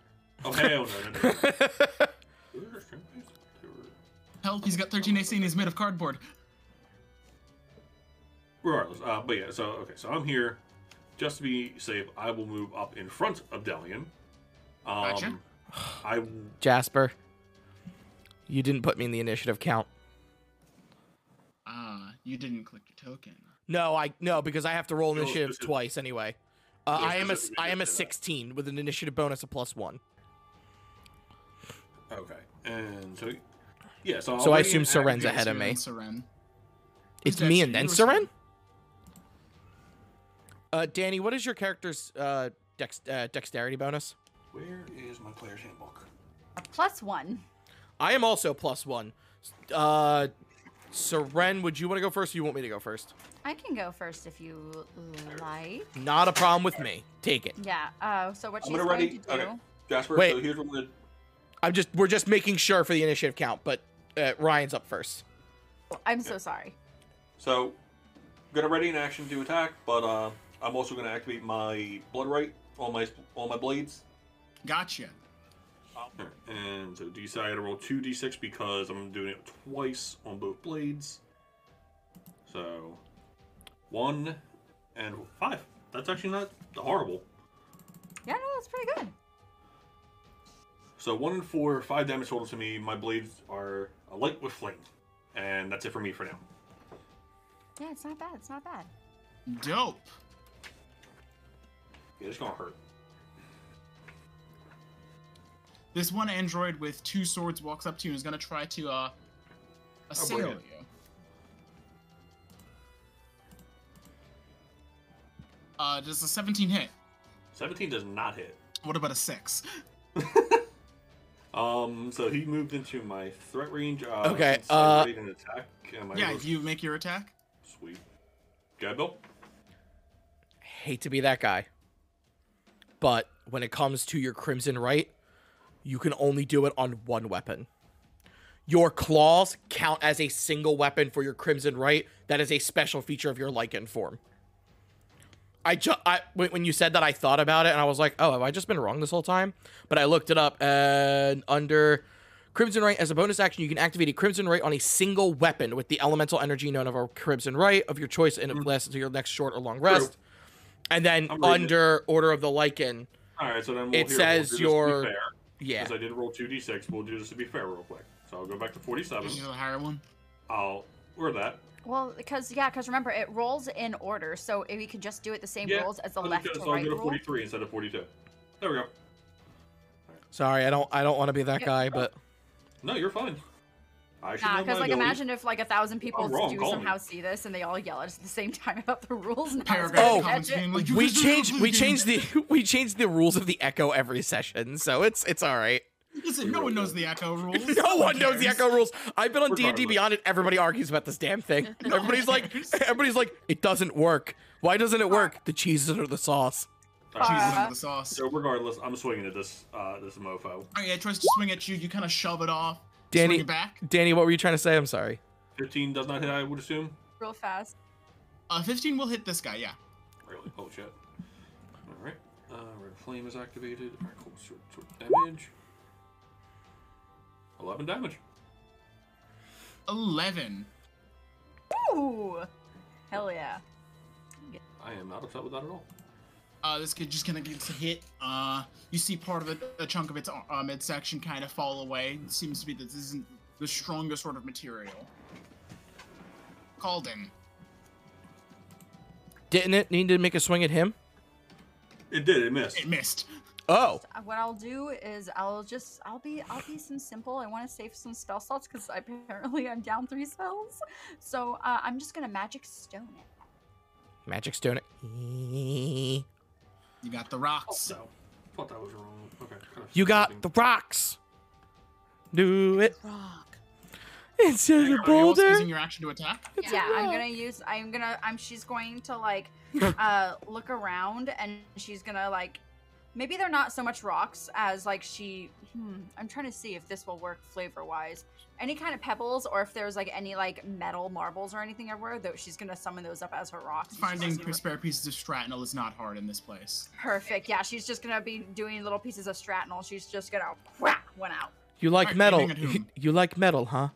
[SPEAKER 4] Oh hell no! no, no.
[SPEAKER 1] Help, he's got 13 AC and he's made of cardboard.
[SPEAKER 4] Regardless, uh, but yeah. So okay, so I'm here. Just to be safe, I will move up in front of Delian. Um,
[SPEAKER 1] Gotcha.
[SPEAKER 4] I
[SPEAKER 2] Jasper, you didn't put me in the initiative count.
[SPEAKER 1] Ah, you didn't click your token.
[SPEAKER 2] No, I no because I have to roll
[SPEAKER 4] No,
[SPEAKER 2] initiative
[SPEAKER 4] this is-
[SPEAKER 2] twice anyway. Uh,
[SPEAKER 4] Yeah,
[SPEAKER 2] I am a
[SPEAKER 4] specifically
[SPEAKER 2] I am a
[SPEAKER 4] for that.
[SPEAKER 2] 16 with an initiative bonus of plus one.
[SPEAKER 4] okay, and so yeah. So,
[SPEAKER 2] So
[SPEAKER 4] I'll
[SPEAKER 2] I
[SPEAKER 4] ready
[SPEAKER 2] assume
[SPEAKER 4] an action-
[SPEAKER 2] Soren's ahead of me.
[SPEAKER 1] Yes, you're in Soren.
[SPEAKER 2] It's
[SPEAKER 1] Who's
[SPEAKER 2] me
[SPEAKER 1] next?
[SPEAKER 2] and then
[SPEAKER 1] You or
[SPEAKER 2] Seren.
[SPEAKER 1] Soren?
[SPEAKER 2] Uh, Danny, what is your character's uh, dex- uh, dexterity bonus?
[SPEAKER 4] Where is my player's handbook?
[SPEAKER 5] A plus one.
[SPEAKER 2] I am also plus one. Uh, Seren, would you want to go first? or You want me to go first?
[SPEAKER 5] I can go first if you like.
[SPEAKER 2] Not a problem with me. Take it.
[SPEAKER 5] Yeah. Uh, so what
[SPEAKER 4] I'm
[SPEAKER 5] she's
[SPEAKER 4] gonna
[SPEAKER 5] going
[SPEAKER 4] ready.
[SPEAKER 5] to do?
[SPEAKER 4] Okay, Jasper.
[SPEAKER 2] Wait.
[SPEAKER 4] So here's what I'm gonna.
[SPEAKER 2] I'm just we're just making sure for the initiative count, but uh, Ryan's up first.
[SPEAKER 5] I'm so sorry.
[SPEAKER 4] So, gonna ready an action to attack, but uh, I'm also gonna activate my blood right on my on my blades.
[SPEAKER 1] Gotcha.
[SPEAKER 4] And so DC, I had to roll two d6 because I'm doing it twice on both blades. So, one and five. That's actually not horrible.
[SPEAKER 5] Yeah, no, that's pretty good.
[SPEAKER 4] So one and four, five damage total to me. My blades are alight with flame, and that's it for me for now.
[SPEAKER 5] Yeah, it's not bad. It's not bad.
[SPEAKER 1] Dope.
[SPEAKER 4] Yeah, it's gonna hurt.
[SPEAKER 1] This one android with two swords walks up to you and is gonna try to uh assail
[SPEAKER 4] bring
[SPEAKER 1] you.
[SPEAKER 4] it.
[SPEAKER 1] Uh, does a 17 hit?
[SPEAKER 4] Seventeen does not hit.
[SPEAKER 1] What about a six?
[SPEAKER 4] Um, so he moved into my threat range. Uh,
[SPEAKER 2] Okay,
[SPEAKER 4] since I'm
[SPEAKER 2] uh,
[SPEAKER 4] ready to attack. Am I
[SPEAKER 1] yeah,
[SPEAKER 4] able-
[SPEAKER 1] you make your attack.
[SPEAKER 4] Sweet. Yeah, Bill.
[SPEAKER 2] Hate to be that guy, but when it comes to your crimson right, you can only do it on one weapon. Your claws count as a single weapon for your crimson right. That is a special feature of your lichen form. I just I when when you said that I thought about it and I was like, oh, have I just been wrong this whole time? But I looked it up and under Crimson Right as a bonus action, you can activate a Crimson Right on a single weapon with the elemental energy known of a Crimson Right of your choice, and it lasts until your next short or long rest. and then
[SPEAKER 4] Mm-hmm. I'm reading it.
[SPEAKER 2] under Order of the Lichen,
[SPEAKER 4] All right, so then we'll
[SPEAKER 2] It
[SPEAKER 4] here,
[SPEAKER 2] says
[SPEAKER 4] we'll do this to be
[SPEAKER 2] your-
[SPEAKER 4] fair,
[SPEAKER 2] yeah,
[SPEAKER 4] Because I did roll two d6, we'll do this to be fair real quick. So I'll go back to 47.
[SPEAKER 1] Is it a higher one?
[SPEAKER 4] I'll or that.
[SPEAKER 5] Well, because yeah, because remember it rolls in order, so if we could just do it the same
[SPEAKER 4] Yeah,
[SPEAKER 5] rules as the
[SPEAKER 4] so
[SPEAKER 5] left
[SPEAKER 4] I'll
[SPEAKER 5] to
[SPEAKER 4] go
[SPEAKER 5] right
[SPEAKER 4] to
[SPEAKER 5] rule.
[SPEAKER 4] 43 instead of 42. There we go.
[SPEAKER 2] Sorry, I don't I don't want to be that
[SPEAKER 5] Yeah.
[SPEAKER 2] guy, but
[SPEAKER 4] No, you're fine. I should
[SPEAKER 5] Nah,
[SPEAKER 4] know my
[SPEAKER 5] because like
[SPEAKER 4] abilities.
[SPEAKER 5] imagine if like a thousand people
[SPEAKER 4] wrong,
[SPEAKER 5] do
[SPEAKER 4] call me.
[SPEAKER 5] somehow see this and they all yell at us at the same time about the rules. And
[SPEAKER 1] Paragraph
[SPEAKER 2] Oh.
[SPEAKER 1] comments being like, "You
[SPEAKER 2] we
[SPEAKER 1] guys are
[SPEAKER 2] changed we
[SPEAKER 1] including-"
[SPEAKER 2] changed the we changed the rules of the echo every session, so it's it's all right.
[SPEAKER 1] Listen, no one knows the echo rules.
[SPEAKER 2] No one knows the
[SPEAKER 1] cares.
[SPEAKER 2] echo rules. I've been on D and D
[SPEAKER 4] Regardless.
[SPEAKER 2] Beyond, and everybody argues about this damn thing. Everybody's like,
[SPEAKER 1] cares.
[SPEAKER 2] everybody's like, it doesn't work. Why doesn't it work? The cheese is under the sauce.
[SPEAKER 4] All right,
[SPEAKER 1] Jesus
[SPEAKER 5] Uh,
[SPEAKER 1] under the sauce.
[SPEAKER 4] So regardless, I'm swinging at this uh, this mofo.
[SPEAKER 1] All right, yeah, it tries to swing at you. You kind of shove it off.
[SPEAKER 2] Danny-
[SPEAKER 1] swing it back.
[SPEAKER 2] Danny, what were you trying to say? I'm sorry.
[SPEAKER 4] 15 does not hit, I would assume.
[SPEAKER 5] real fast.
[SPEAKER 1] Uh, 15 will hit this guy. Yeah.
[SPEAKER 4] Really? Holy shit. All right. Uh, red flame is activated. All right, cool. Sort, sort damage. 11 damage.
[SPEAKER 1] 11.
[SPEAKER 5] Ooh, hell yeah!
[SPEAKER 4] I am not upset with that at all.
[SPEAKER 1] Uh, this kid just kind of gets hit. Uh, you see part of it, a chunk of its uh, midsection kind of fall away. It seems to be that this isn't the strongest sort of material. Calden.
[SPEAKER 2] Didn't it need to make a swing at him?
[SPEAKER 4] It did. It missed.
[SPEAKER 1] It missed.
[SPEAKER 2] Oh,
[SPEAKER 5] Uh, What I'll do is I'll just I'll be I'll be some simple. I want to save some spell slots because apparently I'm down three spells. So uh, I'm just gonna magic stone it.
[SPEAKER 2] magic stone. it.
[SPEAKER 1] You got the rocks.
[SPEAKER 4] Oh,
[SPEAKER 1] So.
[SPEAKER 4] thought that was wrong. Okay. kinda
[SPEAKER 2] You got the
[SPEAKER 4] fucking-
[SPEAKER 2] rocks. Do it.
[SPEAKER 6] Rock.
[SPEAKER 2] It's just a
[SPEAKER 1] Are you also
[SPEAKER 2] boulder.
[SPEAKER 1] using your action to attack?
[SPEAKER 5] yeah,
[SPEAKER 1] Oh.
[SPEAKER 5] I'm gonna use. I'm gonna. I'm. She's going to like, uh, look around, and she's gonna like. Maybe they're not so much rocks as like she. Hmm, I'm trying to see if this will work flavor wise. Any kind of pebbles, or if there's like any like metal marbles or anything everywhere, though she's gonna summon those up as her rocks. and she's
[SPEAKER 1] Finding
[SPEAKER 5] just gonna-
[SPEAKER 1] spare pieces of shrapnel is not hard in this place.
[SPEAKER 5] perfect. Yeah, she's just gonna be doing little pieces of shrapnel. She's just gonna whack one out.
[SPEAKER 2] You like
[SPEAKER 1] Alright,
[SPEAKER 2] metal.
[SPEAKER 1] aiming at whom?
[SPEAKER 2] You like metal, huh?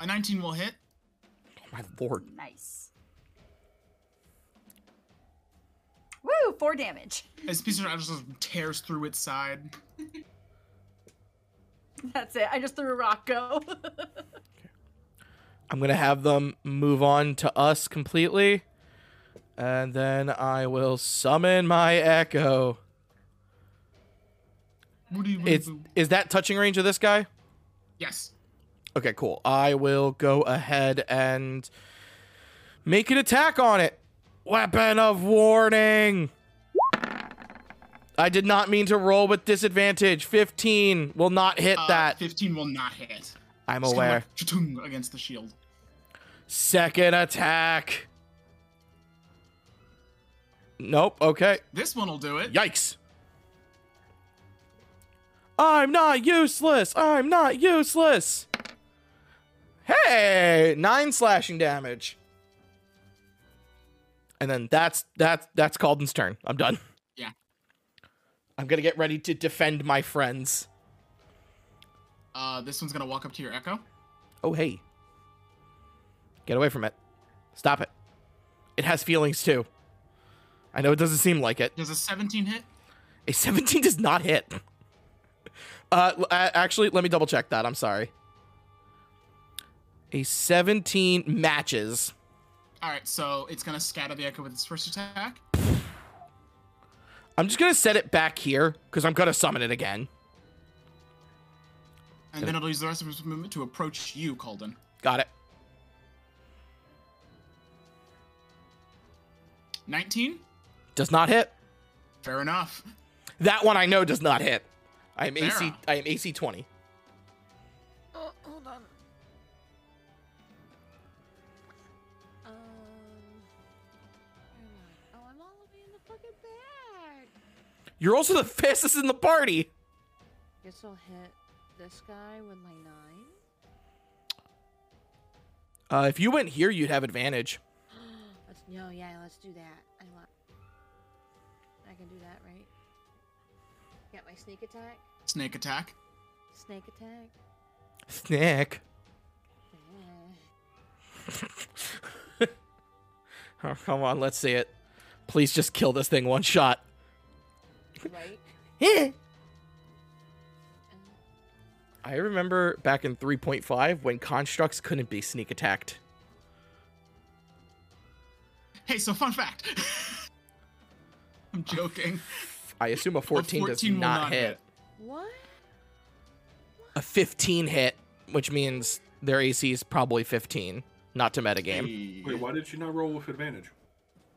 [SPEAKER 1] A 19 will hit.
[SPEAKER 2] Oh my lord.
[SPEAKER 5] Nice. Woo! Four damage.
[SPEAKER 1] His piece of shrapnel just tears through its side.
[SPEAKER 5] That's it. I just threw a rock. Go.
[SPEAKER 2] I'm gonna have them move on to us completely, and then I will summon my echo.
[SPEAKER 1] Woody, woody,
[SPEAKER 2] It's
[SPEAKER 1] boo.
[SPEAKER 2] is that touching range of this guy?
[SPEAKER 1] Yes.
[SPEAKER 2] Okay, cool. I will go ahead and make an attack on it. Weapon of warning. I did not mean to roll with disadvantage. 15 will not hit
[SPEAKER 1] Uh,
[SPEAKER 2] that.
[SPEAKER 1] 15 will not hit.
[SPEAKER 2] I'm
[SPEAKER 1] It's kinda
[SPEAKER 2] aware.
[SPEAKER 1] like cha-tung against the shield.
[SPEAKER 2] Second attack. Nope. Okay.
[SPEAKER 1] This one will do it.
[SPEAKER 2] Yikes. I'm not useless. I'm not useless. Hey, nine slashing damage. And then that's that's that's Calden's turn. I'm done.
[SPEAKER 1] Yeah.
[SPEAKER 2] I'm gonna get ready to defend my friends.
[SPEAKER 1] Uh, this one's gonna walk up to your echo.
[SPEAKER 2] Oh hey. Get away from it. Stop it. It has feelings too. I know it doesn't seem like it.
[SPEAKER 1] Does a 17 hit?
[SPEAKER 2] A 17 does not hit. Uh, l- a- actually, let me double check that. I'm sorry. A 17 matches.
[SPEAKER 1] All right, so it's gonna scatter the echo with its first attack.
[SPEAKER 2] I'm just gonna set it back here because I'm gonna summon it again.
[SPEAKER 1] And then it'll use the rest of its movement to approach you, Calden.
[SPEAKER 2] Got it.
[SPEAKER 1] 19?
[SPEAKER 2] Does not hit.
[SPEAKER 1] Fair enough.
[SPEAKER 2] That one I know does not hit. I am AC.
[SPEAKER 1] Sarah.
[SPEAKER 2] I am AC 20.
[SPEAKER 3] Oh, hold on. Um. where am I? Oh, I'm all the way in the fucking bag.
[SPEAKER 2] You're also the fastest in the party.
[SPEAKER 3] Guess I'll hit this guy with my nine.
[SPEAKER 2] Uh, if you went here, you'd have advantage.
[SPEAKER 3] let's no, yeah, let's do that. I want. I can do that, right? Got my sneak attack.
[SPEAKER 1] Snake attack.
[SPEAKER 3] Snake attack.
[SPEAKER 2] Snack.
[SPEAKER 3] Yeah.
[SPEAKER 2] Oh, come on, let's see it. Please just kill this thing one shot.
[SPEAKER 3] right?
[SPEAKER 2] Eh. I remember back in 3.5 when constructs couldn't be sneak attacked.
[SPEAKER 1] Hey, so fun fact. I'm joking.
[SPEAKER 2] I assume a 14, does
[SPEAKER 1] 14 will
[SPEAKER 2] not,
[SPEAKER 1] not
[SPEAKER 2] hit.
[SPEAKER 1] hit.
[SPEAKER 3] What?
[SPEAKER 2] A 15 hit, which means their AC is probably 15, not to metagame.
[SPEAKER 4] Wait,
[SPEAKER 1] Hey,
[SPEAKER 4] why did you not roll with advantage?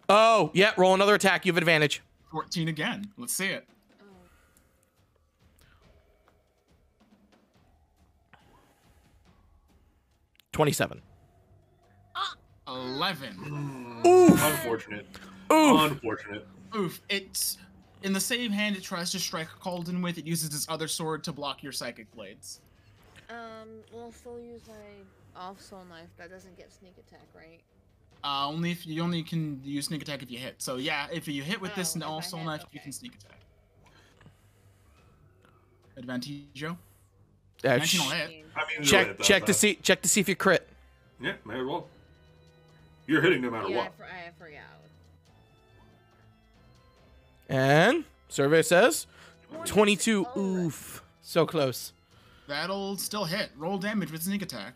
[SPEAKER 2] Oh, yeah, roll another attack. You have advantage.
[SPEAKER 1] 14 again. Let's see it.
[SPEAKER 2] Twenty-seven.
[SPEAKER 1] 11.
[SPEAKER 4] Unfortunate. Unfortunate.
[SPEAKER 1] Oof. It's in the same hand it tries to strike Calden with, it uses its other sword to block your psychic blades.
[SPEAKER 3] Um, we'll still use my off soul knife. That doesn't get sneak attack, right?
[SPEAKER 1] Uh, only if you only can use sneak attack if you hit. So yeah, if you hit with this
[SPEAKER 3] Oh,
[SPEAKER 1] and
[SPEAKER 3] if I
[SPEAKER 1] also
[SPEAKER 3] hit,
[SPEAKER 1] knife, you
[SPEAKER 3] okay.
[SPEAKER 1] can sneak attack. Advantage, Joe.
[SPEAKER 2] Uh,
[SPEAKER 1] Nineteen
[SPEAKER 2] sh-
[SPEAKER 1] will hit.
[SPEAKER 4] I mean, you're right,
[SPEAKER 2] check,
[SPEAKER 4] though,
[SPEAKER 2] check to
[SPEAKER 4] but-
[SPEAKER 2] see, check to see if you crit.
[SPEAKER 4] Yeah, may as well. You're hitting no matter
[SPEAKER 3] Yeah, I,
[SPEAKER 4] what.
[SPEAKER 3] for- I forgot.
[SPEAKER 2] And survey says twenty-two.
[SPEAKER 3] Alright.
[SPEAKER 2] Oof, so close.
[SPEAKER 1] That'll still hit. Roll damage with sneak attack.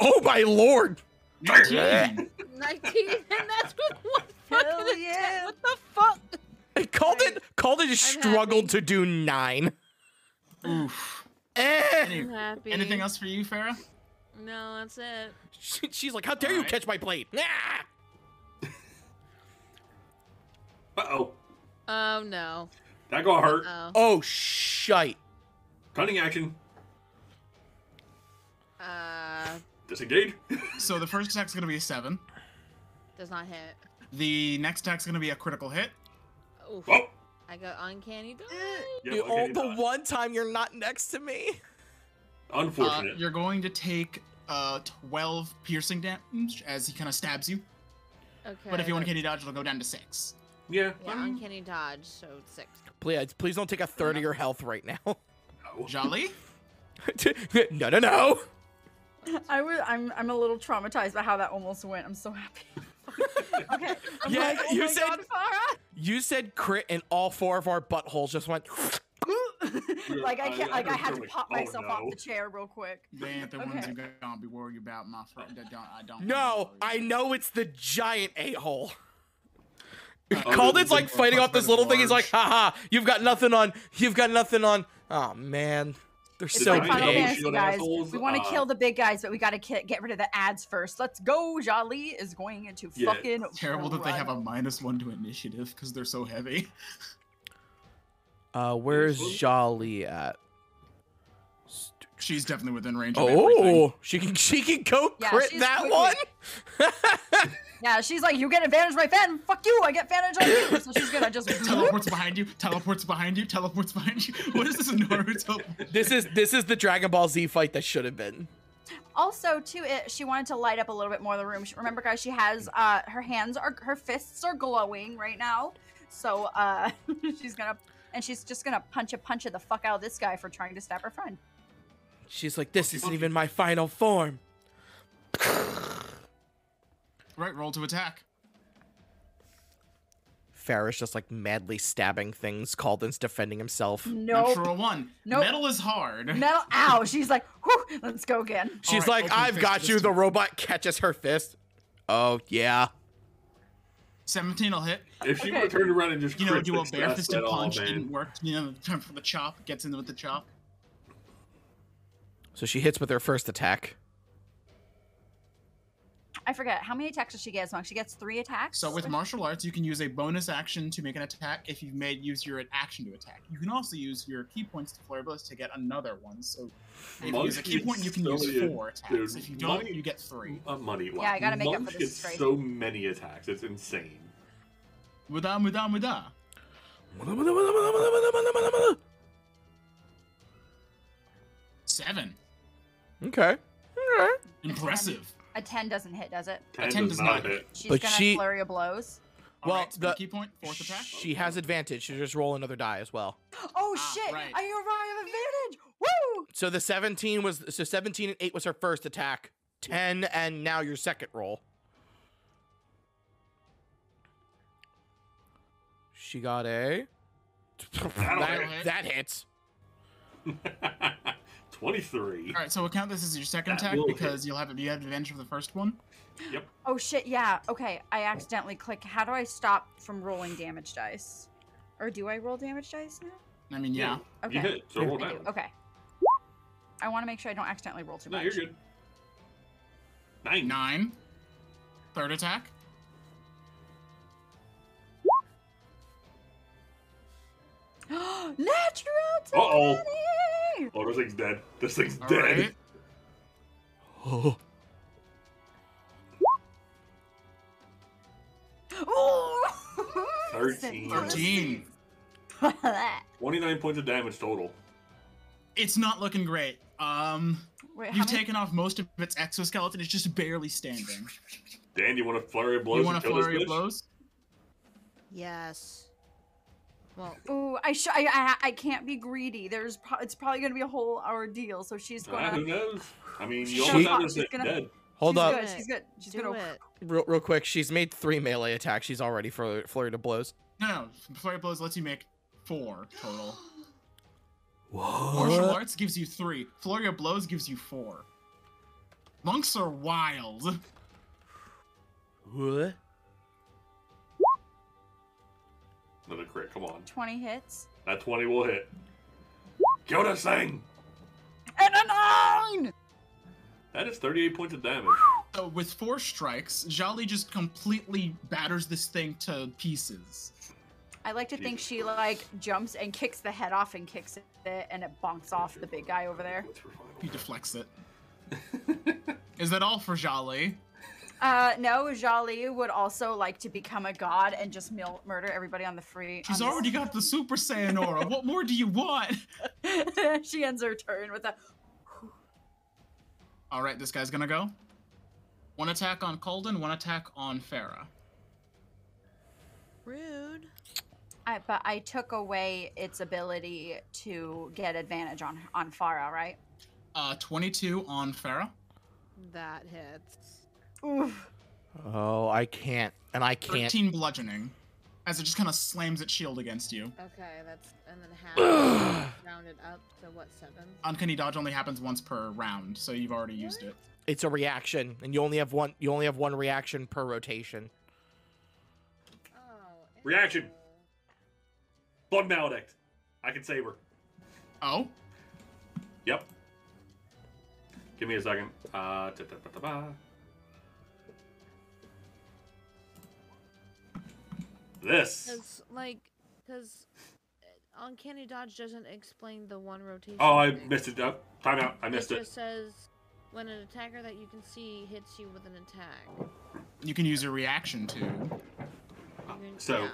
[SPEAKER 2] Oh my lord!
[SPEAKER 1] 19.
[SPEAKER 3] 19, and that's with one
[SPEAKER 5] Hell
[SPEAKER 3] fucking
[SPEAKER 5] yeah.
[SPEAKER 3] attack. What the fuck?
[SPEAKER 2] Calden, Calden just
[SPEAKER 3] I'm
[SPEAKER 2] struggled to
[SPEAKER 3] happy.
[SPEAKER 2] do nine.
[SPEAKER 1] Oof.
[SPEAKER 2] Eh.
[SPEAKER 1] Any-
[SPEAKER 3] I'm happy.
[SPEAKER 1] anything else for you, Farah?
[SPEAKER 3] No, that's it.
[SPEAKER 2] She- She's like, "How dare you
[SPEAKER 1] Alright.
[SPEAKER 2] catch my blade?" Ah!
[SPEAKER 4] Uh oh.
[SPEAKER 3] Oh no.
[SPEAKER 4] That got hurt.
[SPEAKER 5] Uh.
[SPEAKER 3] Oh.
[SPEAKER 2] Oh shite!
[SPEAKER 4] Cunning action.
[SPEAKER 3] Uh,
[SPEAKER 4] Disengage. Oh,
[SPEAKER 1] So the first attack's gonna be a seven.
[SPEAKER 3] does not hit.
[SPEAKER 1] The next attack's gonna be a critical hit.
[SPEAKER 3] Oof.
[SPEAKER 4] Oh.
[SPEAKER 3] I got uncanny dodge.
[SPEAKER 4] Yeah,
[SPEAKER 2] You-
[SPEAKER 4] okay,
[SPEAKER 2] oh,
[SPEAKER 4] you
[SPEAKER 2] the
[SPEAKER 4] die.
[SPEAKER 2] one time you're not next to me.
[SPEAKER 1] Uh,
[SPEAKER 4] Unfortunate.
[SPEAKER 1] you're going to take uh 12 piercing damage as he kind of stabs you.
[SPEAKER 3] Okay.
[SPEAKER 1] But if you want
[SPEAKER 3] that-
[SPEAKER 1] candy dodge, it'll go down to six.
[SPEAKER 4] yeah.
[SPEAKER 3] Yeah,
[SPEAKER 4] I mean,
[SPEAKER 3] uncanny dodge, so six.
[SPEAKER 2] Please, please don't take a third of your health right now.
[SPEAKER 4] no.
[SPEAKER 1] Jolly.
[SPEAKER 2] no, no, no.
[SPEAKER 5] I was, I'm, I'm a little traumatized by how that almost went. I'm so happy. okay. I'm
[SPEAKER 2] Yeah,
[SPEAKER 5] like, oh
[SPEAKER 2] you
[SPEAKER 5] my
[SPEAKER 2] said-
[SPEAKER 5] God, Farah.
[SPEAKER 2] You said crit, and all four of our buttholes just went.
[SPEAKER 5] like I can't, like I had to
[SPEAKER 4] Oh, Like,
[SPEAKER 5] pop
[SPEAKER 4] oh,
[SPEAKER 5] myself off
[SPEAKER 4] no.
[SPEAKER 5] the chair real quick.
[SPEAKER 1] They ain't the ones
[SPEAKER 5] Okay.
[SPEAKER 1] you gonna be worried about, my friend. I don't. I don't
[SPEAKER 2] No, I
[SPEAKER 1] worry.
[SPEAKER 2] know it's the giant eight hole.
[SPEAKER 1] Uh,
[SPEAKER 2] Calden's like
[SPEAKER 1] or
[SPEAKER 2] fighting
[SPEAKER 1] punched
[SPEAKER 2] off
[SPEAKER 1] by
[SPEAKER 2] this
[SPEAKER 1] the
[SPEAKER 2] little thing. He's like,
[SPEAKER 1] large.
[SPEAKER 2] haha, you've got nothing on. You've got nothing on. Oh man, they're
[SPEAKER 5] It's
[SPEAKER 2] so
[SPEAKER 5] like Final
[SPEAKER 4] big.
[SPEAKER 2] big.
[SPEAKER 5] Fantasy,
[SPEAKER 4] Shield
[SPEAKER 5] guys.
[SPEAKER 4] assholes,
[SPEAKER 5] We want to
[SPEAKER 4] uh,
[SPEAKER 5] kill the big guys, but we got to ki- get rid of the ads first. Let's go. Jolly is going into
[SPEAKER 4] Yeah,
[SPEAKER 5] fucking.
[SPEAKER 1] Terrible that they have a
[SPEAKER 5] run.
[SPEAKER 1] minus one to initiative because they're so heavy.
[SPEAKER 2] Uh, where's
[SPEAKER 4] Absolutely.
[SPEAKER 2] Jolly at?
[SPEAKER 1] She's definitely within range. Of everything.
[SPEAKER 2] Oh, she can she can go
[SPEAKER 5] Yeah,
[SPEAKER 2] crit
[SPEAKER 5] she's
[SPEAKER 2] that
[SPEAKER 5] quickly-
[SPEAKER 2] one.
[SPEAKER 5] Yeah, she's like, you get advantage, my fan. Fuck you. I get advantage on you. So she's gonna just.
[SPEAKER 1] Teleports behind you. Teleports behind you. Teleports behind you. What is this Naruto?
[SPEAKER 2] this is this is the Dragon Ball Z fight that should have been.
[SPEAKER 5] also, too, it she wanted to light up a little bit more of the room. She- Remember, guys, she has uh her hands are her fists are glowing right now. So uh she's gonna and she's just gonna punch a punch of the fuck out of this guy for trying to stab her friend.
[SPEAKER 2] She's like, this isn't
[SPEAKER 4] okay.
[SPEAKER 2] even my final form.
[SPEAKER 1] right. Roll to attack.
[SPEAKER 2] Farrah's just like madly stabbing things. Calden's defending himself.
[SPEAKER 5] No.
[SPEAKER 1] Natural one.
[SPEAKER 5] Nope.
[SPEAKER 1] Metal is hard.
[SPEAKER 5] Metal ow. She's like, whew, let's go again.
[SPEAKER 2] She's
[SPEAKER 1] All right,
[SPEAKER 2] like,
[SPEAKER 1] open
[SPEAKER 2] I've
[SPEAKER 1] fist
[SPEAKER 2] got you.
[SPEAKER 1] this
[SPEAKER 2] The
[SPEAKER 1] time.
[SPEAKER 2] robot catches her fist. Oh, yeah.
[SPEAKER 1] Seventeen will hit.
[SPEAKER 4] If she
[SPEAKER 5] Okay.
[SPEAKER 4] would have turned around and just
[SPEAKER 1] You know,
[SPEAKER 4] crit
[SPEAKER 1] do a
[SPEAKER 4] fixed us,
[SPEAKER 1] barefisted
[SPEAKER 4] that all,
[SPEAKER 1] punch.
[SPEAKER 4] man.
[SPEAKER 1] Didn't work. You know, time for the chop. Gets in with the chop.
[SPEAKER 2] So she hits with her first attack.
[SPEAKER 5] I forget how many attacks does she get? Monk? She gets three attacks.
[SPEAKER 1] So with martial arts, you can use a bonus action to make an attack if you've made use your action to attack. You can also use your key points to flare blitz to get another one. So if you
[SPEAKER 4] Monk
[SPEAKER 1] use a key
[SPEAKER 4] gets
[SPEAKER 1] point, you can
[SPEAKER 4] so
[SPEAKER 1] use
[SPEAKER 4] many-
[SPEAKER 1] four attacks.
[SPEAKER 4] dude,
[SPEAKER 1] if you don't,
[SPEAKER 4] Monk-
[SPEAKER 1] you get three.
[SPEAKER 4] Uh, money. Wow.
[SPEAKER 5] Yeah, I gotta make up
[SPEAKER 4] Monk
[SPEAKER 5] for this,
[SPEAKER 4] gets
[SPEAKER 5] it's crazy.
[SPEAKER 4] so many attacks. It's insane.
[SPEAKER 1] Muda muda muda. Seven.
[SPEAKER 2] Okay.
[SPEAKER 1] Impressive.
[SPEAKER 5] a ten doesn't hit, does it?
[SPEAKER 4] Ten,
[SPEAKER 1] ten
[SPEAKER 4] does
[SPEAKER 1] does
[SPEAKER 4] not
[SPEAKER 1] not.
[SPEAKER 4] hit.
[SPEAKER 5] She's
[SPEAKER 2] But
[SPEAKER 5] gonna
[SPEAKER 2] she-
[SPEAKER 5] flurry of blows.
[SPEAKER 2] Well,
[SPEAKER 1] Alright,
[SPEAKER 2] the-
[SPEAKER 1] key point, fourth attack.
[SPEAKER 2] She has advantage. She just roll another die as well.
[SPEAKER 5] Oh
[SPEAKER 1] Ah,
[SPEAKER 5] shit!
[SPEAKER 1] right.
[SPEAKER 5] I arrive advantage. Woo!
[SPEAKER 2] So the 17 was so 17 and 8 was her first attack. 10 and now your second roll. She got a that,
[SPEAKER 1] hit.
[SPEAKER 2] that hits.
[SPEAKER 4] 23.
[SPEAKER 1] All right, so we'll count this as your second
[SPEAKER 4] That
[SPEAKER 1] attack
[SPEAKER 4] will hit.
[SPEAKER 1] because you'll have you had advantage of the first one.
[SPEAKER 4] Yep.
[SPEAKER 5] Oh shit! Yeah. Okay. I accidentally click. How do I stop from rolling damage dice? Or do I roll damage dice now?
[SPEAKER 1] I mean, yeah.
[SPEAKER 5] Okay.
[SPEAKER 4] You hit. So roll
[SPEAKER 5] I do.
[SPEAKER 4] down.
[SPEAKER 5] Okay. I want to make sure I don't accidentally roll too
[SPEAKER 4] No,
[SPEAKER 5] much.
[SPEAKER 4] you're good. Nine.
[SPEAKER 1] Nine. Third attack.
[SPEAKER 5] Natural
[SPEAKER 4] Uh-oh.
[SPEAKER 5] 20!
[SPEAKER 4] Oh, this thing's dead. This thing's
[SPEAKER 1] All
[SPEAKER 4] dead.
[SPEAKER 1] right.
[SPEAKER 2] Oh.
[SPEAKER 5] Ooh!
[SPEAKER 4] Thirteen.
[SPEAKER 1] Thirteen.
[SPEAKER 4] Twenty-nine points of damage total.
[SPEAKER 1] It's not looking great. Um,
[SPEAKER 5] Wait, how
[SPEAKER 1] you've
[SPEAKER 5] many-
[SPEAKER 1] taken off most of its exoskeleton. It's just barely standing.
[SPEAKER 4] Dan, you want a flurry of blows?
[SPEAKER 1] You
[SPEAKER 4] to
[SPEAKER 1] want a
[SPEAKER 4] kill this
[SPEAKER 1] flurry of
[SPEAKER 4] bitch?
[SPEAKER 1] blows?
[SPEAKER 3] Yes. Well,
[SPEAKER 5] Ooh, I, sh- I, I I can't be greedy. There's pro- it's probably gonna be a whole ordeal. So she's
[SPEAKER 4] Ah, who
[SPEAKER 5] gonna.
[SPEAKER 4] knows? I mean,
[SPEAKER 5] She's
[SPEAKER 4] you almost
[SPEAKER 5] gonna-
[SPEAKER 4] have this
[SPEAKER 5] she's
[SPEAKER 4] thing
[SPEAKER 5] gonna-
[SPEAKER 4] dead.
[SPEAKER 2] Hold
[SPEAKER 5] she's
[SPEAKER 2] up.
[SPEAKER 5] Good. She's good. She's
[SPEAKER 3] do
[SPEAKER 5] gonna.
[SPEAKER 3] it.
[SPEAKER 2] Real, real quick, she's made 3 melee attacks. She's already flur- flurried of blows.
[SPEAKER 1] No, no. Flurry of blows lets you make four total. Martial
[SPEAKER 2] Whoa.
[SPEAKER 1] arts gives you three. Flurry of blows gives you four. Monks are wild.
[SPEAKER 2] What?
[SPEAKER 4] Another crit. Come on.
[SPEAKER 5] Twenty hits
[SPEAKER 4] That twenty will hit. Kill this thing.
[SPEAKER 5] and a nine.
[SPEAKER 4] That is thirty-eight points of damage.
[SPEAKER 1] So with four strikes, Jolly just completely batters this thing to pieces.
[SPEAKER 5] I like to think
[SPEAKER 4] Jesus
[SPEAKER 5] she like jumps and kicks the head off and kicks it, and it bonks off the big guy over there.
[SPEAKER 4] What's her final?
[SPEAKER 1] He deflects it. Is that all for Jolly?
[SPEAKER 5] Uh, no, Jali would also like to become a god and just mil- murder everybody on the free.
[SPEAKER 1] She's
[SPEAKER 5] on
[SPEAKER 1] already got the Super Saiyan aura. What more do you want?
[SPEAKER 5] the- she ends her turn with a.
[SPEAKER 1] All right, this guy's gonna go. One attack on Calden, one attack on Farah.
[SPEAKER 3] rude.
[SPEAKER 5] I, but I took away its ability to get advantage on on Farah, right?
[SPEAKER 1] Uh, 22 on Farah.
[SPEAKER 3] That hits.
[SPEAKER 5] Oof.
[SPEAKER 2] Oh, I can't. And I can't.
[SPEAKER 1] 13 bludgeoning. As it just kind of slams its shield against you.
[SPEAKER 3] Okay, that's and then half rounded up to what seven?
[SPEAKER 4] Uh,
[SPEAKER 1] Uncanny dodge only happens once per round, so you've already used it.
[SPEAKER 2] It's a reaction and you only have one you only have one reaction per rotation.
[SPEAKER 3] Oh.
[SPEAKER 4] Reaction.
[SPEAKER 3] ew.
[SPEAKER 4] Blood maledict. I can save her.
[SPEAKER 1] Oh,
[SPEAKER 4] Yep. Give me a second. Uh, ta-ta-ta-ta-ba. this.
[SPEAKER 3] Because like, because uncanny dodge doesn't explain the one rotation.
[SPEAKER 4] Oh, I
[SPEAKER 3] thing.
[SPEAKER 4] missed it. Uh, time out. I
[SPEAKER 3] It
[SPEAKER 4] missed it.
[SPEAKER 3] just says when an attacker that you can see hits you with an
[SPEAKER 4] Uh,
[SPEAKER 3] attack.
[SPEAKER 1] you can use a reaction too.
[SPEAKER 3] You can-
[SPEAKER 4] So-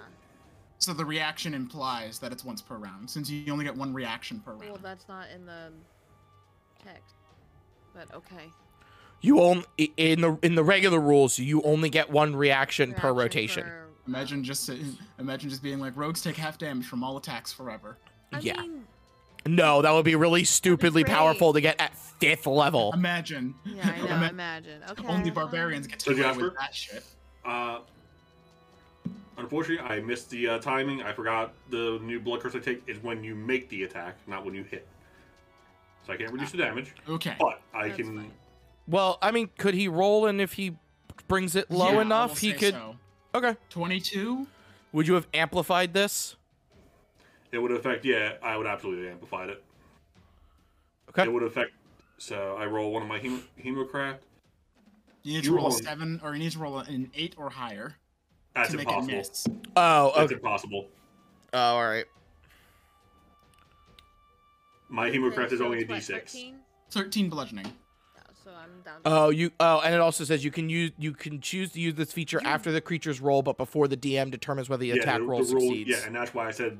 [SPEAKER 1] So the reaction implies that it's once per round, since you only get one reaction per round.
[SPEAKER 3] well, that's not in the text, but okay.
[SPEAKER 2] You only in the in the regular rules, you only get one reaction, per
[SPEAKER 3] Reaction
[SPEAKER 2] rotation.
[SPEAKER 3] for-
[SPEAKER 1] Imagine just si- imagine just being like rogues take half damage from all attacks forever.
[SPEAKER 3] I
[SPEAKER 2] Yeah.
[SPEAKER 3] mean,
[SPEAKER 2] No, that would be really stupidly
[SPEAKER 3] great.
[SPEAKER 2] powerful to get at fifth level.
[SPEAKER 1] Imagine.
[SPEAKER 3] yeah, I know.
[SPEAKER 1] Ima-
[SPEAKER 3] imagine. Okay. um,
[SPEAKER 1] Only
[SPEAKER 3] fine.
[SPEAKER 1] barbarians get
[SPEAKER 4] So
[SPEAKER 1] to play
[SPEAKER 4] Jasper?
[SPEAKER 1] with that shit.
[SPEAKER 4] Uh, unfortunately, I missed the uh, timing. I forgot the new blood curse I take is when you make the attack, not when you hit. So I can't reduce the damage,
[SPEAKER 1] Okay.
[SPEAKER 4] but I
[SPEAKER 3] Ah. That's
[SPEAKER 4] can.
[SPEAKER 3] fine.
[SPEAKER 2] Well, I mean, could he roll and if he brings it low
[SPEAKER 1] Yeah, I will
[SPEAKER 2] enough, he
[SPEAKER 1] say
[SPEAKER 2] could
[SPEAKER 1] so.
[SPEAKER 2] Okay.
[SPEAKER 1] 22.
[SPEAKER 2] Would you have amplified this?
[SPEAKER 4] It would affect. Yeah, I would absolutely amplify it.
[SPEAKER 2] Okay.
[SPEAKER 4] It would affect. So I roll one of my hemo, hemocraft.
[SPEAKER 1] You need to
[SPEAKER 4] You
[SPEAKER 1] roll a
[SPEAKER 4] roll-
[SPEAKER 1] 7 or you need to roll an 8 or higher
[SPEAKER 4] That's
[SPEAKER 1] to make it
[SPEAKER 4] impossible.
[SPEAKER 1] miss.
[SPEAKER 2] Oh,
[SPEAKER 4] That's
[SPEAKER 2] okay.
[SPEAKER 4] impossible.
[SPEAKER 2] Oh, all right.
[SPEAKER 4] My
[SPEAKER 3] Okay,
[SPEAKER 4] hemocraft is
[SPEAKER 3] so
[SPEAKER 4] only a
[SPEAKER 3] it's what,
[SPEAKER 4] d6.
[SPEAKER 3] 13?
[SPEAKER 1] 13 bludgeoning.
[SPEAKER 3] Yeah, so I'm down. to-
[SPEAKER 2] Oh, you. Oh, and it also says you can use you can choose to use this feature after the creature's roll, but before the DM determines whether the attack
[SPEAKER 4] the-
[SPEAKER 2] roll
[SPEAKER 4] the rule-
[SPEAKER 2] succeeds.
[SPEAKER 4] Yeah, and that's why I said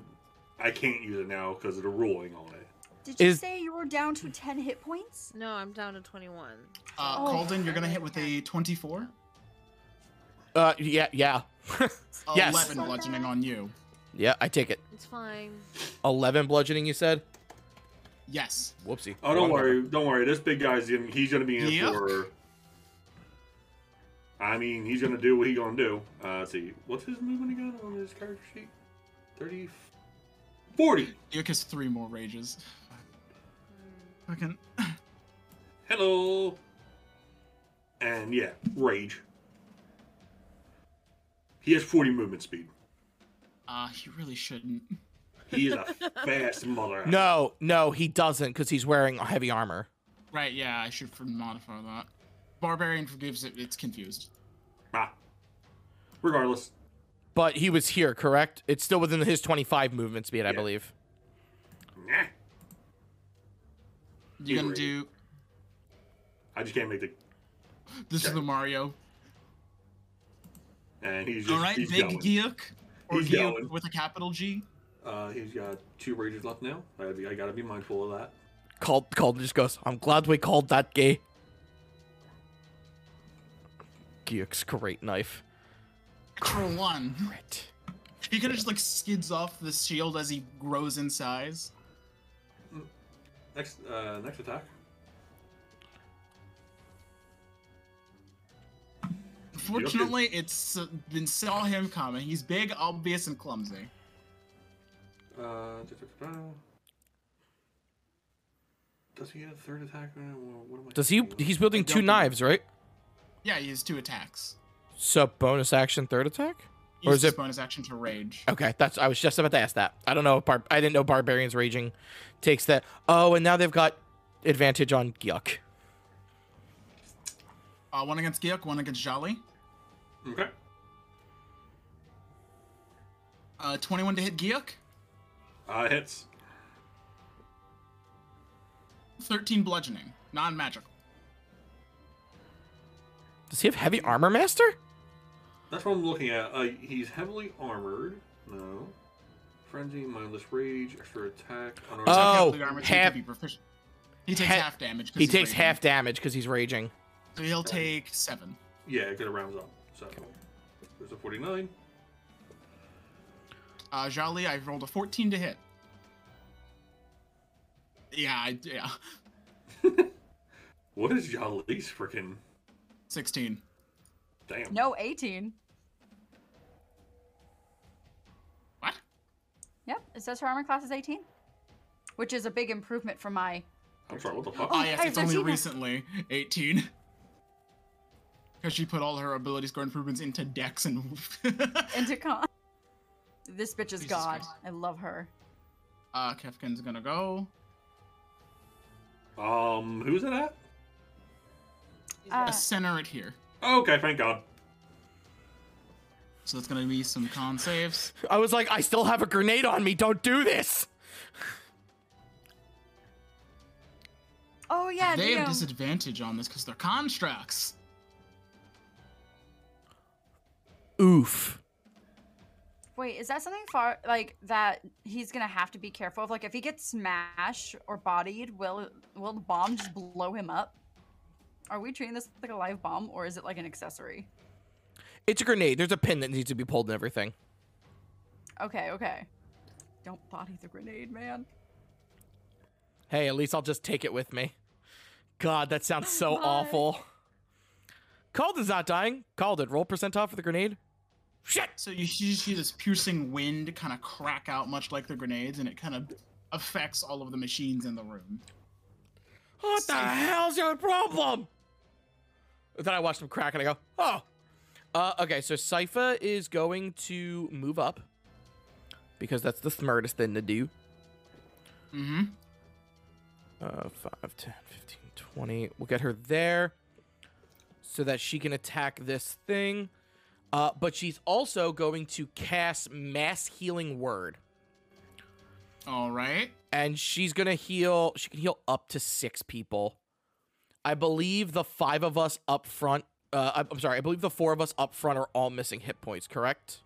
[SPEAKER 4] I can't use it now because of the ruling on it.
[SPEAKER 5] Did you
[SPEAKER 2] Is-
[SPEAKER 5] say you were down to ten hit points?
[SPEAKER 3] No, I'm down to 21.
[SPEAKER 1] Uh,
[SPEAKER 5] Oh.
[SPEAKER 1] Calden, you're going to hit with a 24.
[SPEAKER 2] Uh, yeah, yeah, Yes.
[SPEAKER 1] Eleven bludgeoning on you.
[SPEAKER 2] yeah. I take it.
[SPEAKER 3] It's fine.
[SPEAKER 2] Eleven bludgeoning. You said.
[SPEAKER 1] Yes.
[SPEAKER 2] Whoopsie.
[SPEAKER 4] Oh,
[SPEAKER 2] Wrong
[SPEAKER 4] don't
[SPEAKER 2] number.
[SPEAKER 4] worry, don't worry. This big guy's in. He's gonna be in
[SPEAKER 1] Yep.
[SPEAKER 4] for. I mean, he's gonna do what he's gonna do. Uh, let's see, what's his movement again on his character sheet? 30, 40.
[SPEAKER 1] Duke has three more rages. Fucking.
[SPEAKER 4] Hello. And yeah, rage. He has forty movement speed.
[SPEAKER 1] Ah, he really shouldn't.
[SPEAKER 4] He is a fast mother.
[SPEAKER 2] No, no, he doesn't, because he's wearing heavy armor.
[SPEAKER 1] Right? Yeah, I should for- modify that. Barbarian forgives it. It's confused.
[SPEAKER 4] Ah. Regardless,
[SPEAKER 2] But he was here, correct? It's still within his 25 movement speed, I
[SPEAKER 4] Yeah.
[SPEAKER 2] believe.
[SPEAKER 4] nah,
[SPEAKER 1] You're gonna
[SPEAKER 4] Rage.
[SPEAKER 1] do.
[SPEAKER 4] I just can't make the.
[SPEAKER 1] This is
[SPEAKER 4] Okay.
[SPEAKER 1] the Mario.
[SPEAKER 4] And he's just.
[SPEAKER 1] All right,
[SPEAKER 4] he's going.
[SPEAKER 1] big Duke or
[SPEAKER 4] He's
[SPEAKER 1] Duke
[SPEAKER 4] going.
[SPEAKER 1] with a capital G.
[SPEAKER 4] Uh, he's got two rages left now. I, I gotta be mindful of that.
[SPEAKER 2] Called, called just goes, I'm glad we called that gay. Geek's great knife.
[SPEAKER 1] Extra one.
[SPEAKER 2] Right.
[SPEAKER 1] He kind of just like skids off the shield as he grows in size.
[SPEAKER 4] Next, uh, next attack.
[SPEAKER 1] Fortunately, it's uh, been saw him coming. He's big, obvious, and clumsy.
[SPEAKER 4] Uh, da-da-da-da. does he get a third attack? Uh, What am I
[SPEAKER 2] Does he?
[SPEAKER 4] thinking of?
[SPEAKER 2] He's wielding two
[SPEAKER 1] don't-
[SPEAKER 2] knives, right?
[SPEAKER 1] Yeah, he has two attacks.
[SPEAKER 2] So bonus action, third attack? Or
[SPEAKER 1] Use
[SPEAKER 2] is
[SPEAKER 1] his
[SPEAKER 2] it-
[SPEAKER 1] bonus action to rage?
[SPEAKER 2] Okay, that's. I was just about to ask that. I don't know. If bar- I didn't know barbarians raging takes that. Oh, and now they've got advantage on Gyuk.
[SPEAKER 1] Uh, one against Geok, one against Jolly.
[SPEAKER 4] Okay.
[SPEAKER 1] Uh, 21 to hit Geok.
[SPEAKER 4] Uh, hits.
[SPEAKER 1] 13 bludgeoning, non-magical.
[SPEAKER 2] Does he have heavy armor, master?
[SPEAKER 4] That's what I'm looking at. Uh, he's heavily armored. No. Frenzy, mindless rage, extra attack. unarmed
[SPEAKER 1] So
[SPEAKER 2] Oh,
[SPEAKER 1] calculate armor, so he could
[SPEAKER 2] half-
[SPEAKER 1] be proficient. He takes
[SPEAKER 2] he-
[SPEAKER 1] half damage. 'cause
[SPEAKER 2] He
[SPEAKER 1] he's
[SPEAKER 2] takes
[SPEAKER 1] raging.
[SPEAKER 2] half damage because he's raging.
[SPEAKER 1] So he'll take seven.
[SPEAKER 4] attack. Yeah, it could have rounds up. So there's a 49.
[SPEAKER 1] Uh, Jolly, I rolled a 14 to hit. Yeah, I, yeah,
[SPEAKER 4] What is Jolly's freaking
[SPEAKER 1] 16.
[SPEAKER 4] damn?
[SPEAKER 5] No, 18.
[SPEAKER 1] What?
[SPEAKER 5] Yep, it says her armor class is 18, which is a big improvement from my.
[SPEAKER 4] I'm sorry. What the fuck?
[SPEAKER 1] Ah, yes,
[SPEAKER 5] I
[SPEAKER 1] it's only
[SPEAKER 5] 13.
[SPEAKER 1] recently 18. Because she put all her ability score improvements into Dex and.
[SPEAKER 5] Into con. This bitch is
[SPEAKER 1] Jesus
[SPEAKER 5] god.
[SPEAKER 1] Christ.
[SPEAKER 5] I love her.
[SPEAKER 1] uh, Kefkin's gonna go.
[SPEAKER 4] Um, who's it at?
[SPEAKER 5] Uh,
[SPEAKER 1] Uh, center it here.
[SPEAKER 4] Oh, okay, thank God.
[SPEAKER 1] So it's gonna be some con saves.
[SPEAKER 2] I was like, I still have a grenade on me. Don't do this.
[SPEAKER 5] oh, yeah,
[SPEAKER 1] they have
[SPEAKER 5] Neo.
[SPEAKER 1] disadvantage on this because they're constructs.
[SPEAKER 2] Oof.
[SPEAKER 5] Wait, is that something far like that he's gonna have to be careful of? Like if he gets smashed or bodied, will will the bomb just blow him up? Are we treating this like a live bomb or is it like an accessory?
[SPEAKER 2] It's a grenade. There's a pin that needs to be pulled and everything.
[SPEAKER 5] Okay, okay. Don't body the grenade, man.
[SPEAKER 2] Hey, at least I'll just take it with me. God, that sounds so
[SPEAKER 5] Why?
[SPEAKER 2] awful. Calden's not dying. Calden, roll percentile for the grenade. Shit!
[SPEAKER 1] So you see- you see this piercing wind kind of crack out, much like the grenades, and it kind of affects all of the machines in the room.
[SPEAKER 2] What the hell's your problem? Then I watched him crack and I go, oh. Uh, okay, so Sypha is going to move up because that's the smartest thing to do.
[SPEAKER 1] Mm-hmm.
[SPEAKER 2] Uh, 5, 10, 15, 20. We'll get her there so that she can attack this thing. Uh, but she's also going to cast Mass Healing Word.
[SPEAKER 1] All right.
[SPEAKER 2] And she's going to heal. She can heal up to six people. I believe the five of us up front. Uh, I'm- I'm sorry. I believe the four of us up front are all missing hit points, correct?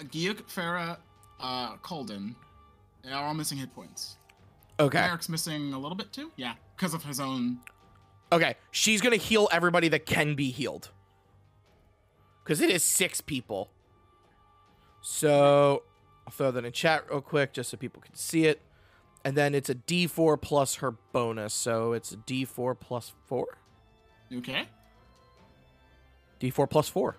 [SPEAKER 1] Geok, Farah, uh, Calden, they are all missing hit points.
[SPEAKER 2] Okay.
[SPEAKER 1] Eric's missing a little bit too. Yeah, because of his own.
[SPEAKER 2] Okay, she's gonna heal everybody that can be healed. because it is six people. So I'll throw that in chat real quick just so people can see it. And then it's a D4 plus her bonus, so it's a D4 plus four,
[SPEAKER 1] Okay.
[SPEAKER 2] D4 plus four.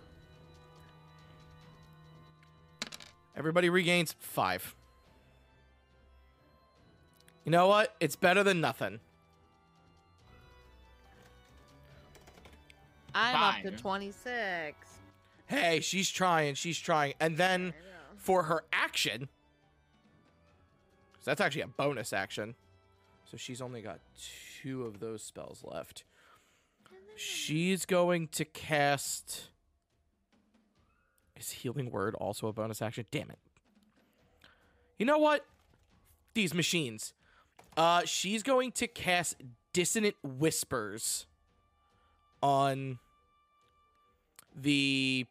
[SPEAKER 2] Everybody regains five. You know what? It's better than nothing.
[SPEAKER 3] I'm up to
[SPEAKER 1] Fine.
[SPEAKER 3] 26.
[SPEAKER 2] Hey, she's trying, she's trying. And then
[SPEAKER 3] I know.
[SPEAKER 2] for her action. So that's actually a bonus action. So she's only got two of those spells left. She's going to cast. Is Healing Word also a bonus action? Damn it. You know what? These machines. Uh, she's going to cast Dissonant Whispers on the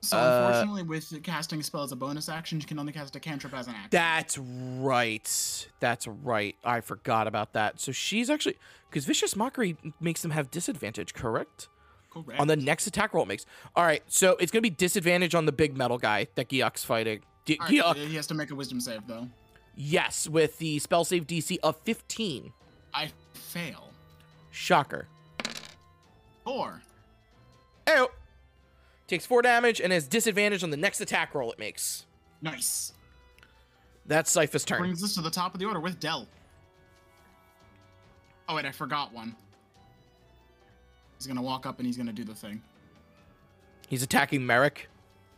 [SPEAKER 1] So
[SPEAKER 2] Uh,
[SPEAKER 1] unfortunately, with casting spell as a bonus action, you can only cast a cantrip as an action.
[SPEAKER 2] That's right. That's right. I forgot about that. So she's actually because vicious mockery makes them have disadvantage, correct?
[SPEAKER 1] Correct.
[SPEAKER 2] On the next attack roll, it makes. All right. So it's gonna be disadvantage on the big metal guy that Geok's fighting. Ge-
[SPEAKER 1] All right,
[SPEAKER 2] Geok,
[SPEAKER 1] He has to make a wisdom save though.
[SPEAKER 2] yes, with the spell save DC of 15.
[SPEAKER 1] I fail.
[SPEAKER 2] Shocker.
[SPEAKER 1] Four.
[SPEAKER 2] Ow. Takes four damage and has disadvantage on the next attack roll it makes.
[SPEAKER 1] Nice.
[SPEAKER 2] That's Sypha's turn.
[SPEAKER 1] Brings us to the top of the order with Dell. Oh wait, I forgot one. He's gonna walk up and he's gonna do the thing.
[SPEAKER 2] He's attacking Merrick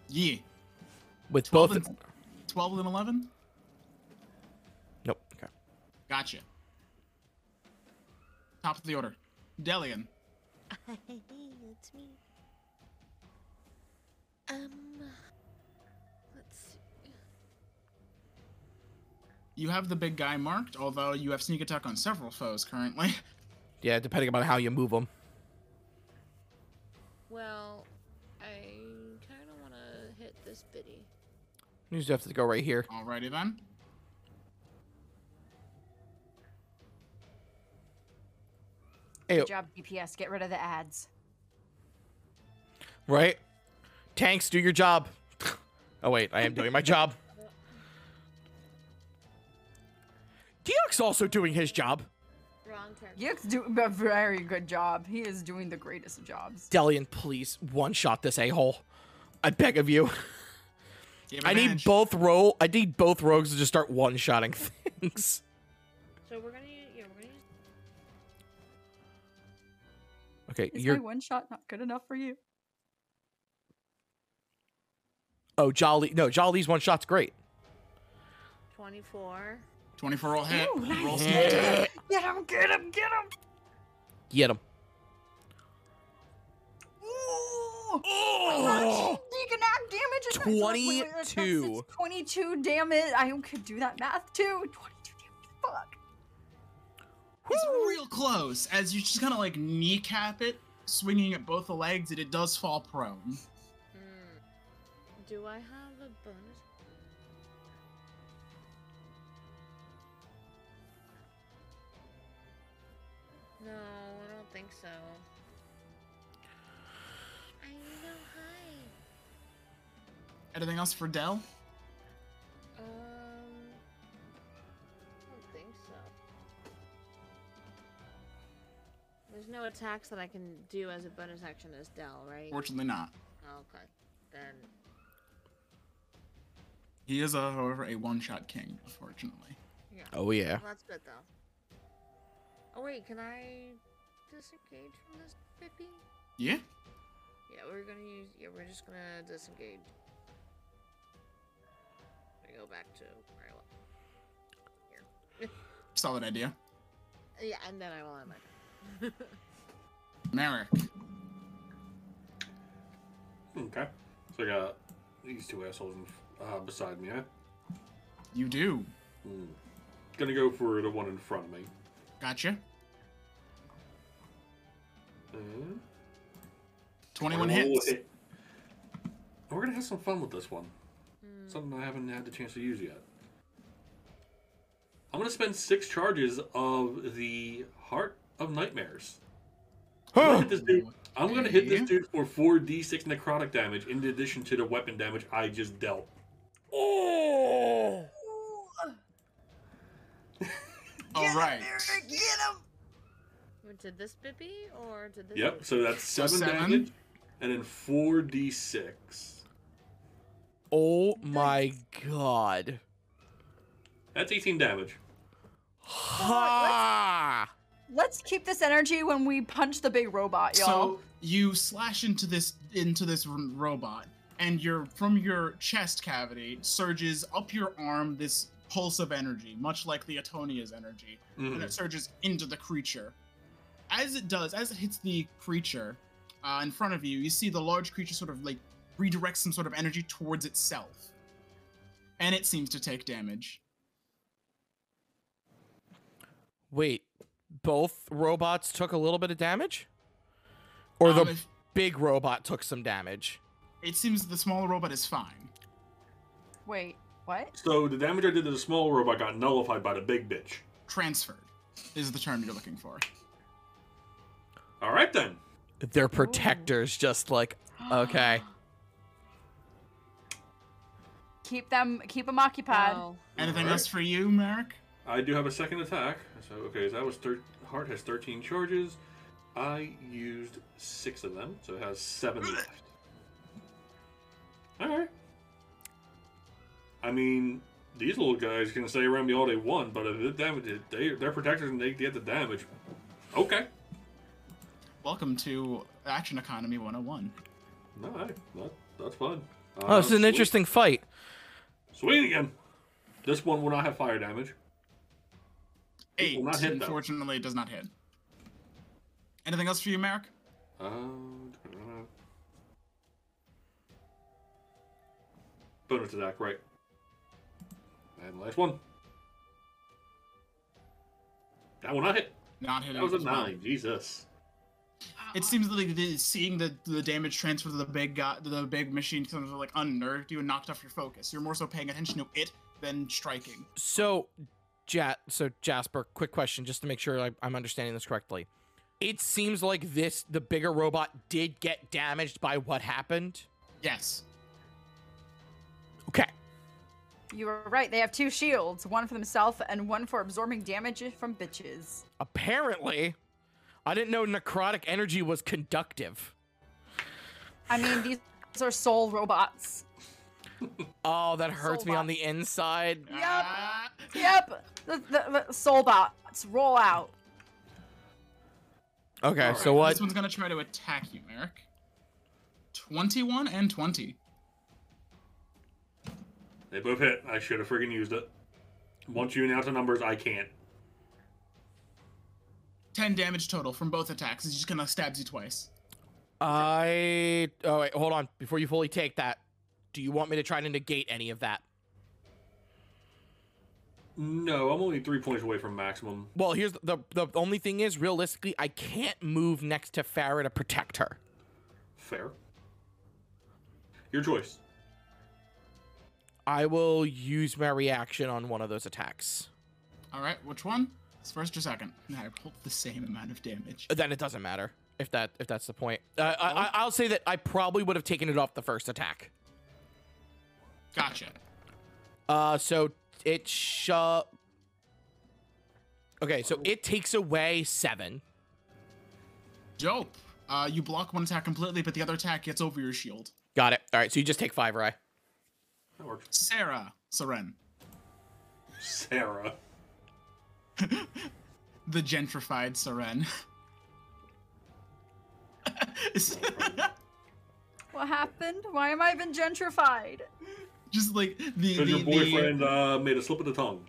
[SPEAKER 1] Yeah.
[SPEAKER 2] with
[SPEAKER 1] Twelve
[SPEAKER 2] both.
[SPEAKER 1] and- Twelve and eleven.
[SPEAKER 2] Nope. Okay.
[SPEAKER 1] Gotcha. Top of the order. Delian.
[SPEAKER 7] Hey, it's me. Um, let's see.
[SPEAKER 1] You have the big guy marked, although you have sneak attack on several foes currently.
[SPEAKER 2] Yeah, depending on how you move him.
[SPEAKER 7] Well, I kind of want to hit this biddy.
[SPEAKER 2] You just have to go right here.
[SPEAKER 1] Alrighty then.
[SPEAKER 2] Ayo.
[SPEAKER 5] Good job, DPS. Get rid of the ads.
[SPEAKER 2] Right? Tanks, do your job. oh, wait, I am doing my job. Geok's also doing his job.
[SPEAKER 7] Wrong turn.
[SPEAKER 5] Yuk's doing a very good job. He is doing the greatest of jobs.
[SPEAKER 2] Delian, please one shot this a hole. I beg of you.
[SPEAKER 1] You have
[SPEAKER 2] I need
[SPEAKER 1] advantage.
[SPEAKER 2] both roll. I need both rogues to just start one shotting things.
[SPEAKER 7] So we're gonna, u- yeah, we're gonna. Use,
[SPEAKER 2] Okay,
[SPEAKER 5] Is
[SPEAKER 2] you're
[SPEAKER 5] my one shot not good enough for you?
[SPEAKER 2] oh Jolly. No, Jolly's one shot's great.
[SPEAKER 7] 24.
[SPEAKER 1] 24 roll hit.
[SPEAKER 5] Ooh, nice.
[SPEAKER 1] Roll sneak attack.
[SPEAKER 5] Get him! Get him! Get him!
[SPEAKER 2] Get him.
[SPEAKER 5] Ooh! Oh! Deacon act damage is nice. Wait, wait, wait, that's
[SPEAKER 2] 22.
[SPEAKER 5] six- 22 damage. I could do that math too. 22 damage. Fuck.
[SPEAKER 1] It's real close as you just kind of like kneecap it, swinging at both the legs, and it does fall prone.
[SPEAKER 7] Hmm. Do I have a bonus? No, I don't think so. I know high.
[SPEAKER 1] Anything else for Dell?
[SPEAKER 7] Um, I don't think so. There's no attacks that I can do as a bonus action as Dell, right? Oh,
[SPEAKER 1] Fortunately, not.
[SPEAKER 7] Okay, then.
[SPEAKER 1] He is, uh, however, a one shot king, unfortunately.
[SPEAKER 7] Yeah.
[SPEAKER 2] Oh yeah.
[SPEAKER 7] Well, that's good though. Oh wait, can I disengage from this Pippi?
[SPEAKER 1] Yeah?
[SPEAKER 7] Yeah, we're gonna use. Yeah, we're just gonna disengage. I go back to where I was.
[SPEAKER 1] Solid idea.
[SPEAKER 7] Yeah, and then I will end my turn.
[SPEAKER 1] Merrick.
[SPEAKER 4] Okay. So I got these two assholes in- uh, beside me. Eh?
[SPEAKER 1] You do.
[SPEAKER 4] Hmm. Gonna go for the one in front of me.
[SPEAKER 1] Gotcha.
[SPEAKER 4] Mm.
[SPEAKER 1] 21
[SPEAKER 4] Roll
[SPEAKER 1] hits.
[SPEAKER 4] it. We're gonna have some fun with this one. Something I haven't had the chance to use yet. I'm gonna spend six charges of the Heart of Nightmares. I'm gonna hit this dude. I'm gonna hit this dude for four d6 necrotic damage in addition to the weapon damage I just dealt.
[SPEAKER 2] Oh!
[SPEAKER 1] All right.
[SPEAKER 7] Went to this bippy or to this?
[SPEAKER 4] Yep.
[SPEAKER 7] bippy?
[SPEAKER 4] So that's
[SPEAKER 1] So
[SPEAKER 4] seven,
[SPEAKER 1] seven?
[SPEAKER 4] damage, and then four d6.
[SPEAKER 2] Oh my god.
[SPEAKER 4] That's 18 damage.
[SPEAKER 2] Ha!
[SPEAKER 5] Let's keep this energy when we punch the big robot, y'all.
[SPEAKER 1] So you slash into this into this r- robot, and your from your chest cavity surges up your arm this pulse of energy, much like the Atonia's energy, and
[SPEAKER 2] Hmm.
[SPEAKER 4] Mhm.
[SPEAKER 1] it surges into the creature. As it does, as it hits the creature uh, in front of you, you see the large creature sort of like redirects some sort of energy towards itself, and it seems to take damage.
[SPEAKER 2] Wait, both robots took a little bit of damage? Or
[SPEAKER 1] Um,
[SPEAKER 2] the
[SPEAKER 1] if-
[SPEAKER 2] big robot took some damage?
[SPEAKER 1] it seems the smaller robot is fine.
[SPEAKER 5] Wait, what?
[SPEAKER 4] So the damage I did to the small robot got nullified by the big bitch.
[SPEAKER 1] Transferred is the term you're looking for.
[SPEAKER 4] All right then.
[SPEAKER 2] Their protectors just like, okay.
[SPEAKER 5] Keep them, keep them occupied.
[SPEAKER 6] Oh,
[SPEAKER 3] Well,
[SPEAKER 1] Anything
[SPEAKER 4] Alright.
[SPEAKER 1] else for you, Merrick?
[SPEAKER 4] I do have a second attack. So okay, so that was thir- heart has 13 charges. I used six of them, so it has seven left. All right. I mean, these little guys can stay around me all they want, but if it damage, they they're protectors and they get the damage. Okay.
[SPEAKER 1] Welcome to Action Economy 101.
[SPEAKER 4] No, I, that, that's fun. Uh,
[SPEAKER 2] Oh, this is an
[SPEAKER 4] sweet-
[SPEAKER 2] interesting fight.
[SPEAKER 4] Sweet again. This one will not have fire damage. It
[SPEAKER 1] Eight,
[SPEAKER 4] will not hit, though.
[SPEAKER 1] unfortunately, it does not hit. Anything else for you, Merrick?
[SPEAKER 4] Um, bonus attack, right? And last one. That will not hit.
[SPEAKER 1] Not hitting.
[SPEAKER 4] That was a
[SPEAKER 1] as well.
[SPEAKER 4] nine. Jesus.
[SPEAKER 1] It seems like the, seeing the, the damage transfer to the big guy, to the big machine, kind of like unnerved you and knocked off your focus. You're more so paying attention to it than striking.
[SPEAKER 2] So, ja- so Jasper, quick question, just to make sure I- I'm understanding this correctly. It seems like this, the bigger robot did get damaged by what happened.
[SPEAKER 1] Yes.
[SPEAKER 2] Okay.
[SPEAKER 5] You were right. They have two shields, one for themselves and one for absorbing damage from bitches.
[SPEAKER 2] Apparently, I didn't know necrotic energy was conductive.
[SPEAKER 5] I mean, these are soul robots.
[SPEAKER 2] Oh, that hurts
[SPEAKER 5] Soul
[SPEAKER 2] me on
[SPEAKER 5] box.
[SPEAKER 2] the inside.
[SPEAKER 5] Yep.
[SPEAKER 1] Ah,
[SPEAKER 5] Yep, the, the, the soul bots roll out.
[SPEAKER 2] Okay,
[SPEAKER 4] Alright,
[SPEAKER 2] so what?
[SPEAKER 1] This one's gonna try to attack you, Merrick. 21 and 20.
[SPEAKER 4] They both hit. I should have friggin' used it. Once you announce the numbers, I can't.
[SPEAKER 1] 10 damage total from both attacks. He's just gonna stabs you twice.
[SPEAKER 2] I. Oh, wait, hold on. Before you fully take that, do you want me to try to negate any of that?
[SPEAKER 4] No, I'm only three points away from maximum.
[SPEAKER 2] Well, here's the, the, the only thing is, realistically, I can't move next to Farah to protect her.
[SPEAKER 4] Fair. Your choice.
[SPEAKER 2] I will use my reaction on one of those attacks.
[SPEAKER 1] All right, which one? It's first or second? I pulled the same amount of damage.
[SPEAKER 2] Then it doesn't matter if that if that's the point. Uh, I, I, I'll say that I probably would have taken it off the first attack.
[SPEAKER 1] Gotcha.
[SPEAKER 2] Uh, so it sh- Okay, so it takes away seven.
[SPEAKER 1] Dope. Uh, you block one attack completely, but the other attack gets over your shield.
[SPEAKER 2] Got it. All right, so you just take five, Rye.
[SPEAKER 4] That works.
[SPEAKER 1] Sarah, Seren,
[SPEAKER 4] Sarah.
[SPEAKER 1] the gentrified Seren.
[SPEAKER 5] What happened? Why am I even gentrified?
[SPEAKER 1] just like the,
[SPEAKER 4] Because
[SPEAKER 1] the,
[SPEAKER 4] your
[SPEAKER 1] the-
[SPEAKER 4] boyfriend uh, made a slip of the tongue.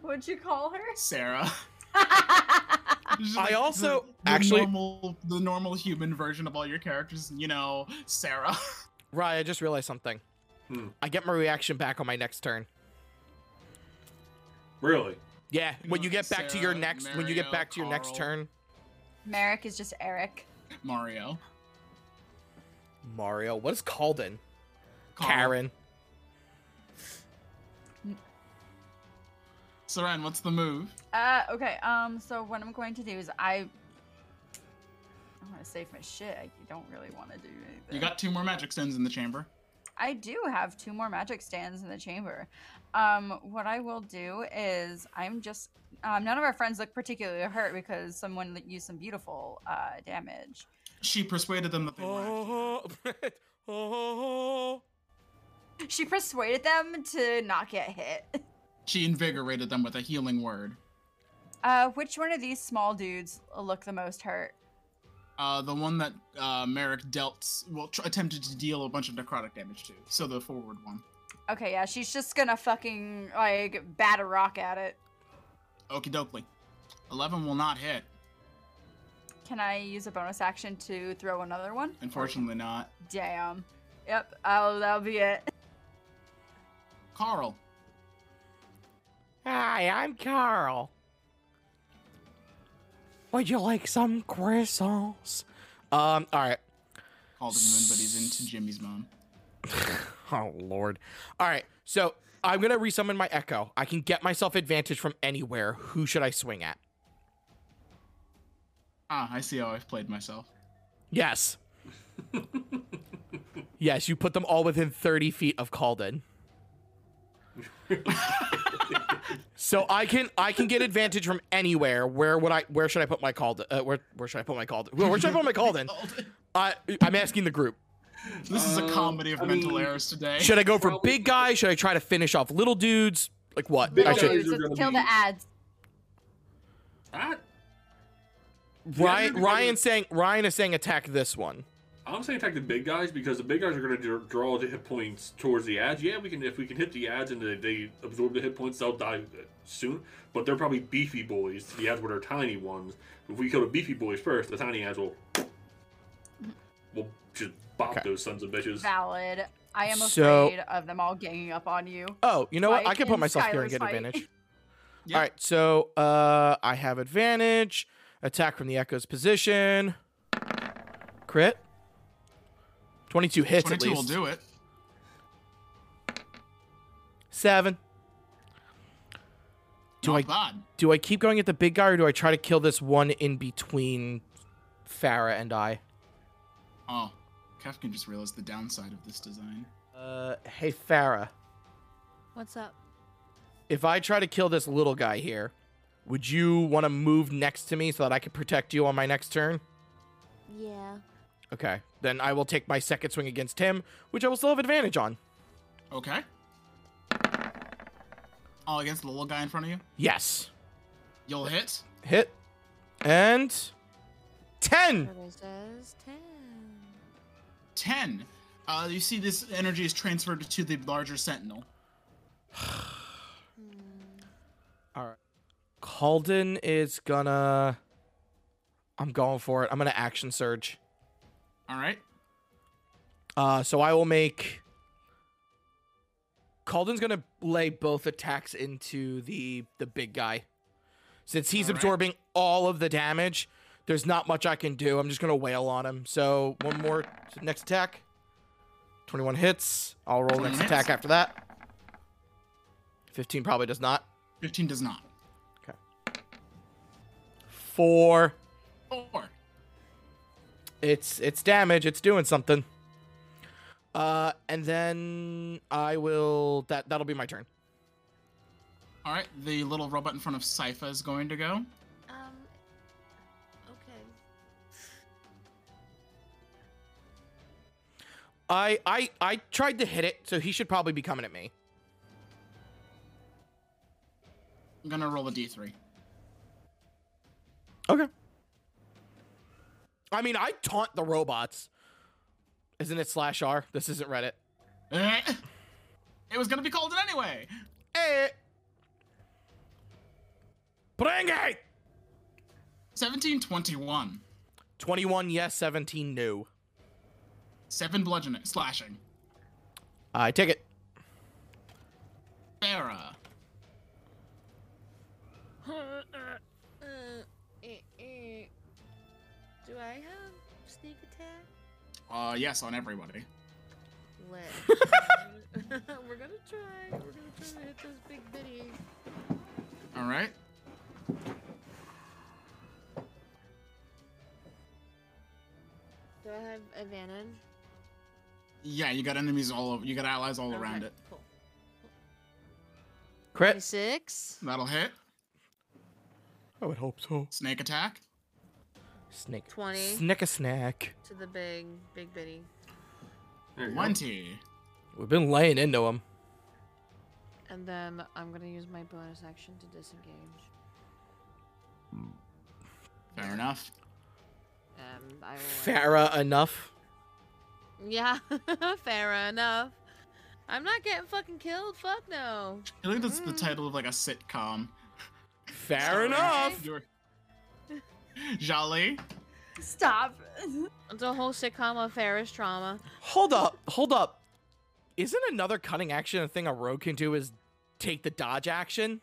[SPEAKER 5] What'd you call her?
[SPEAKER 1] Sarah. Just
[SPEAKER 2] I
[SPEAKER 1] the-
[SPEAKER 2] also-
[SPEAKER 1] the
[SPEAKER 2] actually-
[SPEAKER 1] normal, the normal human version of all your characters. You know, Sarah.
[SPEAKER 2] Rye, I just realized something.
[SPEAKER 4] Hmm.
[SPEAKER 2] I get my reaction back on my next turn.
[SPEAKER 4] Really?
[SPEAKER 2] Yeah,
[SPEAKER 1] You
[SPEAKER 2] when
[SPEAKER 1] know,
[SPEAKER 2] you get back to your
[SPEAKER 1] Sarah,
[SPEAKER 2] next, when you get
[SPEAKER 1] Mario,
[SPEAKER 2] back to your next
[SPEAKER 1] Carl.
[SPEAKER 2] turn,
[SPEAKER 5] Merrick is just Eric.
[SPEAKER 1] Mario.
[SPEAKER 2] Mario. What is Calden?
[SPEAKER 1] Carl.
[SPEAKER 2] Karen.
[SPEAKER 1] Seren, what's the move?
[SPEAKER 5] Uh, okay. Um, so what I'm going to do is I I'm gonna save my shit. I don't really want to do anything.
[SPEAKER 1] You got two more magic stones in the chamber.
[SPEAKER 5] I do have two more magic stands in the chamber. Um, what I will do is I'm just um, none of our friends look particularly hurt because someone that used some beautiful uh, damage.
[SPEAKER 1] She persuaded them that they were. actually-
[SPEAKER 2] oh.
[SPEAKER 5] She persuaded them to not get hit.
[SPEAKER 1] She invigorated them with a healing word.
[SPEAKER 5] Uh, which one of these small dudes look the most hurt?
[SPEAKER 1] Uh, the one that uh, Merrick dealt, well, tr- attempted to deal a bunch of necrotic damage to. So the forward one.
[SPEAKER 5] Okay, yeah, she's just gonna fucking like bat a rock at it.
[SPEAKER 1] Okie dokie. 11 will not hit.
[SPEAKER 5] Can I use a bonus action to throw another one?
[SPEAKER 1] Unfortunately, not.
[SPEAKER 5] Damn. Yep, I'll, that'll be it.
[SPEAKER 1] Carl.
[SPEAKER 2] Hi, I'm Carl. Would you like some croissants? Um, alright.
[SPEAKER 1] Called him in, but he's into Jimmy's mom.
[SPEAKER 2] Oh, Lord. Alright, so I'm gonna resummon my Echo. I can get myself advantage from anywhere. Who should I swing at?
[SPEAKER 1] Ah, I see how I've played myself.
[SPEAKER 2] Yes. yes, you put them all within 30 feet of Calden. so I can I can get advantage from anywhere. Where would I where should I put my Calden? Uh, where where should I put my Calden? Where, where should I put my Calden? I I'm asking the group.
[SPEAKER 1] This is a
[SPEAKER 4] Um,
[SPEAKER 1] comedy of
[SPEAKER 4] I
[SPEAKER 1] mental
[SPEAKER 4] mean-
[SPEAKER 1] errors today.
[SPEAKER 2] Should I go for
[SPEAKER 4] Probably-
[SPEAKER 2] big guys? Should I try to finish off little dudes? Like what?
[SPEAKER 4] Big
[SPEAKER 2] I
[SPEAKER 4] guys.
[SPEAKER 2] should
[SPEAKER 4] Those are gonna
[SPEAKER 5] Kill
[SPEAKER 4] be-
[SPEAKER 5] the ads.
[SPEAKER 4] I,
[SPEAKER 2] Ryan
[SPEAKER 4] Yeah,
[SPEAKER 2] Ryan's saying Ryan is saying attack this one.
[SPEAKER 4] I'm saying attack the big guys because the big guys are going to dr- draw the hit points towards the ads. Yeah, we can if we can hit the ads and they, they absorb the hit points, they'll die uh, soon. But they're probably beefy boys. The ads were their tiny ones. If we kill the beefy boys first, the tiny ads will will just bop
[SPEAKER 2] Okay.
[SPEAKER 4] those sons of bitches.
[SPEAKER 5] Valid. I am
[SPEAKER 2] So-
[SPEAKER 5] afraid of them all ganging up on you.
[SPEAKER 2] Oh, you know what?
[SPEAKER 5] Fight
[SPEAKER 2] I can put
[SPEAKER 5] in
[SPEAKER 2] myself here and
[SPEAKER 5] Skylar's
[SPEAKER 2] get
[SPEAKER 5] fight.
[SPEAKER 2] advantage.
[SPEAKER 1] Yeah.
[SPEAKER 2] All right, so uh, I have advantage. Attack from the Echo's position. Crit. Twenty-two hits
[SPEAKER 1] 22
[SPEAKER 2] at
[SPEAKER 1] will
[SPEAKER 2] least.
[SPEAKER 1] do it.
[SPEAKER 2] Seven. Do
[SPEAKER 1] Not
[SPEAKER 2] I-
[SPEAKER 1] bad.
[SPEAKER 2] Do I keep going at the big guy, or do I try to kill this one in between Farah and I?
[SPEAKER 1] Oh, Kefkin just realized the downside of this design.
[SPEAKER 2] Uh, hey Farah,
[SPEAKER 6] What's up?
[SPEAKER 2] if I try to kill this little guy here, would you want to move next to me so that I can protect you on my next turn?
[SPEAKER 7] Yeah.
[SPEAKER 2] Okay, then I will take my second swing against him, which I will still have advantage on.
[SPEAKER 1] Okay. All against the little guy in front of you.
[SPEAKER 2] Yes.
[SPEAKER 1] You'll hit.
[SPEAKER 2] Hit. And 10.
[SPEAKER 7] Purple says 10.
[SPEAKER 1] 10. Uh, you see, this energy is transferred to the larger sentinel.
[SPEAKER 2] All right. Calden is gonna. I'm going for it. I'm gonna action surge.
[SPEAKER 1] All right.
[SPEAKER 2] Uh, so I will make. Calden's gonna lay both attacks into the the big guy, since he's
[SPEAKER 1] All right.
[SPEAKER 2] absorbing all of the damage. There's not much I can do. I'm just gonna wail on him. So one more so next attack. 21 hits. I'll roll
[SPEAKER 1] 21
[SPEAKER 2] next
[SPEAKER 1] hits.
[SPEAKER 2] attack after that. 15 probably does not.
[SPEAKER 1] 15 does not.
[SPEAKER 2] Four.
[SPEAKER 1] Four.
[SPEAKER 2] It's it's damage. It's doing something. Uh, and then I will. That that'll be my turn.
[SPEAKER 1] All right. The little robot in front of Sypha is going to go.
[SPEAKER 7] Um. Okay.
[SPEAKER 2] I I I tried to hit it, so he should probably be coming at me.
[SPEAKER 1] I'm going to roll a d3.
[SPEAKER 2] Okay. I mean, I taunt the robots. Isn't it slash r? This isn't Reddit.
[SPEAKER 1] Eh. It was going to be called it anyway.
[SPEAKER 2] Eh. Bring it.
[SPEAKER 1] 1721.
[SPEAKER 2] Twenty-one yes, seventeen no.
[SPEAKER 1] Seven bludgeoning, slashing.
[SPEAKER 2] I take it.
[SPEAKER 1] Farah.
[SPEAKER 7] Uh, eh, eh. Do I have sneak attack?
[SPEAKER 1] Uh, yes, on everybody.
[SPEAKER 7] Let. We're gonna try. We're gonna try to hit those big bitties.
[SPEAKER 1] All right.
[SPEAKER 7] Do I have advantage?
[SPEAKER 1] Yeah, you got enemies all over. You got allies all around
[SPEAKER 7] Okay,
[SPEAKER 1] it.
[SPEAKER 7] Cool.
[SPEAKER 2] Crit.
[SPEAKER 3] Six.
[SPEAKER 1] That'll hit.
[SPEAKER 2] I would hope so.
[SPEAKER 1] Snake attack.
[SPEAKER 2] Snake.
[SPEAKER 7] 20.
[SPEAKER 2] Snick a snack.
[SPEAKER 7] To the big, big bitty.
[SPEAKER 4] There you go.
[SPEAKER 1] Twenty.
[SPEAKER 2] We've been laying into him.
[SPEAKER 7] And then I'm gonna use my bonus action to disengage.
[SPEAKER 1] Fair enough.
[SPEAKER 7] Um, I will. uh,
[SPEAKER 2] Farah enough.
[SPEAKER 7] yeah, fair enough. I'm not getting fucking killed. Fuck no.
[SPEAKER 1] I think that's the title of like a sitcom.
[SPEAKER 2] Fair enough.
[SPEAKER 1] You're... Jolly.
[SPEAKER 5] Stop.
[SPEAKER 7] It's a whole sitcom of Ferris trauma.
[SPEAKER 2] Hold up. Hold up. Isn't another cutting action a thing a rogue can do is take the dodge action?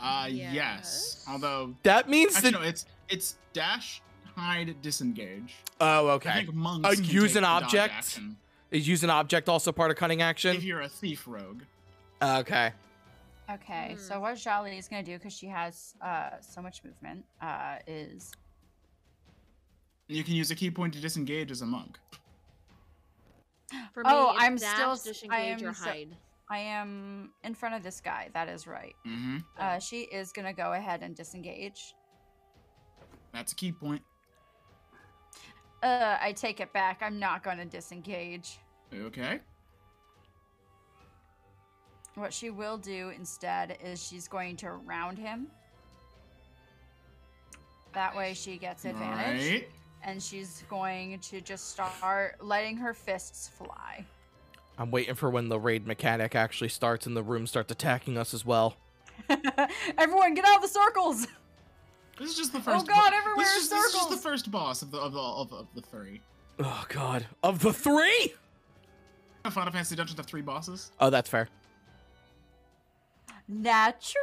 [SPEAKER 1] Uh, yes.
[SPEAKER 7] Yes.
[SPEAKER 1] Although,
[SPEAKER 2] That means
[SPEAKER 1] actually,
[SPEAKER 2] that.
[SPEAKER 1] no, it's it's dash, hide, disengage.
[SPEAKER 2] Oh,
[SPEAKER 1] I
[SPEAKER 2] okay.
[SPEAKER 1] think monks
[SPEAKER 2] Uh,
[SPEAKER 1] can take
[SPEAKER 2] use an
[SPEAKER 1] the dodge
[SPEAKER 2] object?
[SPEAKER 1] action
[SPEAKER 2] Is use an object also part of cutting
[SPEAKER 1] If
[SPEAKER 2] action?
[SPEAKER 1] you're a thief rogue,
[SPEAKER 2] Okay.
[SPEAKER 5] Okay, so what Jolly is gonna do because she has uh, so much movement uh, is
[SPEAKER 1] you can use a key point to disengage as a monk.
[SPEAKER 7] For
[SPEAKER 5] Oh,
[SPEAKER 7] me, it's
[SPEAKER 5] I'm
[SPEAKER 7] dash,
[SPEAKER 5] still s- I
[SPEAKER 7] disengage or
[SPEAKER 5] am so-
[SPEAKER 7] hide.
[SPEAKER 5] I am in front of this guy. That is right.
[SPEAKER 1] Mm-hmm.
[SPEAKER 5] Uh, she is gonna go ahead and disengage.
[SPEAKER 1] That's a key point.
[SPEAKER 5] Uh, I take it back. I'm not gonna disengage.
[SPEAKER 1] Okay.
[SPEAKER 5] What she will do instead is she's going to round him. That way she gets advantage.
[SPEAKER 1] Right.
[SPEAKER 5] And she's going to just start letting her fists fly.
[SPEAKER 2] I'm waiting for when the raid mechanic actually starts and the room starts attacking us as well.
[SPEAKER 5] Everyone, get out of the circles!
[SPEAKER 1] This is just the first.
[SPEAKER 5] Oh God,
[SPEAKER 1] bo-
[SPEAKER 5] everywhere
[SPEAKER 1] this
[SPEAKER 5] are
[SPEAKER 1] is, just, this is just the
[SPEAKER 5] circles.
[SPEAKER 1] first boss of the of the of, of the three.
[SPEAKER 2] Oh God! Of the three?
[SPEAKER 1] Final Fantasy Dungeons have three bosses.
[SPEAKER 2] Oh, that's fair.
[SPEAKER 5] Natural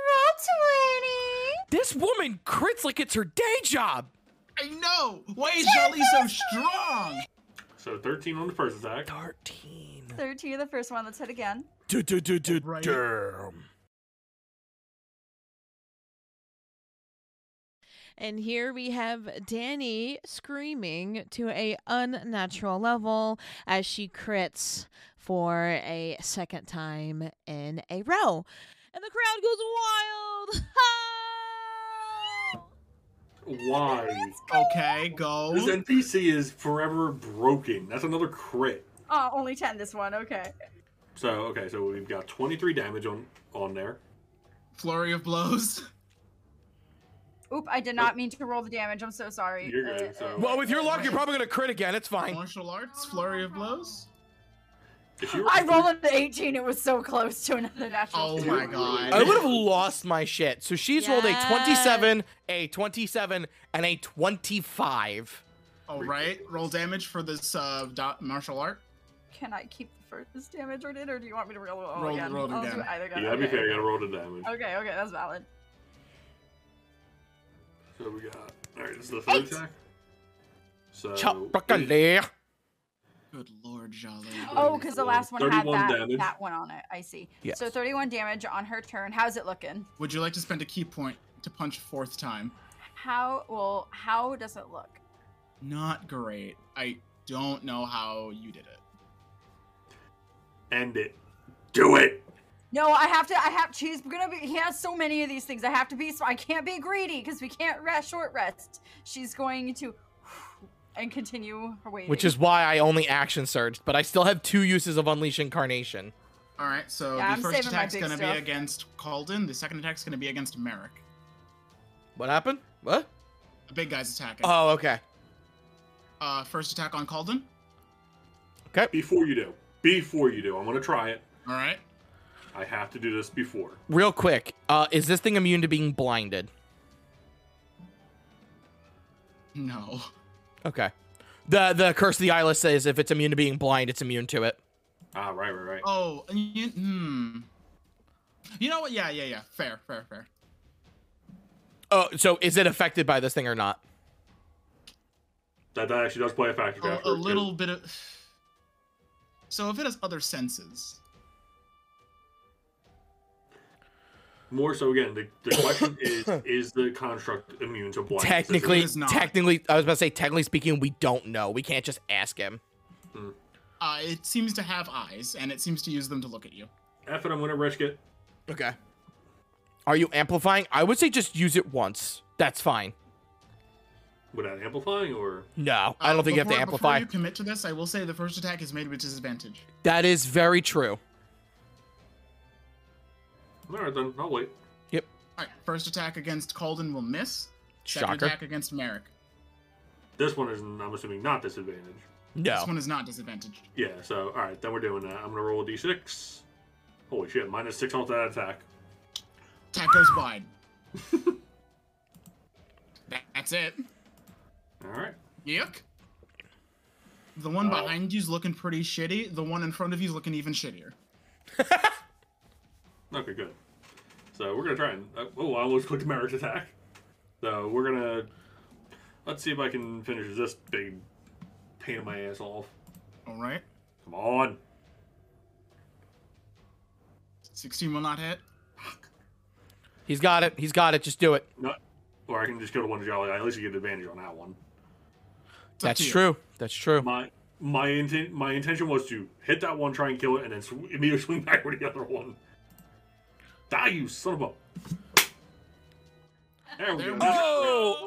[SPEAKER 5] 20!
[SPEAKER 2] This woman crits like it's her day job.
[SPEAKER 1] I know. Why is Jolly so strong?
[SPEAKER 4] So 13 on the first attack.
[SPEAKER 2] Thirteen.
[SPEAKER 5] 13 of the first one. Let's hit again.
[SPEAKER 2] Du- du- du- du-
[SPEAKER 1] Right.
[SPEAKER 2] Damn.
[SPEAKER 3] And here we have Danny screaming to a unnatural level as she crits for a second time in a row. And the crowd goes wild.
[SPEAKER 4] Why?
[SPEAKER 1] Okay, go.
[SPEAKER 4] This NPC is forever broken. That's another crit.
[SPEAKER 5] Oh, only 10 this one. Okay.
[SPEAKER 4] So okay, so we've got 23 damage on on there.
[SPEAKER 1] Flurry of blows.
[SPEAKER 5] Oop, I did not mean to roll the damage. I'm so sorry.
[SPEAKER 4] You're good, so-
[SPEAKER 2] Well, with your luck, you're probably gonna crit again. It's fine.
[SPEAKER 1] Martial arts. Flurry of blows.
[SPEAKER 4] If you were-
[SPEAKER 5] I rolled an 18. It was so close to another natural.
[SPEAKER 1] Oh
[SPEAKER 5] 20.
[SPEAKER 1] my god.
[SPEAKER 2] I would have lost my shit. So she's rolled a 27, a 27, and a 25.
[SPEAKER 1] All right. Roll damage for this uh, dot martial art.
[SPEAKER 5] Can I keep the first damage or did, or do you want me to roll it all
[SPEAKER 1] Roll-
[SPEAKER 5] again?
[SPEAKER 1] roll it
[SPEAKER 5] I'll
[SPEAKER 1] again.
[SPEAKER 5] do either
[SPEAKER 4] You
[SPEAKER 5] again.
[SPEAKER 4] gotta be
[SPEAKER 5] okay.
[SPEAKER 4] fair. You gotta roll the damage.
[SPEAKER 5] okay, okay, that's valid.
[SPEAKER 4] So we got. All right, this is the third
[SPEAKER 5] Eight.
[SPEAKER 4] attack. So
[SPEAKER 2] Chop broccoli.
[SPEAKER 1] Good lord, Jolly.
[SPEAKER 5] Oh, because the last one had
[SPEAKER 4] 31
[SPEAKER 5] that,
[SPEAKER 4] damage.
[SPEAKER 5] that one on it. I see.
[SPEAKER 2] Yes.
[SPEAKER 5] So 31 damage on her turn. How's it looking?
[SPEAKER 1] Would you like to spend a key point to punch fourth time?
[SPEAKER 5] How well? How does it look?
[SPEAKER 1] Not great. I don't know how you did it.
[SPEAKER 4] End it. Do it.
[SPEAKER 5] No, I have to. I have. She's gonna be. He has so many of these things. I have to be. So I can't be greedy because we can't rest. Short rest. She's going to, and continue her way.
[SPEAKER 2] Which is why I only action surged, but I still have two uses of Unleash Incarnation.
[SPEAKER 1] All right. So
[SPEAKER 5] Yeah,
[SPEAKER 1] the
[SPEAKER 5] I'm
[SPEAKER 1] first
[SPEAKER 5] saving my
[SPEAKER 1] attack's
[SPEAKER 5] big
[SPEAKER 1] gonna
[SPEAKER 5] stuff.
[SPEAKER 1] be against Calden. The second attack's gonna be against Merrick.
[SPEAKER 2] What happened? What?
[SPEAKER 1] The big guy's attacking.
[SPEAKER 2] Oh, okay.
[SPEAKER 1] Uh, first attack on Calden.
[SPEAKER 4] Before you do. Before you do. I'm gonna try it.
[SPEAKER 1] All right.
[SPEAKER 4] I have to do this before.
[SPEAKER 2] Real quick, uh, is this thing immune to being blinded?
[SPEAKER 1] No.
[SPEAKER 2] Okay. The the curse of the eyeless says if it's immune to being blind, it's immune to it.
[SPEAKER 4] Ah, right, right, right.
[SPEAKER 1] Oh, and you, hmm. You know what? Yeah, yeah, yeah. Fair, fair, fair.
[SPEAKER 2] Oh, so is it affected by this thing or not?
[SPEAKER 4] That, that actually does play a
[SPEAKER 5] Oh,
[SPEAKER 4] factor.
[SPEAKER 1] A, a
[SPEAKER 4] afterwards, 'cause
[SPEAKER 1] little bit of. So if it has other senses,
[SPEAKER 4] More so again, the, the question is: Is the construct immune to blindness? Is it-
[SPEAKER 2] Technically,
[SPEAKER 1] is not.
[SPEAKER 2] technically, I was about to say, technically speaking, we don't know. We can't just ask him.
[SPEAKER 1] Uh, it seems to have eyes, and it seems to use them to look at you.
[SPEAKER 4] F it, I'm gonna risk it.
[SPEAKER 2] Okay. Are you amplifying? I would say just use it once. That's fine.
[SPEAKER 4] without amplifying, or
[SPEAKER 2] No, I don't think you have to
[SPEAKER 1] Uh, Before- Before
[SPEAKER 2] amplify.
[SPEAKER 1] you commit to this, I will say the first attack is made with disadvantage.
[SPEAKER 2] That is very true.
[SPEAKER 4] all right then, I'll wait.
[SPEAKER 1] All right, first attack against Calden will miss. Second
[SPEAKER 2] Shocker.
[SPEAKER 1] attack against Merrick.
[SPEAKER 4] This one is, I'm assuming, not disadvantage.
[SPEAKER 1] This
[SPEAKER 2] No.
[SPEAKER 1] one is not disadvantaged.
[SPEAKER 4] Yeah. So all right, then we're doing that. I'm gonna roll a d6. Holy shit, minus six off that attack.
[SPEAKER 1] Attack goes wide. That- that's it.
[SPEAKER 4] All right.
[SPEAKER 1] Yuck. The one
[SPEAKER 4] Oh.
[SPEAKER 1] behind you's looking pretty shitty. The one in front of you's looking even shittier.
[SPEAKER 4] Okay, good. So we're gonna try and. Uh, oh, I almost clicked marriage attack. So we're gonna. Let's see if I can finish this big pain in my ass off.
[SPEAKER 1] All right.
[SPEAKER 4] Come on.
[SPEAKER 1] 16 will not hit.
[SPEAKER 2] He's got it. He's got it. Just do it.
[SPEAKER 4] No. Or I can just go to one jolly. I at least get advantage on that one.
[SPEAKER 1] It's up
[SPEAKER 2] That's
[SPEAKER 1] to you.
[SPEAKER 2] true. That's true.
[SPEAKER 4] My my intent my intention was to hit that one, try and kill it, and then sw- immediately swing back with the other one. Die, you son of a! There we
[SPEAKER 1] There
[SPEAKER 4] go.
[SPEAKER 1] we go.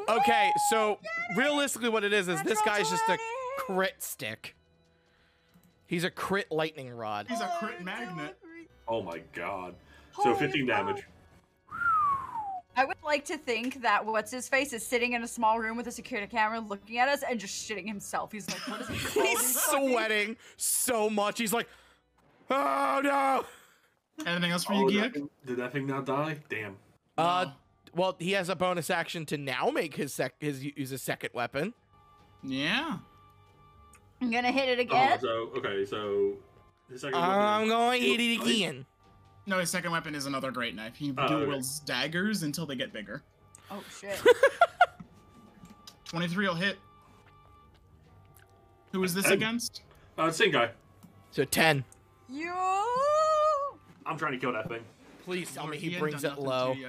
[SPEAKER 2] Oh, okay. So realistically, what it is is this guy's just a crit stick. He's a crit lightning rod.
[SPEAKER 1] He's a crit magnet.
[SPEAKER 4] Oh my god!
[SPEAKER 5] Holy
[SPEAKER 4] so 15
[SPEAKER 5] fuck.
[SPEAKER 4] damage.
[SPEAKER 5] I would like to think that what's his face is sitting in a small room with a security camera looking at us and just shitting himself. He's like, what is he
[SPEAKER 2] He's sweating so much. He's like, oh no.
[SPEAKER 1] Anything else for
[SPEAKER 4] Oh,
[SPEAKER 1] you,
[SPEAKER 4] that
[SPEAKER 1] Geek?
[SPEAKER 4] thing- did that thing not die? Damn.
[SPEAKER 2] Uh,
[SPEAKER 1] No.
[SPEAKER 2] well, he has a bonus action to now make his sec his use his second weapon.
[SPEAKER 1] Yeah.
[SPEAKER 5] I'm gonna hit it
[SPEAKER 4] Oh,
[SPEAKER 5] again.
[SPEAKER 4] so okay, so the second one-
[SPEAKER 2] I'm going to hit it again.
[SPEAKER 1] No, his second weapon is another great knife. He
[SPEAKER 4] Oh,
[SPEAKER 1] dual
[SPEAKER 4] okay.
[SPEAKER 1] wields daggers until they get bigger.
[SPEAKER 5] Oh shit.
[SPEAKER 1] 23 will hit. Who is this
[SPEAKER 4] Hey.
[SPEAKER 1] against?
[SPEAKER 4] Uh, same guy.
[SPEAKER 2] So ten.
[SPEAKER 5] you.
[SPEAKER 4] I'm trying to kill that thing.
[SPEAKER 2] Please tell me
[SPEAKER 1] Lord,
[SPEAKER 2] he
[SPEAKER 1] ain't
[SPEAKER 2] brings
[SPEAKER 1] done
[SPEAKER 2] it
[SPEAKER 1] nothing to
[SPEAKER 2] low.
[SPEAKER 1] ya.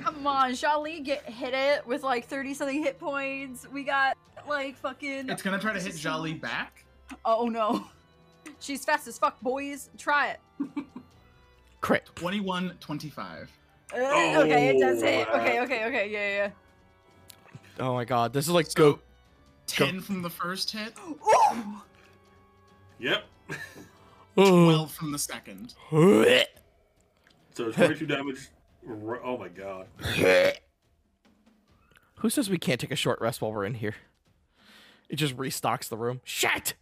[SPEAKER 5] Come on, Jolly, get hit it with like 30 something hit points. We got like fucking.
[SPEAKER 1] It's gonna try to
[SPEAKER 5] This
[SPEAKER 1] hit
[SPEAKER 5] is so
[SPEAKER 1] Jolly
[SPEAKER 5] much.
[SPEAKER 1] back.
[SPEAKER 5] Oh no. She's fast as fuck, boys. Try it.
[SPEAKER 2] Crit.
[SPEAKER 1] 21, 25.
[SPEAKER 5] Uh, okay, it does
[SPEAKER 4] Oh,
[SPEAKER 5] hit.
[SPEAKER 4] wow.
[SPEAKER 5] Okay, okay, okay. Yeah,
[SPEAKER 2] Oh my god, this is like
[SPEAKER 1] So,
[SPEAKER 2] go.
[SPEAKER 1] 10 from the first hit,
[SPEAKER 5] yeah. Ooh!
[SPEAKER 4] Yep.
[SPEAKER 1] 12 from the second.
[SPEAKER 4] So 22 damage. R- Oh my god.
[SPEAKER 2] Who says we can't take a short rest while we're in here? It just restocks the room. Shit!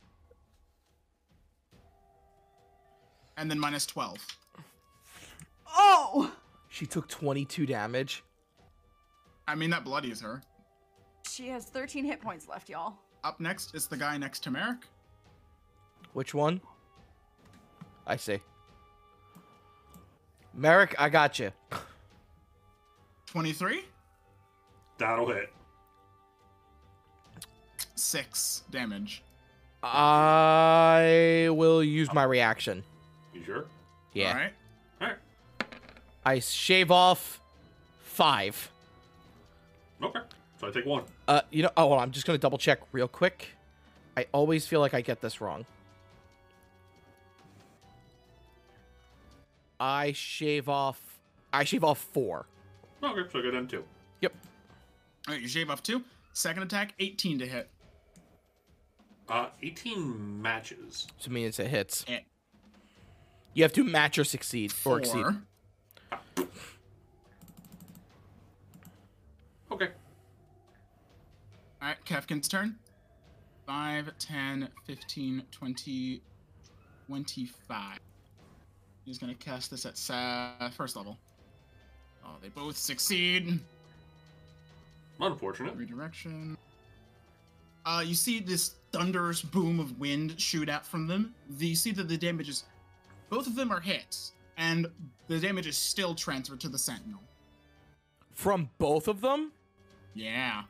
[SPEAKER 1] And then minus 12.
[SPEAKER 5] Oh!
[SPEAKER 2] She took 22 damage.
[SPEAKER 1] I mean, that bloodies her.
[SPEAKER 5] She has 13 hit points left, y'all.
[SPEAKER 1] Up next is the guy next to Merrick.
[SPEAKER 2] Which one? I see. Merrick, I got you.
[SPEAKER 1] 23,
[SPEAKER 4] That'll hit.
[SPEAKER 1] 6 damage.
[SPEAKER 2] I will use my reaction.
[SPEAKER 4] You sure?
[SPEAKER 2] Yeah.
[SPEAKER 1] Alright.
[SPEAKER 4] All right.
[SPEAKER 2] I shave off five.
[SPEAKER 4] Okay. So I take one.
[SPEAKER 2] Uh, you know, oh, hold on, I'm just gonna double check real quick. I always feel like I get this wrong. I shave off. I shave off four.
[SPEAKER 4] Okay, so I go down two.
[SPEAKER 2] Yep.
[SPEAKER 1] Alright, you shave off 2. Second attack, 18 to hit.
[SPEAKER 4] Uh, 18 matches.
[SPEAKER 2] So means it hits.
[SPEAKER 1] It.
[SPEAKER 2] You have to match or succeed
[SPEAKER 1] 4.
[SPEAKER 2] or exceed.
[SPEAKER 4] Okay.
[SPEAKER 1] Alright, Kefkin's turn. 5, 10, 15, 20, 25. He's gonna cast this at sa- first level. Oh, they both succeed.
[SPEAKER 4] Unfortunate.
[SPEAKER 1] Redirection. Uh, you see this thunderous boom of wind shoot out from them. The, you see that the damage is. Both of them are hits, and the damage is still transferred to the sentinel.
[SPEAKER 2] From both of them.
[SPEAKER 1] Yeah.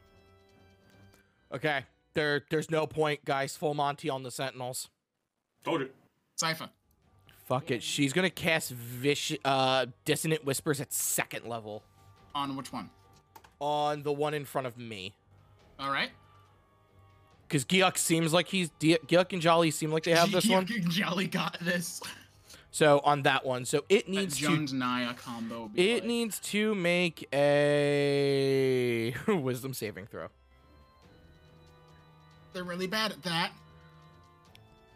[SPEAKER 2] Okay. There, there's no point, guys. Full Monty on the Sentinels.
[SPEAKER 4] Told you.
[SPEAKER 1] Sypha.
[SPEAKER 2] Fuck it. She's gonna cast Vish uh Dissonant Whispers at second level
[SPEAKER 1] On which one?
[SPEAKER 2] on the one in front of me.
[SPEAKER 1] All right.
[SPEAKER 2] Because Giok seems like he's Di- Giok and Jolly seem like they have this one.
[SPEAKER 1] Jolly got this.
[SPEAKER 2] So on that one, so it
[SPEAKER 1] That
[SPEAKER 2] needs to
[SPEAKER 1] Jones Naya combo. would be
[SPEAKER 2] it
[SPEAKER 1] like-
[SPEAKER 2] needs to make a wisdom saving throw.
[SPEAKER 1] They're really bad at that.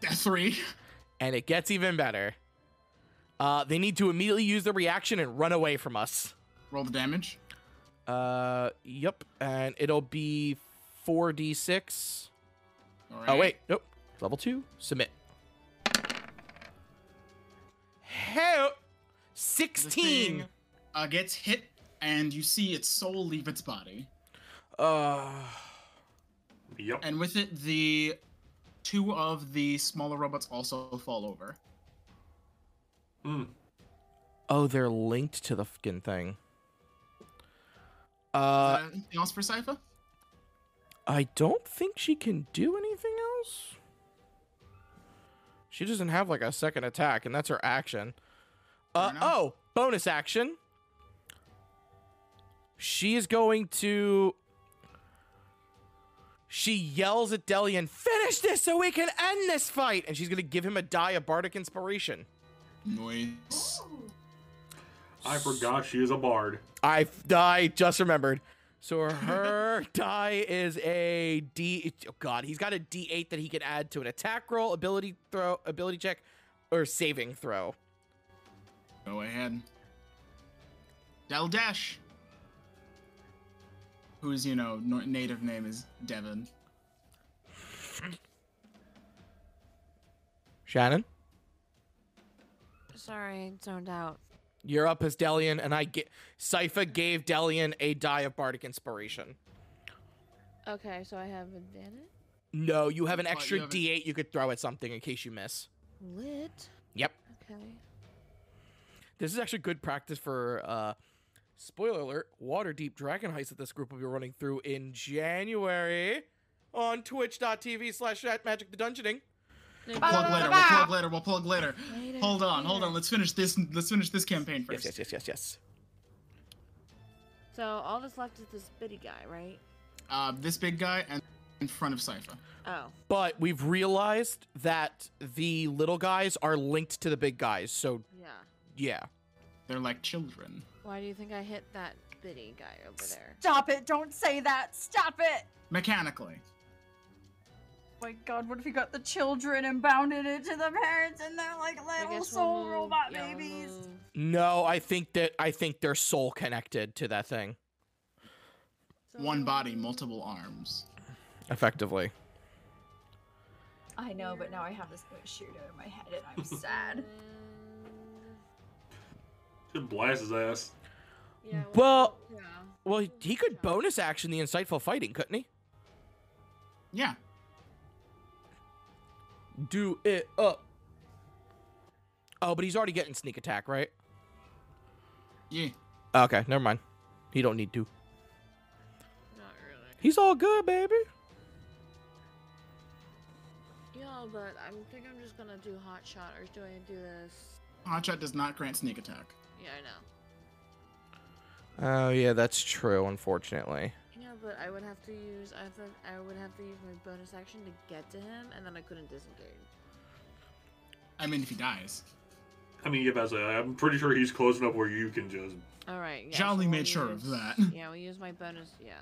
[SPEAKER 1] That's three.
[SPEAKER 2] And it gets even better. Uh, they need to immediately use their reaction and run away from us.
[SPEAKER 1] Roll the damage.
[SPEAKER 2] Uh, yep. And it'll be 4d6.
[SPEAKER 1] All right.
[SPEAKER 2] Oh, wait. Nope. Level 2. Submit. Hell. 16.
[SPEAKER 1] thing, uh, gets hit, and you see its soul leave its body.
[SPEAKER 2] Uh,
[SPEAKER 4] Yep.
[SPEAKER 1] And with it, the two of the smaller robots also fall over.
[SPEAKER 4] Mm.
[SPEAKER 2] oh, they're linked to the fucking thing. Uh,
[SPEAKER 1] Uh, anything else for Sypha?
[SPEAKER 2] I don't think she can do anything else. She doesn't have like a second attack, and that's her action. Uh
[SPEAKER 1] enough.
[SPEAKER 2] oh, bonus action. She is going to. She yells at Delian, finish this so we can end this fight! And she's gonna give him a die of Bardic Inspiration.
[SPEAKER 1] Noise.
[SPEAKER 4] I forgot she is a bard.
[SPEAKER 2] I, I just remembered. So her die is a D. Oh God, he's got a D8 that he can add to an attack roll, ability throw, ability check, or saving throw.
[SPEAKER 1] Go ahead. Del Dash, whose you know no- native name is Devon.
[SPEAKER 2] Shannon,
[SPEAKER 3] Sorry, zoned out.
[SPEAKER 2] you're up as Delian, and I get Sypha gave Delian a die of bardic inspiration.
[SPEAKER 3] Okay, so I have advantage.
[SPEAKER 2] No, you have an
[SPEAKER 1] But you
[SPEAKER 2] extra
[SPEAKER 1] haven't-
[SPEAKER 2] D8 you could throw at something in case you miss.
[SPEAKER 3] Lit.
[SPEAKER 2] Yep.
[SPEAKER 3] Okay.
[SPEAKER 2] This is actually good practice for uh spoiler alert, Waterdeep Dragon Heist that this group will be running through in January on twitch.tv slash at magic the dungeoning.
[SPEAKER 3] Like,
[SPEAKER 1] We'll plug later. We'll plug later. We'll plug later.
[SPEAKER 3] Later,
[SPEAKER 1] Hold on. Hold
[SPEAKER 3] later.
[SPEAKER 1] on. Let's finish this. Let's finish this campaign
[SPEAKER 2] Yes,
[SPEAKER 1] first.
[SPEAKER 2] yes, yes, yes, yes.
[SPEAKER 3] So all that's left is this bitty guy, right?
[SPEAKER 1] Uh, this big guy and in front of Sypha.
[SPEAKER 3] Oh.
[SPEAKER 2] But we've realized that the little guys are linked to the big guys, so
[SPEAKER 3] Yeah.
[SPEAKER 2] yeah.
[SPEAKER 1] They're like children.
[SPEAKER 3] Why do you think I hit that bitty guy over there?
[SPEAKER 5] Stop it! Don't say that! Stop it! Oh
[SPEAKER 1] Mechanically.
[SPEAKER 5] my god, what if you got the children and bounded it to the parents and they're like
[SPEAKER 3] I
[SPEAKER 5] little
[SPEAKER 3] guess we'll
[SPEAKER 5] soul
[SPEAKER 3] move-
[SPEAKER 5] robot
[SPEAKER 3] yeah, we'll
[SPEAKER 5] babies?
[SPEAKER 3] move.
[SPEAKER 2] No, I think that I think they're soul connected to that thing.
[SPEAKER 1] One
[SPEAKER 3] So-
[SPEAKER 1] body, multiple arms.
[SPEAKER 2] Effectively.
[SPEAKER 5] I know, but now I have this shoot out of my head and I'm sad.
[SPEAKER 4] Just blast his ass.
[SPEAKER 3] Yeah.
[SPEAKER 2] Well-
[SPEAKER 3] yeah.
[SPEAKER 2] Well, he could bonus action the insightful fighting, couldn't he?
[SPEAKER 1] Yeah.
[SPEAKER 2] Do it up. Oh, but he's already getting sneak attack, right?
[SPEAKER 1] Yeah.
[SPEAKER 2] Okay, never mind. He don't need to.
[SPEAKER 3] Not really.
[SPEAKER 2] He's all good, baby.
[SPEAKER 3] Yeah, but I am think I'm just gonna do hot shot, or do I do this?
[SPEAKER 1] Hotshot does not grant sneak attack.
[SPEAKER 3] Yeah, I know.
[SPEAKER 2] Oh yeah, that's true. Unfortunately.
[SPEAKER 3] Yeah, but I would have to use I have to, I would have to use my bonus action to get to him, and then I couldn't disengage.
[SPEAKER 1] I mean, if he dies.
[SPEAKER 4] I mean, yeah, but I was like, I'm pretty sure he's close enough where you can just
[SPEAKER 3] All right. Yeah,
[SPEAKER 1] Jolly
[SPEAKER 3] so
[SPEAKER 1] made
[SPEAKER 3] we'll
[SPEAKER 1] sure of
[SPEAKER 3] use-
[SPEAKER 1] that.
[SPEAKER 3] Yeah, we use my bonus. Yeah.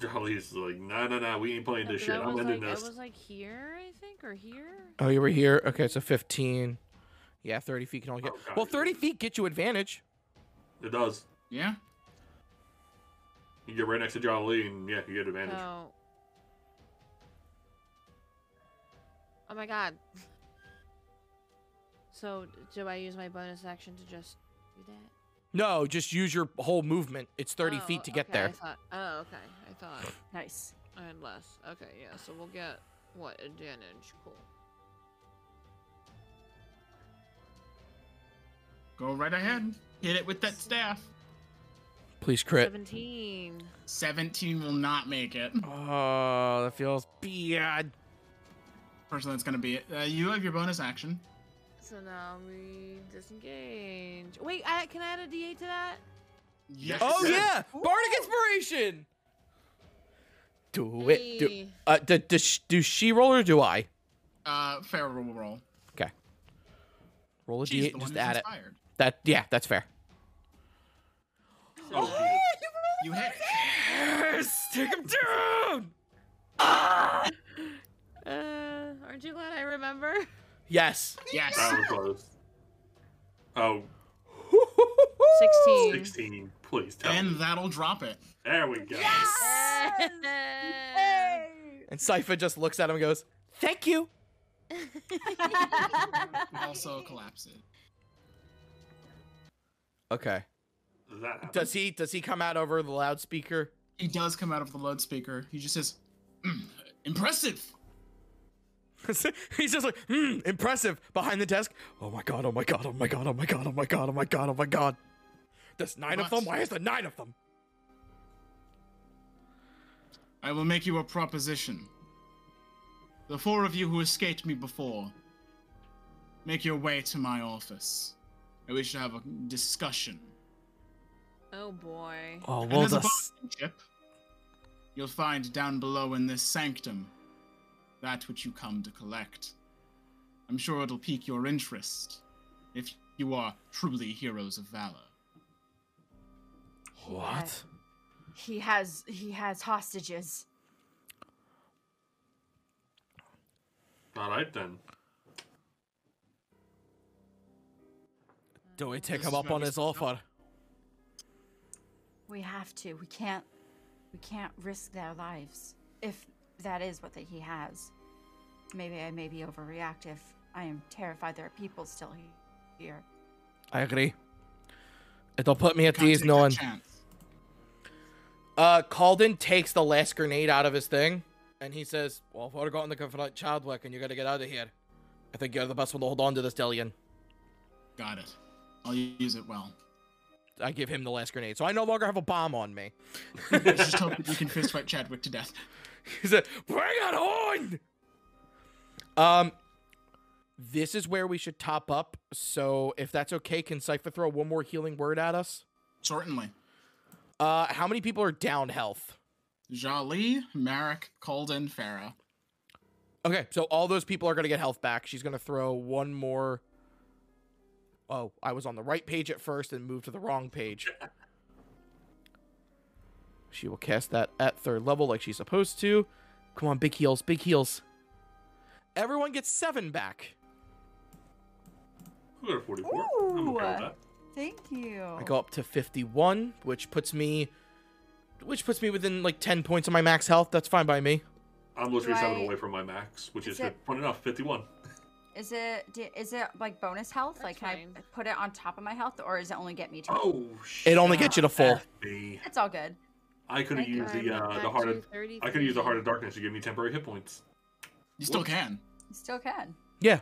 [SPEAKER 4] Jolly's like, nah, nah, nah, we ain't playing
[SPEAKER 3] No,
[SPEAKER 4] this
[SPEAKER 3] 'cause
[SPEAKER 4] shit.
[SPEAKER 3] I
[SPEAKER 4] I'm
[SPEAKER 3] was
[SPEAKER 4] ending
[SPEAKER 3] like, I
[SPEAKER 4] this.
[SPEAKER 3] was like here, I think, or here.
[SPEAKER 2] Oh, you were here. Okay, so fifteen. Yeah, thirty feet can only get.
[SPEAKER 4] Oh, God.
[SPEAKER 2] well, thirty feet get you advantage.
[SPEAKER 4] It does.
[SPEAKER 1] Yeah.
[SPEAKER 4] You get right next to Jolly, and yeah, you get advantage.
[SPEAKER 3] So. Oh my god. So do I use my bonus action to just do that?
[SPEAKER 2] No, just use your whole movement. It's thirty
[SPEAKER 3] Oh,
[SPEAKER 2] feet to get
[SPEAKER 3] okay, I
[SPEAKER 2] there.
[SPEAKER 3] thought, oh, okay. I thought
[SPEAKER 5] Nice.
[SPEAKER 3] I had less. Okay, yeah. So we'll get what advantage? Cool.
[SPEAKER 1] Go right ahead. Hit it with that staff.
[SPEAKER 2] Please crit.
[SPEAKER 3] Seventeen.
[SPEAKER 1] 17 will not make it.
[SPEAKER 2] Oh, that feels bad.
[SPEAKER 1] Personally, that's going to be it. Uh, you have your bonus action.
[SPEAKER 3] So now we disengage. Wait, I, can I add a D8 to that?
[SPEAKER 1] Yes.
[SPEAKER 2] Oh
[SPEAKER 1] yes.
[SPEAKER 2] yeah, bardic inspiration. Do it. Do
[SPEAKER 3] Hey.
[SPEAKER 2] uh, do, does sh- do she roll or do I?
[SPEAKER 1] Uh, fair roll. roll.
[SPEAKER 2] Roll a
[SPEAKER 1] She's
[SPEAKER 2] d8
[SPEAKER 1] the
[SPEAKER 2] and
[SPEAKER 1] one
[SPEAKER 2] just
[SPEAKER 1] who's
[SPEAKER 2] add it.
[SPEAKER 1] inspired.
[SPEAKER 2] That yeah, that's fair.
[SPEAKER 4] Oh,
[SPEAKER 3] So that-
[SPEAKER 1] You hit.
[SPEAKER 2] Yes, take him down.
[SPEAKER 3] Uh, aren't you glad I remember?
[SPEAKER 2] Yes.
[SPEAKER 1] Yes.
[SPEAKER 4] That was close. Oh,
[SPEAKER 3] 16.
[SPEAKER 4] 16. Please tell
[SPEAKER 1] And
[SPEAKER 4] me.
[SPEAKER 1] that'll drop it.
[SPEAKER 4] There we go.
[SPEAKER 2] And Sypha just looks at him and goes, "Thank you."
[SPEAKER 1] Also collapse it.
[SPEAKER 2] Okay.
[SPEAKER 4] That happened.
[SPEAKER 2] Does he does he come out over the loudspeaker?
[SPEAKER 1] He does come out of the loudspeaker. He just says, "Mm, "Impressive."
[SPEAKER 2] He's just like, hmm, impressive behind the desk. Oh my god, oh my god, oh my god, oh my god, oh my god, oh my god, oh my god. There's nine of them? Why is there nine of them?
[SPEAKER 1] I will make you a proposition. The four of you who escaped me before, make your way to my office. And we should have a discussion.
[SPEAKER 3] oh boy.
[SPEAKER 2] Oh,
[SPEAKER 1] And there's a bargaining chip you'll find down below in this sanctum that which you come to collect. I'm sure it'll pique your interest if you are truly heroes of valor.
[SPEAKER 2] What?
[SPEAKER 5] He has he has hostages.
[SPEAKER 4] All right then.
[SPEAKER 2] Do we take
[SPEAKER 1] This
[SPEAKER 2] him
[SPEAKER 1] is
[SPEAKER 2] up
[SPEAKER 1] where
[SPEAKER 2] on
[SPEAKER 1] we
[SPEAKER 2] his
[SPEAKER 1] stop.
[SPEAKER 2] offer?
[SPEAKER 5] We have to. We can't we can't risk their lives if that is what that he has. Maybe I may be overreactive. I am terrified there are people still he- here.
[SPEAKER 2] I agree. It'll put me at
[SPEAKER 1] Can't
[SPEAKER 2] ease
[SPEAKER 1] take
[SPEAKER 2] knowing.
[SPEAKER 1] that chance.
[SPEAKER 2] Uh, Calden takes the last grenade out of his thing, and he says, "Well, I've already gotten the confidant Chadwick, and you gotta get out of here. I think you're the best one to hold on to this Delian."
[SPEAKER 1] Got it. I'll use it well.
[SPEAKER 2] I give him the last grenade, so I no longer have a bomb on me.
[SPEAKER 1] Let's just hope that you can fistfight Chadwick to death.
[SPEAKER 2] He said, "Bring it on!" Um, this is where we should top up. So, if that's okay, can Cipher throw one more healing word at us?
[SPEAKER 1] Certainly.
[SPEAKER 2] Uh, how many people are down health?
[SPEAKER 1] Jali, Marek, Colden, Farah.
[SPEAKER 2] Okay, so all those people are gonna get health back. She's gonna throw one more. Oh, I was on the right page at first and moved to the wrong page. She will cast that at third level like she's supposed to. Come on, big heals, big heals. Everyone gets seven back.
[SPEAKER 4] We're at 44. I'm okay with
[SPEAKER 5] Ooh.
[SPEAKER 4] that.
[SPEAKER 5] Thank you.
[SPEAKER 2] I go up to 51, which puts me which puts me within like 10 points of my max health. That's fine by me.
[SPEAKER 4] I'm literally
[SPEAKER 5] Do
[SPEAKER 4] seven
[SPEAKER 5] I-
[SPEAKER 4] away from my max, which
[SPEAKER 5] Is
[SPEAKER 4] is,
[SPEAKER 5] it-
[SPEAKER 4] fun enough, 51.
[SPEAKER 5] Is it di- is it like bonus health?
[SPEAKER 3] That's
[SPEAKER 5] like can I
[SPEAKER 3] fine.
[SPEAKER 5] put it on top of my health, or is it only get me to?
[SPEAKER 4] Oh,
[SPEAKER 2] It only gets you to full.
[SPEAKER 4] me.
[SPEAKER 5] It's all good.
[SPEAKER 4] I could have
[SPEAKER 3] Thank
[SPEAKER 4] used the
[SPEAKER 3] God,
[SPEAKER 4] uh,
[SPEAKER 3] back
[SPEAKER 4] the heart
[SPEAKER 3] to
[SPEAKER 4] of I could use the
[SPEAKER 3] 33.
[SPEAKER 4] heart of darkness to give me temporary hit points.
[SPEAKER 1] You still
[SPEAKER 4] Whoops.
[SPEAKER 1] can.
[SPEAKER 5] You still can.
[SPEAKER 2] Yeah.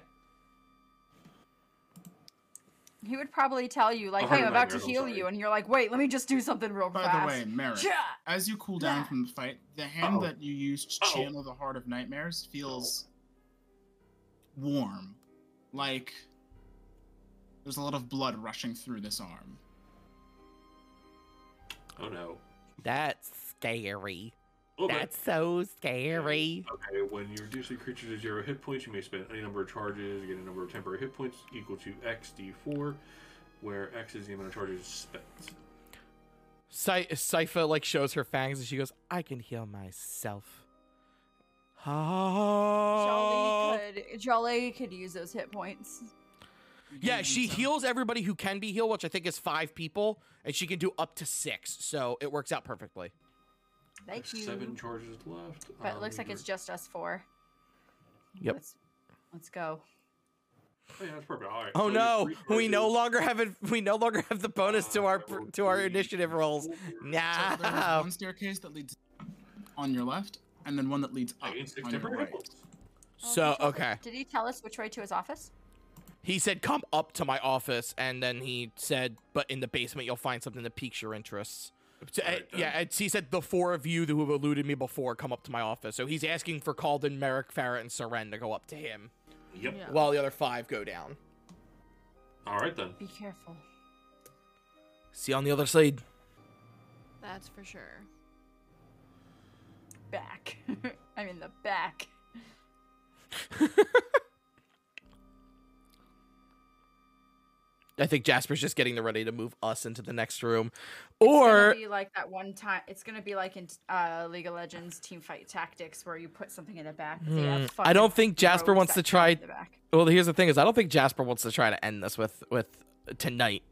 [SPEAKER 5] He would probably tell you like,
[SPEAKER 4] I'll
[SPEAKER 5] "Hey,
[SPEAKER 4] hurt
[SPEAKER 5] I'm about to
[SPEAKER 4] my nose, I'm
[SPEAKER 5] heal
[SPEAKER 4] sorry.
[SPEAKER 5] you," and you're like, "Wait, let me just do something real
[SPEAKER 1] By
[SPEAKER 5] fast."
[SPEAKER 1] the way, Merrick,
[SPEAKER 5] Yeah.
[SPEAKER 1] as you cool down
[SPEAKER 5] Yeah.
[SPEAKER 1] from the fight, the hand
[SPEAKER 4] Uh-oh.
[SPEAKER 1] that you used to
[SPEAKER 4] Uh-oh.
[SPEAKER 1] channel the Heart of Nightmares feels warm. Like there's a lot of blood rushing through this arm.
[SPEAKER 4] Oh no.
[SPEAKER 2] That's scary.
[SPEAKER 4] Well, but-
[SPEAKER 2] so
[SPEAKER 4] Okay, when you reduce a creature to zero hit points, you may spend any number of charges, get a number of temporary hit points equal to X D4, where X is the amount of charges spent.
[SPEAKER 2] Sy- Sypha like shows her fangs and she goes, "I can heal myself."
[SPEAKER 3] Oh.
[SPEAKER 2] Ah.
[SPEAKER 5] Jolly could Jolly could use those hit points.
[SPEAKER 2] Yeah, she heals everybody who can be healed, which I think is five people, and she can do up to six, so it works out perfectly.
[SPEAKER 5] Thank
[SPEAKER 4] There's
[SPEAKER 5] you.
[SPEAKER 4] Seven charges left.
[SPEAKER 5] but it
[SPEAKER 4] Um,
[SPEAKER 5] looks like it's
[SPEAKER 4] you're-
[SPEAKER 5] just us four.
[SPEAKER 2] Yep.
[SPEAKER 5] Let's, let's go.
[SPEAKER 4] Oh, yeah, that's perfect. All right.
[SPEAKER 2] Oh
[SPEAKER 4] so
[SPEAKER 2] no,
[SPEAKER 4] there's three
[SPEAKER 2] we no
[SPEAKER 4] charges.
[SPEAKER 2] longer have it. We no longer have the bonus to our
[SPEAKER 4] Five,
[SPEAKER 2] to our
[SPEAKER 4] three,
[SPEAKER 2] initiative rolls.
[SPEAKER 4] four.
[SPEAKER 1] So there's
[SPEAKER 2] Nah.
[SPEAKER 1] one staircase that leads on your left, and then one that leads
[SPEAKER 4] I
[SPEAKER 1] up
[SPEAKER 4] gain six
[SPEAKER 1] on your
[SPEAKER 4] temporary
[SPEAKER 1] right.
[SPEAKER 4] hit points.
[SPEAKER 2] So
[SPEAKER 5] Oh,
[SPEAKER 2] okay,
[SPEAKER 5] Did he tell us which way to his office?
[SPEAKER 2] he said, "Come up to my office," and then he said, "But in the basement, you'll find something that piques your interests." So, uh,
[SPEAKER 4] Alright,
[SPEAKER 2] yeah, and he said the four of you who have eluded me before come up to my office. So he's asking for Calden, Merrick, Farrah, and Seren to go up to him,
[SPEAKER 4] Yep.
[SPEAKER 3] Yeah.
[SPEAKER 2] while the other five go down.
[SPEAKER 4] All right then.
[SPEAKER 5] Be careful.
[SPEAKER 2] See you on the other side.
[SPEAKER 3] That's for sure.
[SPEAKER 5] Back. I'm in the back.
[SPEAKER 2] I think Jasper's just getting the ready to move us into the next room.
[SPEAKER 5] It's
[SPEAKER 2] Or
[SPEAKER 5] gonna be like that one time. It's gonna be like in uh, League of Legends team fight tactics where you put something in the back. but they have
[SPEAKER 2] Hmm, I don't
[SPEAKER 5] fucking
[SPEAKER 2] think Jasper
[SPEAKER 5] rogues
[SPEAKER 2] wants
[SPEAKER 5] that
[SPEAKER 2] to try-
[SPEAKER 5] come in the back.
[SPEAKER 2] well, here's the thing is I don't think Jasper wants to try to end this with with tonight.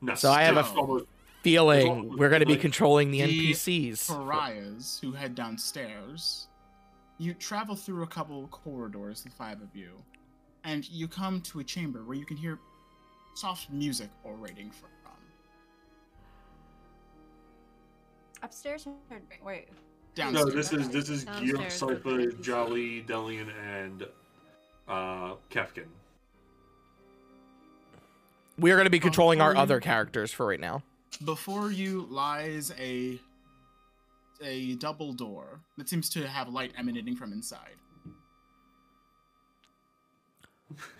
[SPEAKER 4] No,
[SPEAKER 2] So I have a-
[SPEAKER 4] it's almost-
[SPEAKER 2] Feeling we're going to be controlling the
[SPEAKER 1] The-
[SPEAKER 2] NPCs.
[SPEAKER 1] pariahs who head downstairs. You travel through a couple of corridors, the five of you, and you come to a chamber where you can hear soft music orating from.
[SPEAKER 5] Upstairs. Or, wait.
[SPEAKER 4] No,
[SPEAKER 1] Downstairs.
[SPEAKER 4] this is this is Guillaume,
[SPEAKER 3] Downstairs with the
[SPEAKER 4] Cypher,
[SPEAKER 3] NPC.
[SPEAKER 4] Jolly, Delian, and uh, Kefkin.
[SPEAKER 2] We are going to be controlling our
[SPEAKER 1] Controlling-
[SPEAKER 2] other characters for right now.
[SPEAKER 1] Before you lies a a double door that seems to have light emanating from inside.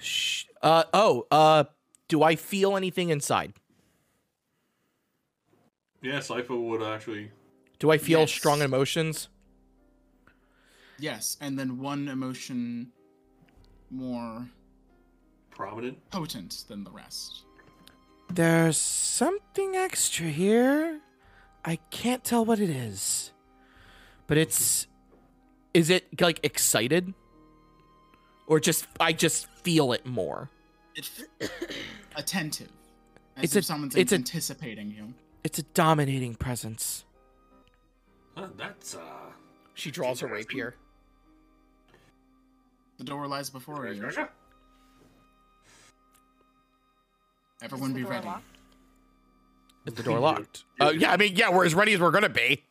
[SPEAKER 2] Shh. Uh oh, uh do I feel anything inside?
[SPEAKER 4] Yeah, Cypher would actually.
[SPEAKER 2] Do I feel
[SPEAKER 1] Yes.
[SPEAKER 2] strong emotions?
[SPEAKER 1] Yes, and then one emotion more
[SPEAKER 4] Prominent.
[SPEAKER 1] potent than the rest.
[SPEAKER 2] There's something extra here. I can't tell what it is. But it's is it like excited? Or just I just feel it more.
[SPEAKER 1] It f- attentive. As
[SPEAKER 2] It's
[SPEAKER 1] if
[SPEAKER 2] a-
[SPEAKER 1] someone's
[SPEAKER 2] it's a-
[SPEAKER 1] anticipating you.
[SPEAKER 2] It's a dominating presence.
[SPEAKER 4] Huh, that's uh.
[SPEAKER 2] She draws her rapier.
[SPEAKER 1] The door lies before you.
[SPEAKER 4] All
[SPEAKER 1] Everyone
[SPEAKER 5] Is the
[SPEAKER 1] be
[SPEAKER 5] door
[SPEAKER 1] ready.
[SPEAKER 5] locked?
[SPEAKER 2] Is the door locked? Uh, yeah, I mean, yeah, we're as ready as we're gonna be.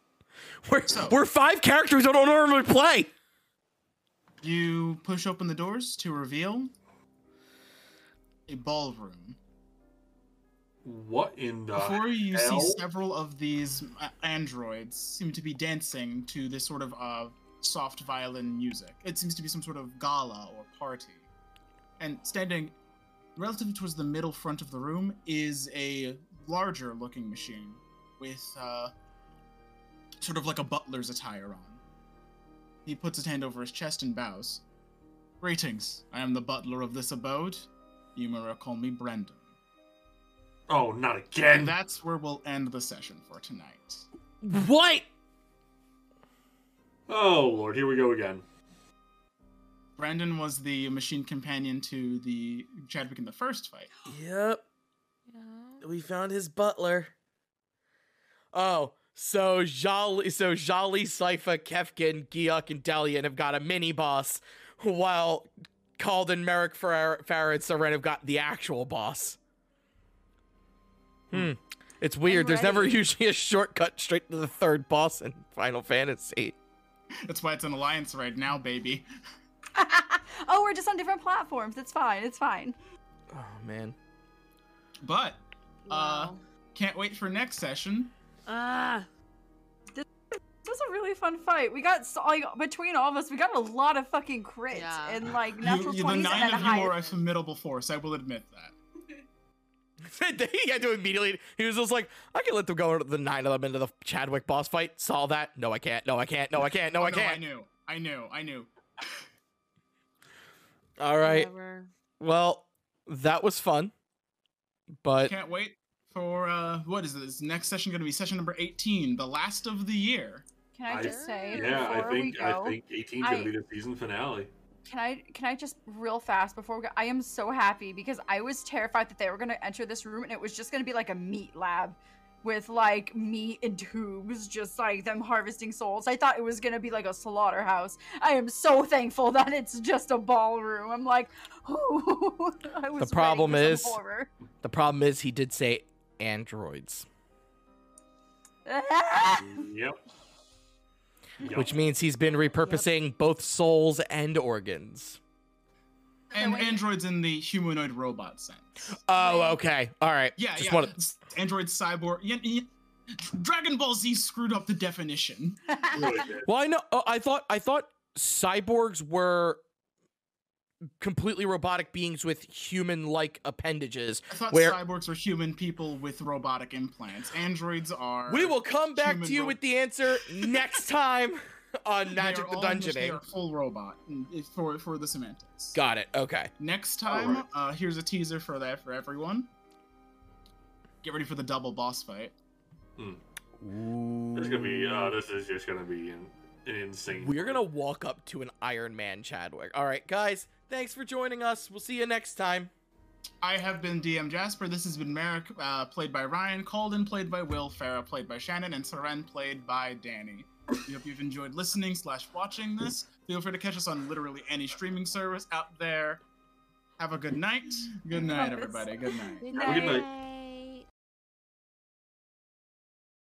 [SPEAKER 2] We're,
[SPEAKER 1] So-
[SPEAKER 2] we're five characters who don't normally play.
[SPEAKER 1] You push open the doors to reveal a ballroom.
[SPEAKER 4] What in the?
[SPEAKER 1] Before you see
[SPEAKER 4] hell?
[SPEAKER 1] several of these uh, androids seem to be dancing to this sort of uh, soft violin music. It seems to be some sort of gala or party. And standing relatively towards the middle front of the room is a larger looking machine with uh, sort of like a butler's attire on. He puts his hand over his chest and bows. Greetings, I am the butler of this abode. You may call me Brendan.
[SPEAKER 4] Oh, not again.
[SPEAKER 1] And that's where we'll end the session for tonight.
[SPEAKER 2] What?
[SPEAKER 4] Oh lord, here we go again.
[SPEAKER 1] Brandon was the machine companion to the Chadwick in the first fight.
[SPEAKER 2] Yep.
[SPEAKER 7] Yeah.
[SPEAKER 2] We found his butler. Oh, so Jolly, so Jolly, Sypha, Kefkin, Giuk, and Delian have got a mini boss, while Calden, Merrick, Farrar, Farrar, and Soren have got the actual boss. Hmm. It's weird. There's never
[SPEAKER 5] ready.
[SPEAKER 2] usually a shortcut straight to the third boss in Final Fantasy.
[SPEAKER 1] That's why it's an alliance right now, baby.
[SPEAKER 5] oh, we're just on different platforms. It's fine. It's fine.
[SPEAKER 2] Oh man.
[SPEAKER 1] But Uh,
[SPEAKER 3] Wow.
[SPEAKER 1] can't wait for next session.
[SPEAKER 3] ah.
[SPEAKER 5] This was a really fun fight. We got so, like between all of us, we got a lot of fucking crits
[SPEAKER 3] Yeah.
[SPEAKER 5] and like
[SPEAKER 1] You-
[SPEAKER 5] natural
[SPEAKER 1] you- the
[SPEAKER 5] twenties and
[SPEAKER 1] nine
[SPEAKER 5] then
[SPEAKER 1] of you
[SPEAKER 5] high.
[SPEAKER 1] are a formidable force. I will admit that.
[SPEAKER 2] he had to immediately. He was just like, I can let them go into the nine of them into the Chadwick boss fight. Saw that. No, I can't. No, I can't. No, I can't. No,
[SPEAKER 1] No,
[SPEAKER 2] I
[SPEAKER 1] I
[SPEAKER 2] can't.
[SPEAKER 1] knew. I knew. I knew.
[SPEAKER 2] All right.
[SPEAKER 3] Whatever.
[SPEAKER 2] Well, that was fun, but
[SPEAKER 1] Can't wait for uh, what is this next session going to be? Session number eighteen, the last of the year.
[SPEAKER 5] Can I
[SPEAKER 4] I-
[SPEAKER 5] just say
[SPEAKER 4] Yeah, I
[SPEAKER 5] before we
[SPEAKER 4] think I
[SPEAKER 5] go,
[SPEAKER 4] think 18 gonna
[SPEAKER 5] I-
[SPEAKER 4] be the season finale.
[SPEAKER 5] can I can I just real fast before we go? I am so happy because I was terrified that they were gonna enter this room and it was just gonna be like a meat lab with like meat and tubes, just like them harvesting souls. I thought it was gonna be like a slaughterhouse. I am so thankful that it's just a ballroom. I'm like, ooh, I was ready
[SPEAKER 2] problem
[SPEAKER 5] for some
[SPEAKER 2] is-
[SPEAKER 5] horror.
[SPEAKER 2] the problem is he did say androids,
[SPEAKER 4] Mm, Yep. Yep.
[SPEAKER 2] which means he's been repurposing both souls and organs.
[SPEAKER 1] And
[SPEAKER 5] wait.
[SPEAKER 1] androids in the humanoid robot sense.
[SPEAKER 2] Oh, okay. All right.
[SPEAKER 1] Yeah,
[SPEAKER 2] Just
[SPEAKER 1] yeah.
[SPEAKER 2] wanted-
[SPEAKER 1] s- Android cyborg. Yeah, yeah. Dragon Ball Z screwed up the definition.
[SPEAKER 4] Really good.
[SPEAKER 2] Well, I know. Oh, I thought. I thought cyborgs were completely robotic beings with human-like appendages.
[SPEAKER 1] I thought
[SPEAKER 2] Where-
[SPEAKER 1] cyborgs were human people with robotic implants. Androids are.
[SPEAKER 2] We will come back
[SPEAKER 1] Human
[SPEAKER 2] to you
[SPEAKER 1] ro-
[SPEAKER 2] with the answer next time on
[SPEAKER 1] they are
[SPEAKER 2] Magic the
[SPEAKER 1] all just- They
[SPEAKER 2] Dungeoning.
[SPEAKER 1] are full robot mm, for for the semantics.
[SPEAKER 2] Got it. Okay.
[SPEAKER 1] Next time,
[SPEAKER 4] Alright.
[SPEAKER 1] uh, here's a teaser for that for everyone. Get ready for the double boss fight.
[SPEAKER 4] This is gonna be. Uh, this is just gonna be an, an insane.
[SPEAKER 2] We're gonna walk up to an Iron Man Chadwick. All right, guys. Thanks for joining us. We'll see you next time.
[SPEAKER 1] I have been DM Jasper. This has been Merrick, uh, played by Ryan. Calden, played by Will. Farah, played by Shannon. And Seren, played by Danny. We hope you've enjoyed listening slash watching this. Feel free to catch us on literally any streaming service out there. Have a good night. Good night,
[SPEAKER 5] Promise.
[SPEAKER 1] everybody. Good night.
[SPEAKER 4] Have a good night.
[SPEAKER 7] Night.